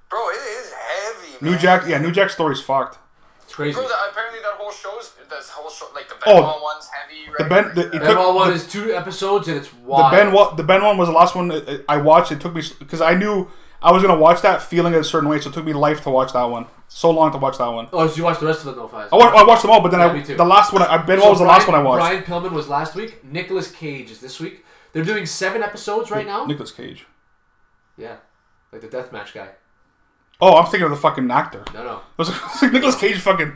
[SPEAKER 5] Bro, it is heavy, man.
[SPEAKER 4] New Jack, yeah, New Jack story's fucked.
[SPEAKER 3] It's crazy.
[SPEAKER 5] Bro, that, apparently that whole show's this whole show, like the
[SPEAKER 4] Oh.
[SPEAKER 5] Benoit one's heavy, right?
[SPEAKER 4] The Ben, the,
[SPEAKER 5] Like,
[SPEAKER 4] it
[SPEAKER 5] uh,
[SPEAKER 3] That
[SPEAKER 4] took,
[SPEAKER 3] all one
[SPEAKER 4] the,
[SPEAKER 3] is two episodes, and it's
[SPEAKER 4] the
[SPEAKER 3] wild.
[SPEAKER 4] Ben, wa- the Ben one was the last one uh, I- I watched. It took me because I knew I was gonna watch that feeling a certain way, so it took me life to watch that one. So long to watch that one.
[SPEAKER 3] Oh, so you watched the rest of the No Fives?
[SPEAKER 4] I, wa- I watched them all, but then
[SPEAKER 3] Yeah,
[SPEAKER 4] I,
[SPEAKER 3] me too.
[SPEAKER 4] the last one, I, Ben
[SPEAKER 3] So
[SPEAKER 4] was the last one I watched.
[SPEAKER 3] Brian Pillman was last week. Nicolas Cage is this week. They're doing seven episodes right now.
[SPEAKER 4] Nicholas Cage.
[SPEAKER 3] yeah, like the deathmatch guy.
[SPEAKER 4] Oh, I'm thinking of the fucking actor. It
[SPEAKER 3] No, no.
[SPEAKER 4] was, it was like Nicholas Cage fucking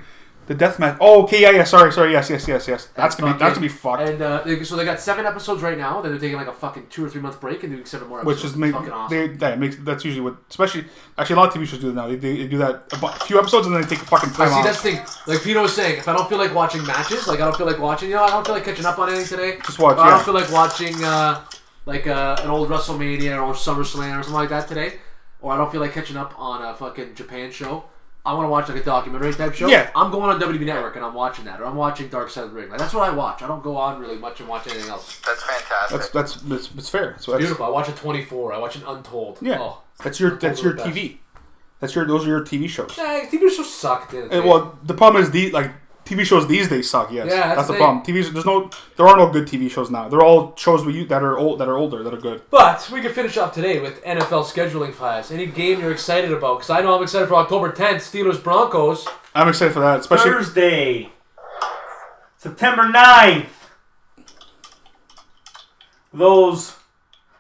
[SPEAKER 4] the death match. Oh, okay, yeah, yeah. Sorry, sorry. Yes, yes, yes, yes. That's gonna be that's gonna be fucked.
[SPEAKER 3] And uh, they- so they got seven episodes right now. Then they're taking like a fucking two or three month break and doing seven more. Episodes.
[SPEAKER 4] which is make,
[SPEAKER 3] fucking awesome.
[SPEAKER 4] they, that makes that's usually what especially actually a lot of TV shows do that now. They, they, they do that a bu- few episodes and then they take a fucking time
[SPEAKER 3] But see,
[SPEAKER 4] off.
[SPEAKER 3] that's the thing. Like Pino was saying, if I don't feel like watching matches, like I don't feel like watching, you know, I don't feel like catching up on anything today.
[SPEAKER 4] Just watch,
[SPEAKER 3] Or I
[SPEAKER 4] yeah.
[SPEAKER 3] don't feel like watching uh, like uh, an old WrestleMania or SummerSlam or something like that today. Or I don't feel like catching up on a fucking Japan show. I want to watch like a documentary type show.
[SPEAKER 4] Yeah.
[SPEAKER 3] I'm going on WB Network and I'm watching that, or I'm watching Dark Side of the Ring. Like, that's what I watch. I don't go on really much and watch anything else.
[SPEAKER 5] That's fantastic.
[SPEAKER 4] that's that's that's, that's fair. So that's,
[SPEAKER 3] Beautiful. I watch a 24. I watch an Untold.
[SPEAKER 4] yeah,
[SPEAKER 3] Oh.
[SPEAKER 4] that's your
[SPEAKER 3] Those
[SPEAKER 4] that's
[SPEAKER 3] are
[SPEAKER 4] your
[SPEAKER 3] the best.
[SPEAKER 4] TV. That's your those are your TV shows.
[SPEAKER 3] Yeah, TV shows suck. dude.
[SPEAKER 4] And, well, the problem is the like TV shows these days suck. Yes,
[SPEAKER 3] Yeah, that's
[SPEAKER 4] that's, the
[SPEAKER 3] the
[SPEAKER 4] problem. TVs there's no there are no good TV shows now. They're all shows we u- that are old that are older that are good.
[SPEAKER 3] But we can finish up today with NFL scheduling files. Any game you're excited about? Because I know I'm excited for October 10th, Steelers Broncos.
[SPEAKER 4] I'm excited for that, especially
[SPEAKER 2] Thursday, September 9th. Those.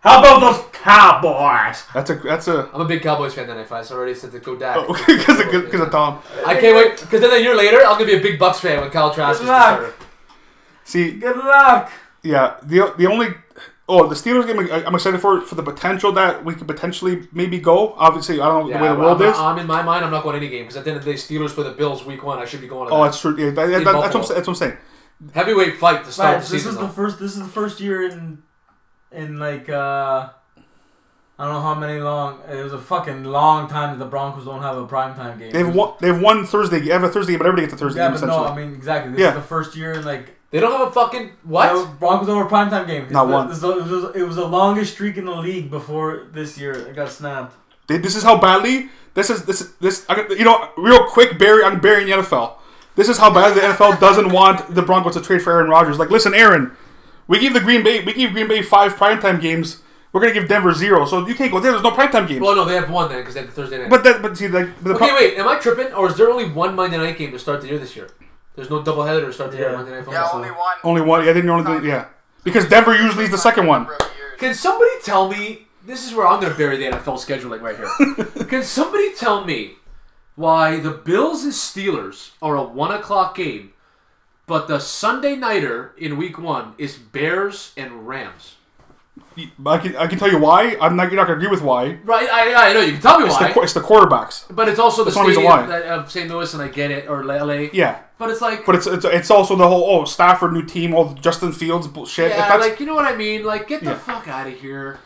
[SPEAKER 2] How about those Cowboys?
[SPEAKER 4] that's a that's a
[SPEAKER 3] I'm a big Cowboys fan that night, Files. I already said to go
[SPEAKER 4] Oh,
[SPEAKER 3] Dak.
[SPEAKER 4] because of because of Tom.
[SPEAKER 3] I can't wait. Because then a year later, I'm gonna be a big Bucks fan when Kyle Trask is
[SPEAKER 2] Good
[SPEAKER 3] the starter.
[SPEAKER 2] luck.
[SPEAKER 4] See,
[SPEAKER 2] Good luck.
[SPEAKER 4] Yeah, the the only oh the Steelers game I- I'm excited for for the potential that we could potentially maybe go. Obviously, I don't know
[SPEAKER 3] Yeah,
[SPEAKER 4] the way the
[SPEAKER 3] I'm-
[SPEAKER 4] world
[SPEAKER 3] I'm,
[SPEAKER 4] is.
[SPEAKER 3] I'm in my mind. I'm not going to any game because at the end of the day, Steelers play the Bills week one. I should be going. To
[SPEAKER 4] oh,
[SPEAKER 3] that.
[SPEAKER 4] that's true. Yeah, that- that- that's, what I'm,
[SPEAKER 3] Buffalo.
[SPEAKER 4] sa- that's what I'm saying.
[SPEAKER 3] heavyweight fight to start
[SPEAKER 2] But
[SPEAKER 3] the
[SPEAKER 2] this
[SPEAKER 3] season.
[SPEAKER 2] is the
[SPEAKER 3] though.
[SPEAKER 2] first. This is the first year in, in like uh, I don't know how many long. It was a fucking long time that the Broncos don't have a primetime game.
[SPEAKER 4] They've won. They've won Thursday. They have a Thursday, but everybody gets a Thursday.
[SPEAKER 2] Yeah,
[SPEAKER 4] game,
[SPEAKER 2] but no,
[SPEAKER 4] essentially.
[SPEAKER 2] I mean exactly. This
[SPEAKER 4] Yeah.
[SPEAKER 2] is the first year in like
[SPEAKER 3] they don't have a fucking
[SPEAKER 2] the
[SPEAKER 3] what?
[SPEAKER 2] Broncos don't have a primetime game. It's
[SPEAKER 4] Not
[SPEAKER 2] the-
[SPEAKER 4] one.
[SPEAKER 2] this- it was, it was the longest streak in the league before this year. It got snapped.
[SPEAKER 4] They- This is how badly. This is this this. I, can- you know, real quick, Barry. I'm burying the NFL. This is how badly the NFL doesn't want the Broncos to trade for Aaron Rodgers. Like, listen, Aaron, we gave the Green Bay we gave Green Bay five primetime games. We're gonna give Denver zero. So you can't go there. There's no primetime games.
[SPEAKER 3] Well, no, they have one then because they have the Thursday night.
[SPEAKER 4] but that but see like but the
[SPEAKER 3] okay,
[SPEAKER 4] pro-
[SPEAKER 3] wait, am I tripping or is there only one Monday night game to start the year this year? There's no doubleheader to start the year
[SPEAKER 2] Yeah.
[SPEAKER 3] on Monday night football.
[SPEAKER 5] Yeah,
[SPEAKER 3] so-
[SPEAKER 5] only one.
[SPEAKER 4] only one. Yeah, then you only do, yeah because Denver usually is the second one.
[SPEAKER 5] Number of years.
[SPEAKER 3] Can somebody tell me? This is where I'm going to bury the NFL scheduling right here. Can somebody tell me why the Bills and Steelers are a one o'clock game, but the Sunday nighter in Week One is Bears and Rams?
[SPEAKER 4] I can, I can tell you why. I'm not you're not gonna agree with why.
[SPEAKER 3] Right? I, I know you can tell me
[SPEAKER 4] It's
[SPEAKER 3] why,
[SPEAKER 4] the qu- it's the quarterbacks.
[SPEAKER 3] but it's also the
[SPEAKER 4] the only reason
[SPEAKER 3] stadium
[SPEAKER 4] why.
[SPEAKER 3] that- of St. Louis, and I get it, or LA.
[SPEAKER 4] Yeah.
[SPEAKER 3] But it's like,
[SPEAKER 4] But it's, it's it's also the whole oh Stafford new team all Justin Fields bullshit. If
[SPEAKER 3] yeah,
[SPEAKER 4] that's-
[SPEAKER 3] like you know what I mean? Like, get the
[SPEAKER 4] Yeah.
[SPEAKER 3] fuck out of here.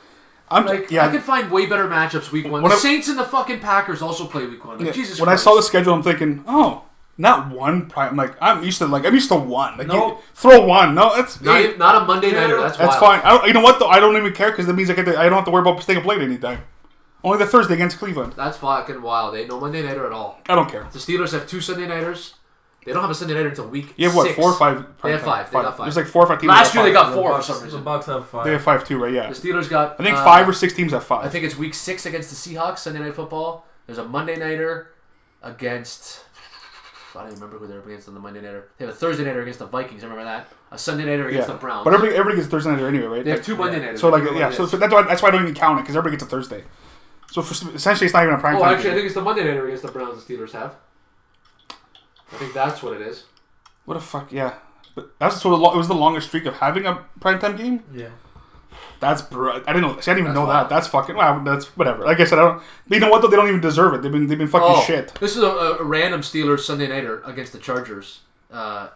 [SPEAKER 4] I'm
[SPEAKER 3] Like,
[SPEAKER 4] yeah.
[SPEAKER 3] I could find way better matchups Week One.
[SPEAKER 4] When
[SPEAKER 3] the
[SPEAKER 4] I-
[SPEAKER 3] Saints and the fucking Packers also play Week One. Like, Jesus.
[SPEAKER 4] when
[SPEAKER 3] Christ.
[SPEAKER 4] I saw the schedule, I'm thinking, oh, not one prime. Like I'm used to like I'm used to one. Like
[SPEAKER 2] No.
[SPEAKER 4] you throw one. No, that's
[SPEAKER 3] Not,
[SPEAKER 4] hey,
[SPEAKER 3] even- not a Monday nighter. That's
[SPEAKER 4] that's
[SPEAKER 3] wild.
[SPEAKER 4] fine. I don't, you know what though? I don't even care because that means I get to, I don't have to worry about staying up late anytime. Only the Thursday against Cleveland.
[SPEAKER 3] That's fucking wild. They ain't no Monday nighter at all.
[SPEAKER 4] I don't care.
[SPEAKER 3] The Steelers have two Sunday nighters. They don't have a Sunday nighter until week.
[SPEAKER 4] You have what
[SPEAKER 3] six.
[SPEAKER 4] four or five?
[SPEAKER 3] They have
[SPEAKER 4] primetime?
[SPEAKER 3] five. They got five.
[SPEAKER 4] There's like four or five teams.
[SPEAKER 3] Last
[SPEAKER 4] that have
[SPEAKER 3] year they
[SPEAKER 4] five.
[SPEAKER 3] got four for some
[SPEAKER 2] The
[SPEAKER 3] reason.
[SPEAKER 2] Bucks have five.
[SPEAKER 4] They have five too, right? Yeah.
[SPEAKER 3] The Steelers got.
[SPEAKER 4] I think
[SPEAKER 3] uh,
[SPEAKER 4] five or six teams have five.
[SPEAKER 3] I think it's week six against the Seahawks Sunday night football. There's a Monday nighter against. I don't even remember who they were against on the Monday nighter. They have a Thursday nighter against the Vikings. I remember that. A Sunday nighter
[SPEAKER 4] yeah.
[SPEAKER 3] against the Browns.
[SPEAKER 4] But everybody, everybody gets Thursday night anyway, right?
[SPEAKER 3] they have
[SPEAKER 4] Like,
[SPEAKER 3] two Monday nighters.
[SPEAKER 4] So like
[SPEAKER 3] Everybody
[SPEAKER 4] yeah,
[SPEAKER 3] is.
[SPEAKER 4] so, so that's why that's why I don't even count it because everybody gets a Thursday. So for, essentially, it's not even a prime
[SPEAKER 3] Oh,
[SPEAKER 4] time.
[SPEAKER 3] actually, I
[SPEAKER 4] game.
[SPEAKER 3] think it's the Monday nighter against the Browns. The Steelers have. I think that's what it is.
[SPEAKER 4] What a fuck, yeah. But that's sort of lo- it was the longest streak of having a primetime game.
[SPEAKER 2] yeah.
[SPEAKER 4] That's br- I didn't know. See, I didn't even
[SPEAKER 3] That's
[SPEAKER 4] know
[SPEAKER 3] wild.
[SPEAKER 4] that. That's fucking. Wow, that's whatever. Like I said, I don't. You know what though? They don't even deserve it. They've been they've been fucking
[SPEAKER 3] Oh,
[SPEAKER 4] shit.
[SPEAKER 3] This is a, a random Steelers Sunday nighter against the Chargers. Uh,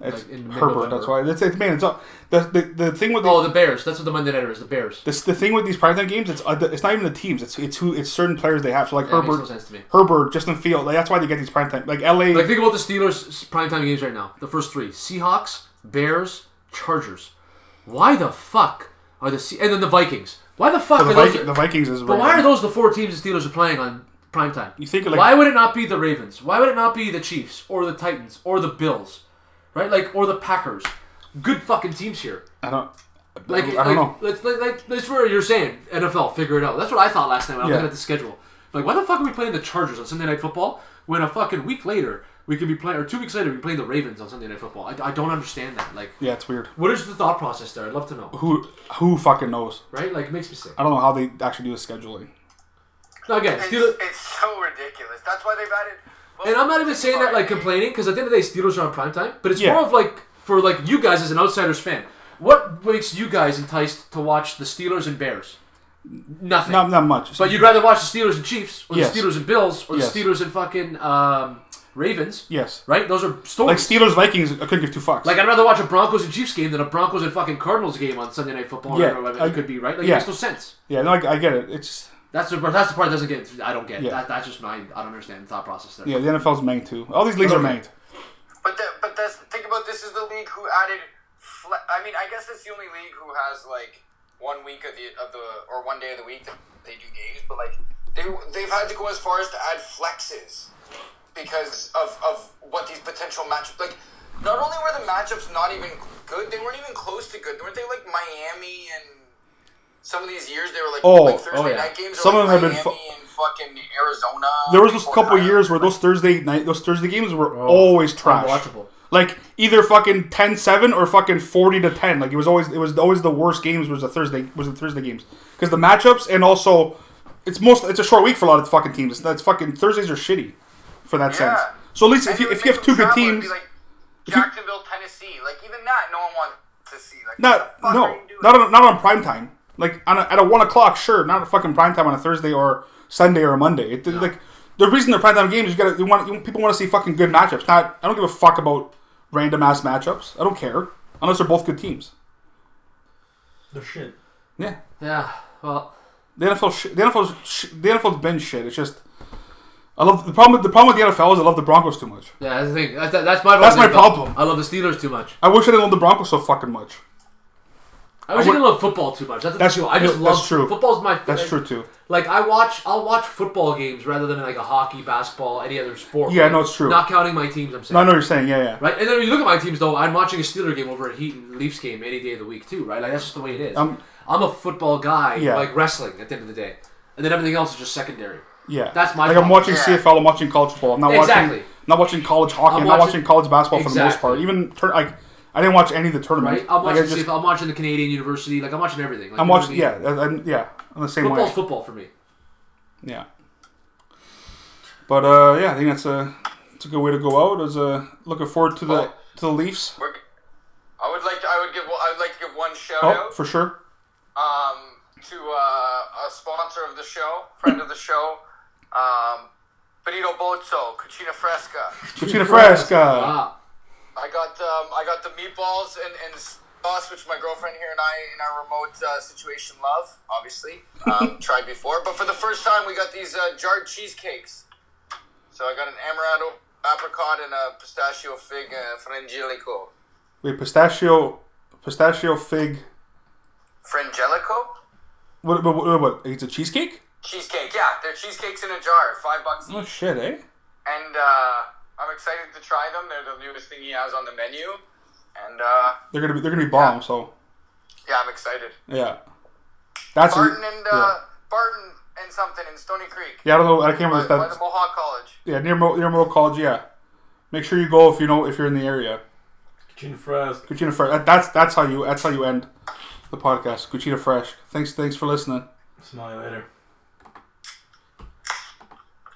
[SPEAKER 4] It's
[SPEAKER 3] like in
[SPEAKER 4] Herbert.
[SPEAKER 3] mid-November.
[SPEAKER 4] That's why. That's it's, man. It's all, the, the the thing with the,
[SPEAKER 3] oh, the Bears. That's what the Monday nighter is. The Bears.
[SPEAKER 4] this, the thing with these primetime games. It's uh, the- it's not even the teams. It's it's who it's certain players they have. So like
[SPEAKER 3] Yeah, it makes no
[SPEAKER 4] Herbert,
[SPEAKER 3] sense to me.
[SPEAKER 4] Herbert, Justin Field. Like, that's why they get these primetime. Like L.A.
[SPEAKER 3] Like think about the Steelers s- primetime games right now. The first three: Seahawks, Bears, Chargers. Why the fuck are the Se- and then the Vikings? Why the fuck
[SPEAKER 4] the,
[SPEAKER 3] are
[SPEAKER 4] Viking,
[SPEAKER 3] those?
[SPEAKER 4] the Vikings is.
[SPEAKER 3] but why are those the four teams the Steelers are playing on primetime? You
[SPEAKER 4] think, like-
[SPEAKER 3] why would it not be the Ravens? Why would it not be the Chiefs or the Titans or the Bills, right? Like or the Packers. Good fucking teams here.
[SPEAKER 4] I don't.
[SPEAKER 3] Like,
[SPEAKER 4] I don't
[SPEAKER 3] like,
[SPEAKER 4] know.
[SPEAKER 3] That's, like, like, that's where you're saying NFL, figure it out. That's what I thought last night when I was
[SPEAKER 4] Yeah.
[SPEAKER 3] looking at the schedule. Like, why the fuck are we playing the Chargers on Sunday Night Football when a fucking week later we could be playing, or two weeks later we playing the Ravens on Sunday Night Football? I, I don't understand that. Like,
[SPEAKER 4] Yeah, it's weird.
[SPEAKER 3] what is the thought process there? I'd love to know.
[SPEAKER 4] Who who fucking knows?
[SPEAKER 3] Right? Like, it makes me sick.
[SPEAKER 4] I don't know how they actually do the scheduling.
[SPEAKER 3] Now, again,
[SPEAKER 5] It's,
[SPEAKER 3] Steelers,
[SPEAKER 5] it's so ridiculous. That's why they've added.
[SPEAKER 3] and I'm not even saying that like complaining because at the end of the day, Steelers are on primetime. But it's
[SPEAKER 4] Yeah.
[SPEAKER 3] more of like for like you guys as an outsiders fan, what makes you guys enticed to watch the Steelers and Bears? Nothing.
[SPEAKER 4] Not not much.
[SPEAKER 3] But you'd rather watch the Steelers and Chiefs, or
[SPEAKER 4] Yes.
[SPEAKER 3] the Steelers and Bills, or
[SPEAKER 4] Yes.
[SPEAKER 3] the Steelers and fucking um, Ravens.
[SPEAKER 4] yes.
[SPEAKER 3] Right? Those are
[SPEAKER 4] Like
[SPEAKER 3] stories. Like,
[SPEAKER 4] Steelers Vikings, I couldn't give two fucks.
[SPEAKER 3] I'd rather watch a Broncos and Chiefs game than a Broncos and fucking Cardinals game on Sunday Night Football.
[SPEAKER 4] Yeah,
[SPEAKER 3] or whatever
[SPEAKER 4] I-
[SPEAKER 3] it could be, right? Like,
[SPEAKER 4] yeah.
[SPEAKER 3] it makes no sense.
[SPEAKER 4] yeah, no, I, I get it. It's
[SPEAKER 3] That's the, that's the part that doesn't get. I don't get.
[SPEAKER 4] Yeah.
[SPEAKER 3] That, that's just my. I don't understand the thought process there.
[SPEAKER 4] yeah, the NFL's manged too. All these leagues are manged.
[SPEAKER 5] But that, but that's think about this is the league who added. Fle- I mean, I guess it's the only league who has like one week of the of the or one day of the week that they do games. But like they they've had to go as far as to add flexes because of of what these potential matchups like. Not only were the matchups not even good, they weren't even close to good. Weren't they like Miami and some of these years they were like
[SPEAKER 4] Oh,
[SPEAKER 5] like Thursday
[SPEAKER 3] oh, yeah.
[SPEAKER 5] night games? are,
[SPEAKER 4] Some
[SPEAKER 5] like,
[SPEAKER 4] of them have been
[SPEAKER 5] Miami and fucking Arizona.
[SPEAKER 4] There was those couple
[SPEAKER 5] Florida.
[SPEAKER 4] years where those Thursday night, those Thursday games were always trash.
[SPEAKER 3] Unwatchable.
[SPEAKER 4] Like either fucking 10-7 or fucking forty to ten. Like it was always it was always the worst games was the Thursday was the Thursday games because the matchups and also it's most it's a short week for a lot of fucking teams. It's, it's fucking Thursdays are shitty for that sense.
[SPEAKER 5] Yeah.
[SPEAKER 4] So at least if
[SPEAKER 5] And
[SPEAKER 4] you
[SPEAKER 5] it
[SPEAKER 4] if you
[SPEAKER 5] would
[SPEAKER 4] have
[SPEAKER 5] make
[SPEAKER 4] two
[SPEAKER 5] them
[SPEAKER 4] good
[SPEAKER 5] travel. It'd
[SPEAKER 4] teams,
[SPEAKER 5] be like Jacksonville, Tennessee, like even that, no one wants to see. Like
[SPEAKER 4] Not
[SPEAKER 5] what the fuck are
[SPEAKER 4] no,
[SPEAKER 5] you doing?
[SPEAKER 4] not on, not on prime time. Like on a, at a one o'clock, sure, not a fucking prime time on a Thursday or Sunday or a Monday. It, Like the reason they're prime time games, you gotta you want you, people want to see fucking good matchups. Not I don't give a fuck about random ass matchups. I don't care unless they're both good teams.
[SPEAKER 2] They're shit.
[SPEAKER 4] Yeah,
[SPEAKER 3] Yeah. Well,
[SPEAKER 4] the NFL, sh- the NFL's sh- the NFL's been shit. It's just I love the problem. With, the problem with the NFL is I love the Broncos too much.
[SPEAKER 3] yeah. That's the thing. That's, that's my.
[SPEAKER 4] That's my
[SPEAKER 3] with the NFL.
[SPEAKER 4] problem.
[SPEAKER 3] I love the Steelers too much.
[SPEAKER 4] I wish I didn't love the Broncos so fucking much.
[SPEAKER 3] I wish I, didn't love football too much. That's, the
[SPEAKER 4] That's-
[SPEAKER 3] thing, too. I just
[SPEAKER 4] that's
[SPEAKER 3] love
[SPEAKER 4] true.
[SPEAKER 3] Football's my.
[SPEAKER 4] That's true, too.
[SPEAKER 3] Like I watch, I'll watch football games rather than like a hockey, basketball, any other sport.
[SPEAKER 4] Yeah, no, it's true.
[SPEAKER 3] Not counting my teams, I'm saying.
[SPEAKER 4] I know what you're saying. Yeah, yeah.
[SPEAKER 3] Right, and then when you look at my teams though. I'm watching a Steeler game over a Heat and Leafs game any day of the week too. Right, like that's just the way it is.
[SPEAKER 4] Um,
[SPEAKER 3] I'm a football guy,
[SPEAKER 4] Yeah.
[SPEAKER 3] like wrestling at the end of the day, and then everything else is just secondary.
[SPEAKER 4] Yeah,
[SPEAKER 3] That's my
[SPEAKER 4] like I'm
[SPEAKER 3] problem.
[SPEAKER 4] watching
[SPEAKER 5] Yeah.
[SPEAKER 4] CFL, I'm watching college football, I'm not
[SPEAKER 3] Exactly.
[SPEAKER 4] watching, not watching college hockey,
[SPEAKER 3] I'm
[SPEAKER 4] I'm, not
[SPEAKER 3] watching-
[SPEAKER 4] watching college basketball for the most
[SPEAKER 3] Exactly.
[SPEAKER 4] part. Even tur- like I didn't watch any of the tournament.
[SPEAKER 3] Right, I'm
[SPEAKER 4] Like,
[SPEAKER 3] watching.
[SPEAKER 4] I just-
[SPEAKER 3] CFL, I'm watching the Canadian University. Like I'm watching everything. Like,
[SPEAKER 4] I'm
[SPEAKER 3] you know what
[SPEAKER 4] watching.
[SPEAKER 3] I
[SPEAKER 4] Yeah,
[SPEAKER 3] mean?
[SPEAKER 4] I, I- yeah, I'm the same
[SPEAKER 3] football's
[SPEAKER 4] way.
[SPEAKER 3] football for me.
[SPEAKER 4] Yeah. But uh, yeah, I think that's a it's a good way to go out. Is uh, looking forward to the
[SPEAKER 3] Oh.
[SPEAKER 5] Well-
[SPEAKER 4] to the Leafs.
[SPEAKER 5] We're, I would like to, I would give I would like to give one shout
[SPEAKER 4] Oh,
[SPEAKER 5] out
[SPEAKER 4] for sure.
[SPEAKER 5] um, to uh, a sponsor of the show, friend of the show, um, Benito Bozzo, Cucina Fresca.
[SPEAKER 4] Cucina Fresca.
[SPEAKER 3] Ah,
[SPEAKER 5] I got um, I got the meatballs and, and sauce, which my girlfriend here and I in our remote uh, situation love, obviously um, tried before, but for the first time we got these uh, jarred cheesecakes. So I got an amaretto apricot and a pistachio fig uh, frangelico.
[SPEAKER 4] Wait, pistachio, pistachio fig.
[SPEAKER 5] Frangelico?
[SPEAKER 4] What, what, what, what? It's a cheesecake.
[SPEAKER 5] Cheesecake, yeah, they're cheesecakes in a jar, five bucks
[SPEAKER 4] Oh
[SPEAKER 5] each,
[SPEAKER 4] shit, eh?
[SPEAKER 5] and uh, I'm excited to try them. They're the newest thing he has on the menu, and uh,
[SPEAKER 4] They're gonna be they're gonna be bomb. So
[SPEAKER 5] yeah, I'm excited.
[SPEAKER 4] yeah, that's a-
[SPEAKER 5] Barton and uh,
[SPEAKER 4] yeah.
[SPEAKER 5] Barton and something in Stony Creek.
[SPEAKER 4] Yeah, I don't know. I can't remember if
[SPEAKER 5] by, by
[SPEAKER 4] that's
[SPEAKER 5] the Mohawk College.
[SPEAKER 4] yeah near Mo, near Mo College. Yeah, make sure you go if you know if you're in the area.
[SPEAKER 2] Kitchen fries.
[SPEAKER 4] Cucina Fresh. that- That's that's how you that's how you end the podcast. Cucina Fresh. Thanks thanks for listening.
[SPEAKER 2] Smell you later.